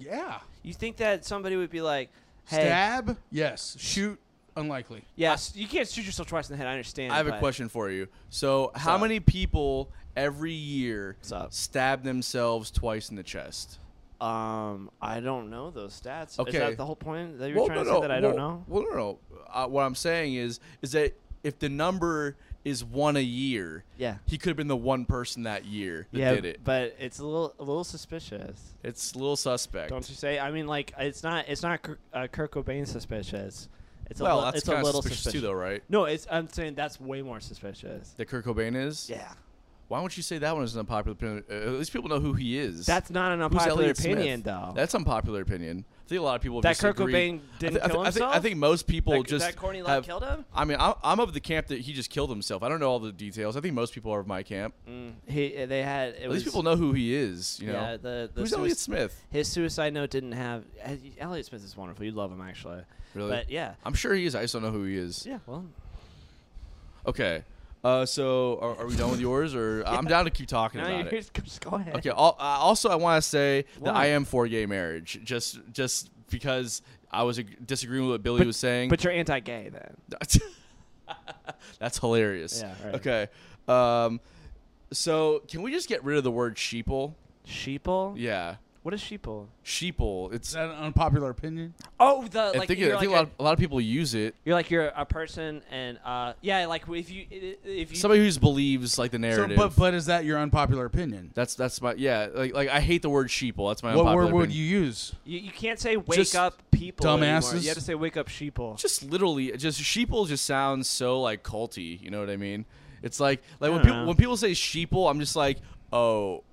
Yeah.
You think that somebody would be like, hey,
Stab? Yes. Shoot? Unlikely.
yeah, s- you can't shoot yourself twice in the head. I understand.
I have a
but-
question for you. So, how
up?
many people every year
What's up?
stab themselves twice in the chest?
Um, I don't know those stats.
Okay.
Is that the whole point that you're trying to say that I don't know?
Well, no, no. Uh, what I'm saying is, is that if the number is one a year,
Yeah.
he could have been the one person that year that
yeah,
did it.
but it's a little a little suspicious.
It's a little suspect.
Don't you say? I mean, like it's not it's not Kir- uh, Kurt Cobain suspicious. It's a
well,
li-
that's
it's a
kind
little
of suspicious too, though, right?
No, it's I'm saying that's way more suspicious.
That Kurt Cobain is.
Yeah.
Why don't you say that one is an unpopular opinion? Uh, at least people know who he is.
That's not an
Who's
unpopular
Elliott Smith?
opinion, though.
That's unpopular opinion. I think a lot of people have
That Kurt
disagreed.
Cobain
I thi-
didn't
I thi-
kill
I think, I
himself?
think most people
That-
just
that Courtney Love
have,
killed him?
I mean, I'm, I'm of the camp that he just killed himself. I don't know all the details. I think most people are of my camp.
he, they had. It
At
was,
least Mm. people know who he is. You know,
Yeah, the, the
who's
suic-
Elliot Smith?
His suicide note didn't have. eh, Elliot Smith is wonderful. You'd love him actually.
Really?
But yeah.
I'm sure he is. I just don't know who he is.
Yeah. Well.
Okay. Uh, so are, are we done with yours, or I'm down to keep talking
No, you
about it?
just, just go ahead.
Okay. Al- uh, also, I want to say that
Why?
I am for gay marriage. Just, just because I was ag- disagreeing with what Billy was saying.
But you're anti-gay then.
that's hilarious.
Yeah, right.
Okay. Um, so can we just get rid of the word sheeple?
Sheeple.
Yeah,
What is sheeple?
sheeple. It's.
Is that an unpopular opinion?
Oh, the
I
like
think,
you're
I think
like
a, lot of, a lot of people use it.
you're like you're a person and uh yeah like if you if you
Somebody who believes like the
So,
narrative.
but but is that your unpopular opinion?
that's that's my yeah. Like like I hate the word sheeple. That's my.
what
unpopular
word would
opinion.
you use?
you, you can't say wake
Just
up people anymore.
dumbasses?
You have to say wake up sheeple.
Just literally, just sheeple just sounds so like culty. You know what I mean? It's like like when
don't
people
know.
when people say sheeple, I'm just like, oh,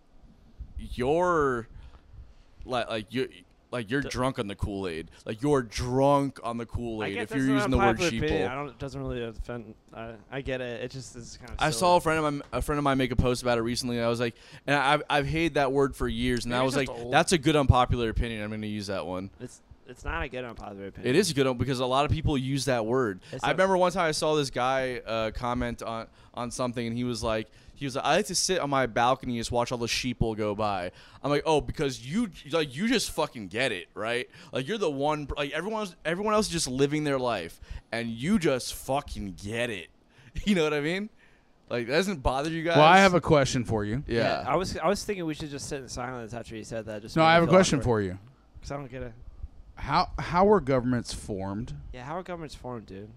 you're like like you. Like you're drunk on the Kool Aid. Like you're drunk on the Kool
I
Aid if
guess
you're
that's
using
an
the word
unpopular opinion. I
sheeple.
don't. It doesn't really offend. I I get it. It just is kind of.
I saw a friend of my a friend of mine make a post about it recently. And I was like, and I've I've hated that word for years, and
Maybe
I
it's
was like,
just old.
that's a good unpopular opinion. I'm going to use that one.
It's
It's not a good unpopular opinion.
It is good because a lot of people use that word.
It's
I
not-
remember one time I saw this guy uh, comment on on something, and he was like, he was like, I like to sit on my balcony and just watch all the sheeple go by. I'm like, oh, because you like you just fucking get it, right? Like you're the one, like everyone's everyone else is just living their life, and you just fucking get it. You know what I mean? Like that doesn't bother you guys.
Well, I have a question for you.
yeah.
I was I was thinking we should just sit in silence after you said that. Just
No, I have a question for you.
Cause I don't get it.
How how were governments formed?
Yeah, how are governments formed, dude?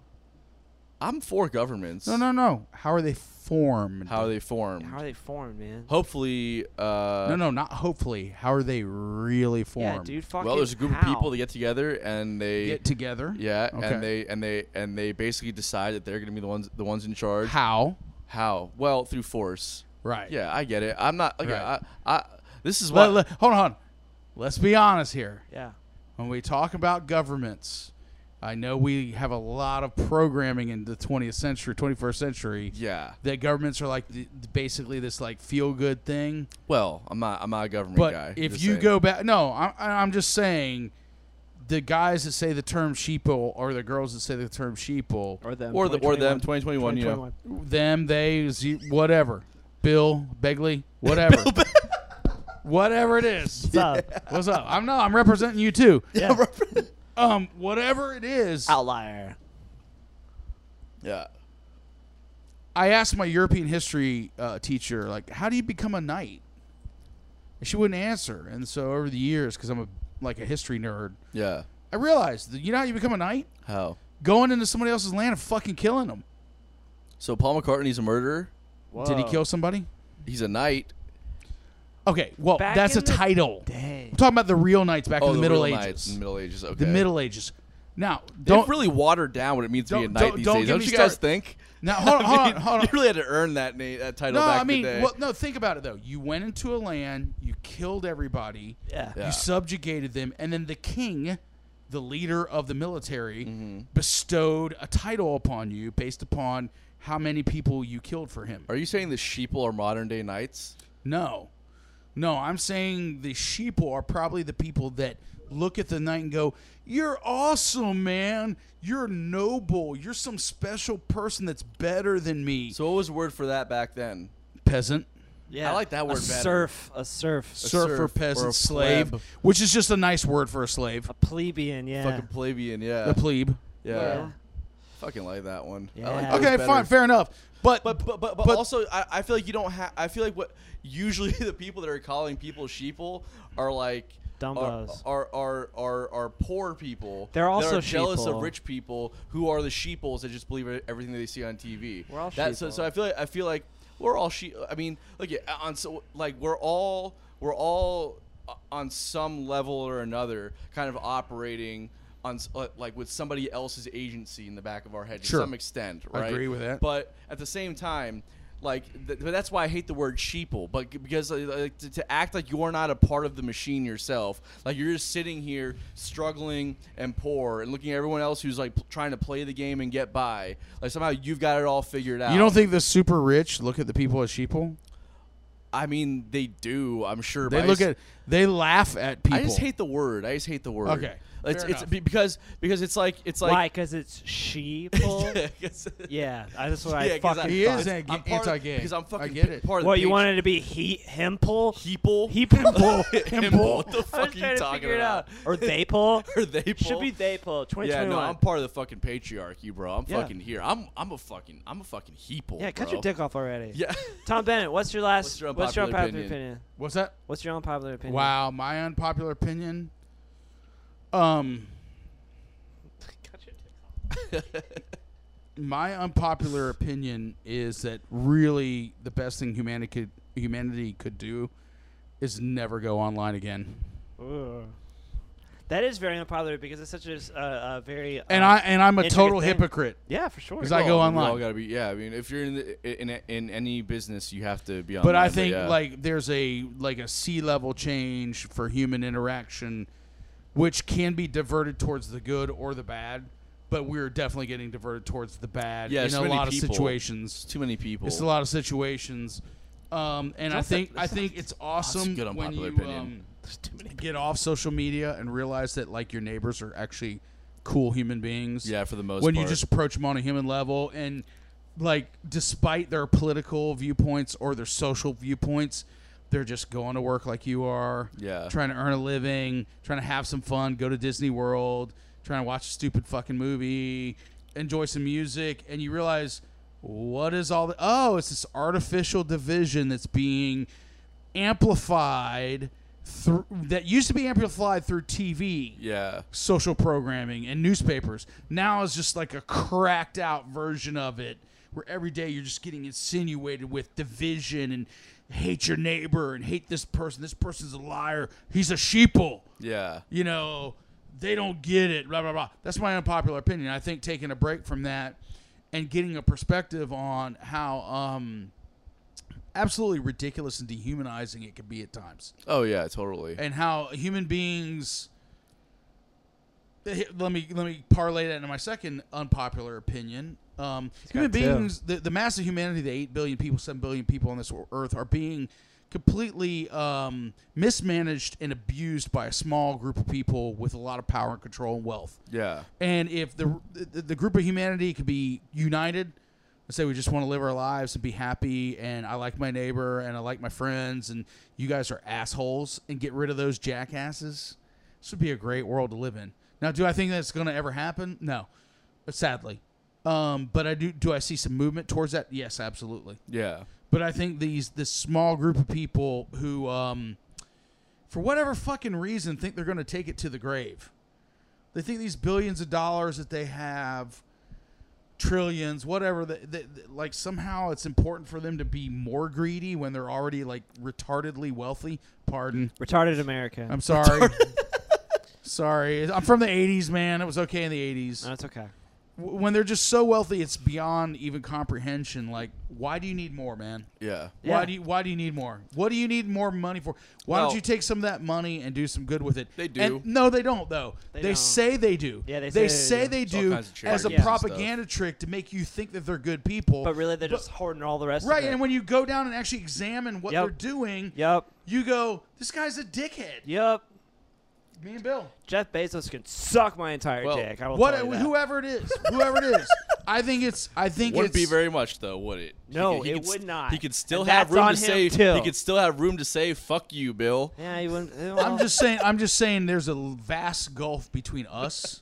I'm for governments.
No, no, no. How are they formed?
How are they formed?
How are they formed, man?
Hopefully, uh,
no, no, not hopefully. How are they really formed?
Yeah, dude. Fucking
Well, there's a group
how?
of people that get together and they
Get together.
Yeah,
Okay.
and they and they and they basically decide that they're going to be the ones the ones in charge.
How?
How? Well, through force.
Right.
Yeah, I get it. I'm not. Okay,
Right.
I, I. This is
Le-
what.
le- hold on. Let's be honest here.
Yeah.
When we talk about governments, I know we have a lot of programming in the 20th century, 21st century.
yeah.
That governments are like the, basically this like feel good thing.
Well, I'm not. I'm not a government
But
guy.
if
just
you
saying.
go back, no, I'm, I'm just saying the guys that say the term sheeple or the girls that say the term sheeple,
Or them.
or the or them 2021. You know.
2021.
them, they, ze- whatever, Bill Begley, whatever, whatever it is. What's
up?
I'm no, I'm representing you too.
Yeah.
Um, whatever it is,
Outlier.
Yeah.
I asked my European history uh, teacher, like, how do you become a knight? And she wouldn't answer. And so over the years, because I'm a like a history nerd,
Yeah.
I realized that you know how you become a knight?
How?
Going into somebody else's land and fucking killing them.
So Paul McCartney's a murderer.
Did he
Whoa.
kill somebody?
He's a knight.
Okay, well,
Back
that's a
in the
title.
Day. Oh,
I'm talking about the real knights back in the, Middle
real
Ages.
knights in Oh, the Middle Ages. Okay.
The Middle Ages. Now,
They've
don't
really watered down what it means to be a
Don't-
knight
don't-
these
don't
days.
get
Don't
me
you guys
started.
think?
now hold on, hold on,
mean,
hold on.
You really had to earn that, na- that title
no,
back
I
in
mean,
the day.
well, no. Think about it though. You went into a land, you killed everybody,
Yeah.
Yeah.
you subjugated them, and then the king, the leader of the military,
Mm-hmm.
bestowed a title upon you based upon how many people you killed for him.
Are you saying the sheeple are modern day knights?
No. No, I'm saying the sheeple are probably the people that look at the knight and go, You're awesome, man. You're noble. You're some special person that's better than me.
So what was the word for that back then?
peasant,
Yeah.
I like that word
A
better.
surf. A surf.
surfer,
serf or
peasant,
a
slave,
pleb.
which is just a nice word for a slave.
A plebeian. Yeah.
Fucking plebeian, yeah.
A plebe.
yeah.
Yeah.
Fucking like that one. I
Yeah.
like those
Okay,
better.
fine, fair enough. But,
But but but, but, also I, I feel like you don't have I feel like what usually the people that are calling people sheeple are like are,
Dumbos.
are, are are are poor people.
They're
that
also
are jealous of
sheeple.
rich people who are the sheeples that just believe everything that they see on TV.
We're all
That- so,
sheeple.
so I feel like I feel like we're all she. I mean, look yeah, on so like we're all we're all uh, on some level or another kind of operating on s- uh, like with somebody else's agency in the back of our head to
Sure.
some extent,
I
right?
agree with that.
But at the same time. Like, th- but that's why I hate the word sheeple. But g- because uh, like, to, to act like you're not a part of the machine yourself, like you're just sitting here struggling and poor and looking at everyone else who's like p- trying to play the game and get by. Like somehow you've got it all figured out.
you don't think the super rich look at the people as sheeple?
I mean, they do. I'm sure.
They
but I
look
just-
at, they laugh at people.
I just hate the word. I just hate the word.
Okay,
It's,
fair
it's
enough.
be- because because it's like it's
Why?
like.
Because it's sheeple.
It's-
yeah. I- That's what
yeah,
I
'cause
fucking.
He
thought.
is
I'm
anti-
part of-
anti-gay.
Because I'm
I
fucking
get
p-
it.
part of
What
the
you wanted to be he himple?
people.
He pimple.
Himple. What the fuck are you talking about?
Or they pull?
Or they
Should
pull?
be they pull.
Yeah,
2021.
no, I'm part of the fucking patriarchy, bro. I'm
Yeah.
fucking here. I'm I'm a fucking I'm a fucking heeple.
yeah, cut
bro.
your dick off already.
Yeah.
Tom Bennett, what's your last?
What's your unpopular
unpopular
opinion?
opinion?
What's that?
What's your unpopular opinion?
Wow, my unpopular opinion. Um, my unpopular opinion is that really the best thing humanity could, humanity could do is never go online again.
Ooh. That is very unpopular because it's such a, s- uh, a very.
And
uh,
I and I'm a
Intricate
total
thing.
hypocrite
Yeah, for sure.
because I go
Well,
online.
We all gotta be. Yeah, I mean, if you're in the, in in any business, you have to be online.
but I think
yeah.
like there's a like a sea level change for human interaction, which can be diverted towards the good or the bad. But we're definitely getting diverted towards the bad
Yeah,
in
it's
a
many
lot
people.
of situations.
It's too many people.
It's a lot of situations, um, and I
That's a-
think I
that's a-
think it's awesome
good
when
unpopular
you
opinion.
um,
There's too many.
get off social media and realize that like your neighbors are actually cool human beings.
Yeah, for the most
When you
part.
just approach them on a human level and like despite their political viewpoints or their social viewpoints, they're just going to work like you are.
Yeah.
Trying to earn a living, trying to have some fun, go to Disney World, trying to watch a stupid fucking movie, enjoy some music, and you realize what is all the oh, it's this artificial division that's being amplified through that used to be amplified through TV,
Yeah.
social programming, and newspapers. Now it's just like a cracked out version of it, where every day you're just getting insinuated with division and hate your neighbor and hate this person. This person's a liar. He's a sheeple.
Yeah.
You know, they don't get it. Blah blah blah. That's my unpopular opinion. I think taking a break from that and getting a perspective on how um, absolutely ridiculous and dehumanizing it can be at times
Oh yeah, totally.
and how human beings eh, let me let me parlay that into my second unpopular opinion um, human
got two.
beings the, the mass of humanity the 8 billion people 7 billion people on this earth are being completely um, mismanaged and abused by a small group of people with a lot of power and control and wealth
Yeah.
and if the, the the group of humanity could be united, and say we just want to live our lives and be happy, and I like my neighbor and I like my friends, and you guys are assholes, and get rid of those jackasses. This would be a great world to live in. Now, do I think that's going to ever happen? No, sadly. Um, but I do. Do I see some movement towards that? Yes, absolutely.
Yeah.
But I think these this small group of people who, um, for whatever fucking reason, think they're going to take it to the grave. They think these billions of dollars that they have, trillions, whatever, that, that, that- like somehow it's important for them to be more greedy when they're already like retardedly wealthy. Pardon,
Retarded America.
I'm sorry. sorry, I'm from the '80s, man. It was okay in the
Uh.
'80s
That's okay.
W- when they're just so wealthy, it's beyond even comprehension. Like, why do you need more, man?
Yeah.
Why do you Why do you need more? What do you need more money for? Why
Well-
don't you take some of that money and do some good with it?
They do.
And- no, they don't though. They,
They don't.
say they do.
Yeah, they
They say
say
they
they
all
do
kinds of
as a
charities and
propaganda trick to make you think that they're good people.
But really, they're just hoarding all the rest
right,
of it.
and when you go down and actually examine what
Yep.
they're doing,
yep.
you go, "This guy's a dickhead."
Yep.
Me and Bill.
Jeff Bezos can suck my entire
Well,
dick. I will
What?
tell you that.
Whoever it is, whoever it is, I think it's. I think
Wouldn't
it's
be very much though, would it? He
No,
could- he
it
could s-
would not.
He could still
And
have
that's
room
on
to
him,
say. He
too.
could still have room to say "fuck you, Bill."
Yeah, you wouldn't.
I'm just saying. I'm just saying. There's a vast gulf between us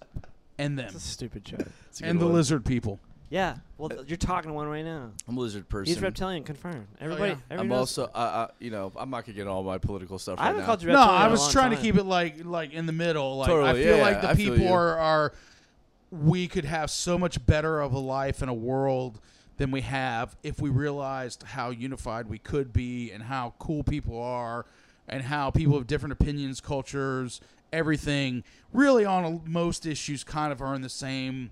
and them,
stupid joke.
That's a good
and the
one.
lizard people.
Yeah. Well, th- you're talking to one right now.
I'm a lizard person.
He's reptilian, confirmed. Everybody.
yeah.
everybody
I'm
knows-
also, I, I, you know, I'm not gonna get into all my political stuff
I
right
haven't
now.
called you
No,
reptilian.
I
in a
was
long
trying to
time.
keep it like like in the middle. Like I
Totally,
feel
yeah,
like the
I feel
people
you.
are are we could have so much better of a life and a world than we have if we realized how unified we could be and how cool people are and how people of different opinions, cultures, everything really on a, most issues kind of are in the same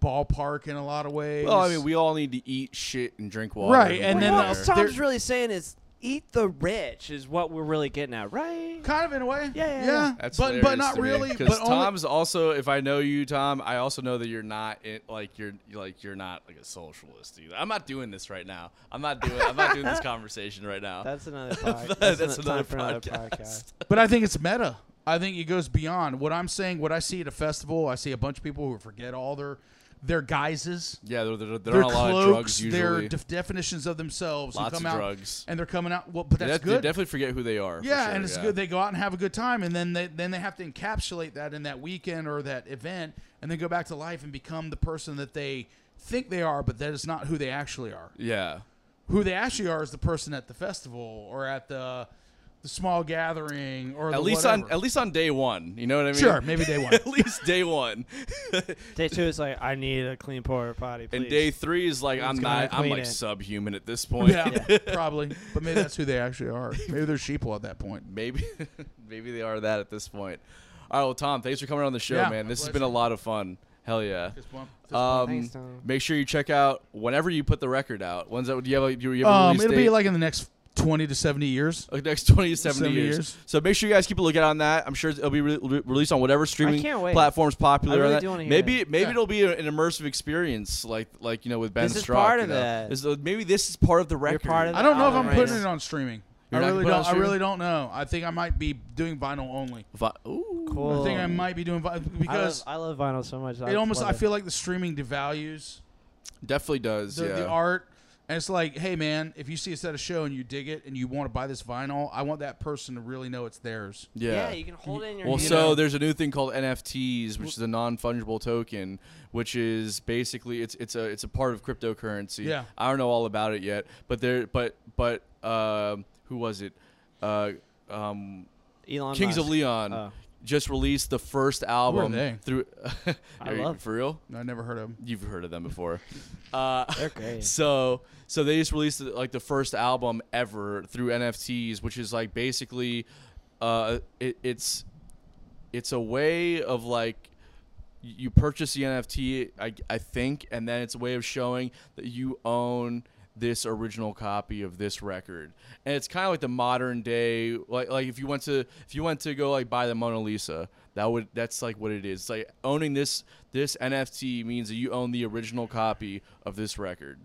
ballpark in a lot of ways.
Well, I mean, we all need to eat shit and drink water.
Right, and
Well,
then
what
the-
else
there-
Tom's really saying is eat the rich is what we're really getting at, right?
kind of in a way.
Yeah, yeah, yeah.
That's
but but not really.
Because
But only,
Tom's also, if I know you, Tom, I also know that you're not it, like you're like you're not like a socialist either. I'm not doing this right now. I'm not doing. I'm not doing this conversation right now.
That's another podcast.
That's
That's,
another
another, time for another
podcast.
podcast.
But I think it's meta. I think it goes beyond what I'm saying. What I see at a festival, I see a bunch of people who forget all their their guises,
yeah, there, there, there
their
aren't a lot of
cloaks,
drugs
their
usually.
def- definitions of themselves.
Lots
who come
of
out
drugs.
and they're coming out. Well, but
They
that's
def- they
good.
definitely forget who they are. for
yeah,
sure,
and it's
yeah.
good. They go out and have a good time, and then they then they have to encapsulate that in that weekend or that event, and then go back to life and become the person that they think they are, but that is not who they actually are
yeah,
who they actually are is the person at the festival or at the the small gathering or the
at least on
whatever.
at least on day one. You know what I mean?
sure maybe day one
at least day one.
Day two is like I need a clean porta potty. Please.
And day three is like I'm
gonna
not. I'm
clean
like
it.
subhuman at this point.
yeah, probably but maybe that's who they actually are maybe they're sheeple at that point
maybe maybe they are that at this point. All right, well, Tom, thanks for coming on the show,
Yeah,
man.
my
This has
pleasure.
been a lot of fun. Hell yeah.
Fist bump, fist bump.
Um,
Thanks, Tom.
make sure you check out whenever you put the record out. When's that? Do you have a, do you have a
um
release
it'll
date?
be like in the next 20 to 70 years
Like next 20 to 70,
70
years.
years.
So make sure you guys keep a lookout on that. I'm sure it'll be re- re- released on whatever streaming
can't wait.
platforms popular.
I really
on that.
do wanna hear
maybe maybe
Yeah.
it'll be a- an immersive experience, like like you know with Ben
This is
Strzok,
part
you
of
know.
that.
This is- maybe this is part of the record.
part of
i don't know if
Oh,
i'm
right.
putting it on streaming I
not
really
gonna put on
don't. I
streaming?
really don't know. I think I might be doing vinyl only.
Vi- Ooh.
I think I might be doing vinyl because
I love vinyl so much.
it almost. I feel like the streaming devalues
Definitely does.
the,
yeah.
the art. And it's like, hey man, if you see a set of show and you dig it and you want to buy this vinyl, I want that person to really know it's theirs.
yeah.
you can hold it in your
well,
hand.
so there's a new thing called NFTs, which is a non-fungible token, which is basically it's it's a it's a part of cryptocurrency.
Yeah.
I don't know all about it yet, but there but but um who was it? Uh, um,
Elon
Kings of
Musk.
Leon
Oh.
just released the first album
they?
through.
I
Are you-
love-
for real.
I never heard of them.
You've heard of them before. Uh,
They're great.
so so they just released like the first album ever through NFTs, which is like basically, uh, it, it's it's a way of like you purchase the NFT, I, I think, and then it's a way of showing that you own this original copy of this record. And it's kind of like the modern day, like like if you went to if you went to go like buy the Mona Lisa, that would that's like what it is. It's like owning this this NFT means that you own the original copy of this record.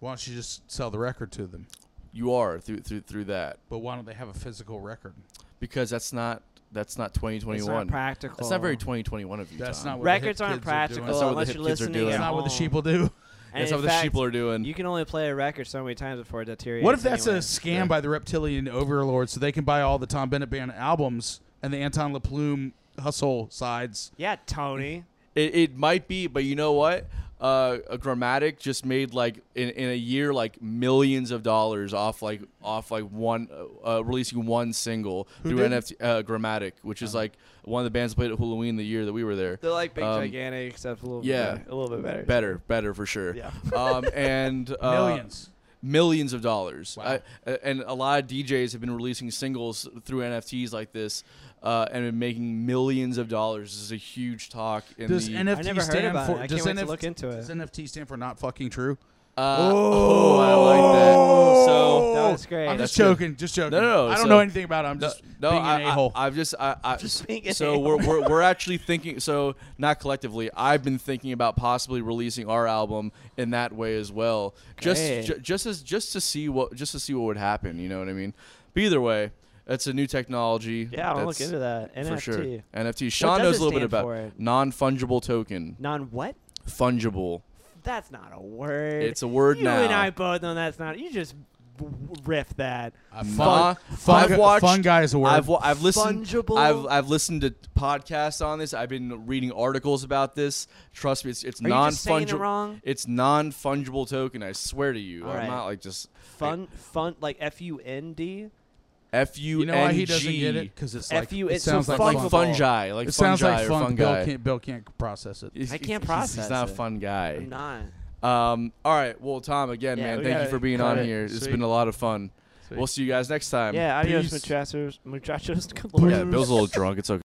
Why don't you just sell the record to them?
You are through through through that
But why don't they have a physical record?
because that's not that's not 2021.
It's not practical.
That's not very 2021 of you.
That's
Tom.
not what
Records
the
aren't
hip kids are doing.
practical
That's not what the
unless
hip
you're
kids are
listening.
doing.
at
That's not what the
home.
sheep will do.
And
That's
in
not what
fact,
the sheeple are doing.
You can only play a record so many times before it deteriorates.
What if that's
anyway.
a scam by the reptilian overlord so they can buy all the Tom Bennett band albums and the Anton LaPlume hustle sides?
Yeah, Tony.
It, it might be, but you know what? Uh, a Grammatic just made like in, in a year like millions of dollars off like off like one uh, uh, releasing one single through
did? Uh-huh.
NFT uh, Grammatic, which is like one of the bands that played at Halloween the year that we were there.
They're like big,
Um,
gigantic, except a little.
yeah.
bit better- a little bit better.
Better, better for sure.
Yeah.
Um, and uh,
Millions.
millions of dollars.
Wow.
I, uh, and a lot of DJs have been releasing singles through NFTs like this, uh, and been making millions of dollars. This is a huge talk. In
does
the,
NFT
I never heard
stand
about it.
for?
I can't
does
wait to
NFT
look into it.
Does NFT stand for not fucking true?
Uh, oh, I like that. So
Oh, That was great.
I'm
That's
just joking. Just joking.
No, no,
I don't
so-
know anything about it. I'm
no,
just
no,
being
I,
an a-hole.
I, I've just, I, I,
Just being an
so we're, we're we're actually thinking. So not collectively, I've been thinking about possibly releasing our album in that way as well.
Great.
Just, ju- just as just to see what just to see what would happen. You know what I mean? But either way, that's a new technology.
yeah, I'll look
that's-
into that. NFT.
for sure. NFT. Sean
does
knows
it
a little
stand
bit about
for it?
non fungible token.
Non what?
Fungible.
That's not a word.
It's a word
you
now.
and I both know that's not. You just riff that.
Uh,
I,
Fun-
fun,
I've watched-
fun guy is a word.
I've, wa- I've listened.
Fungible?
I've I've listened to podcasts on this. I've been reading articles about this. Trust me, it's it's
Are you
non
just saying it
fungible.
wrong?
It's non fungible token. I swear to you,
All
I'm
right.
not like just
Fun, fun, like F U N D.
F U
you
N G.
know why he doesn't get it? Because it's like
F you,
it
it's so
sounds like
Like
fungible.
fun.
fungi, like
It
fungi
sounds like
or
fun. Bill
fungi.
can't, Bill can't process it.
He's-
I can't
he's- He's
process
not a
it.
fun guy.
I'm not.
Um, all right. Well, Tom, again,
Yeah,
man,
we
thank you
gotta
for being
cut
on
it.
here. It's
Sweet.
been a lot of fun. We'll see you guys next time.
Yeah, adios,
Peace.
muchachos. Muchachos. Good
Yeah,
lord.
Bill's a little drunk. It's okay.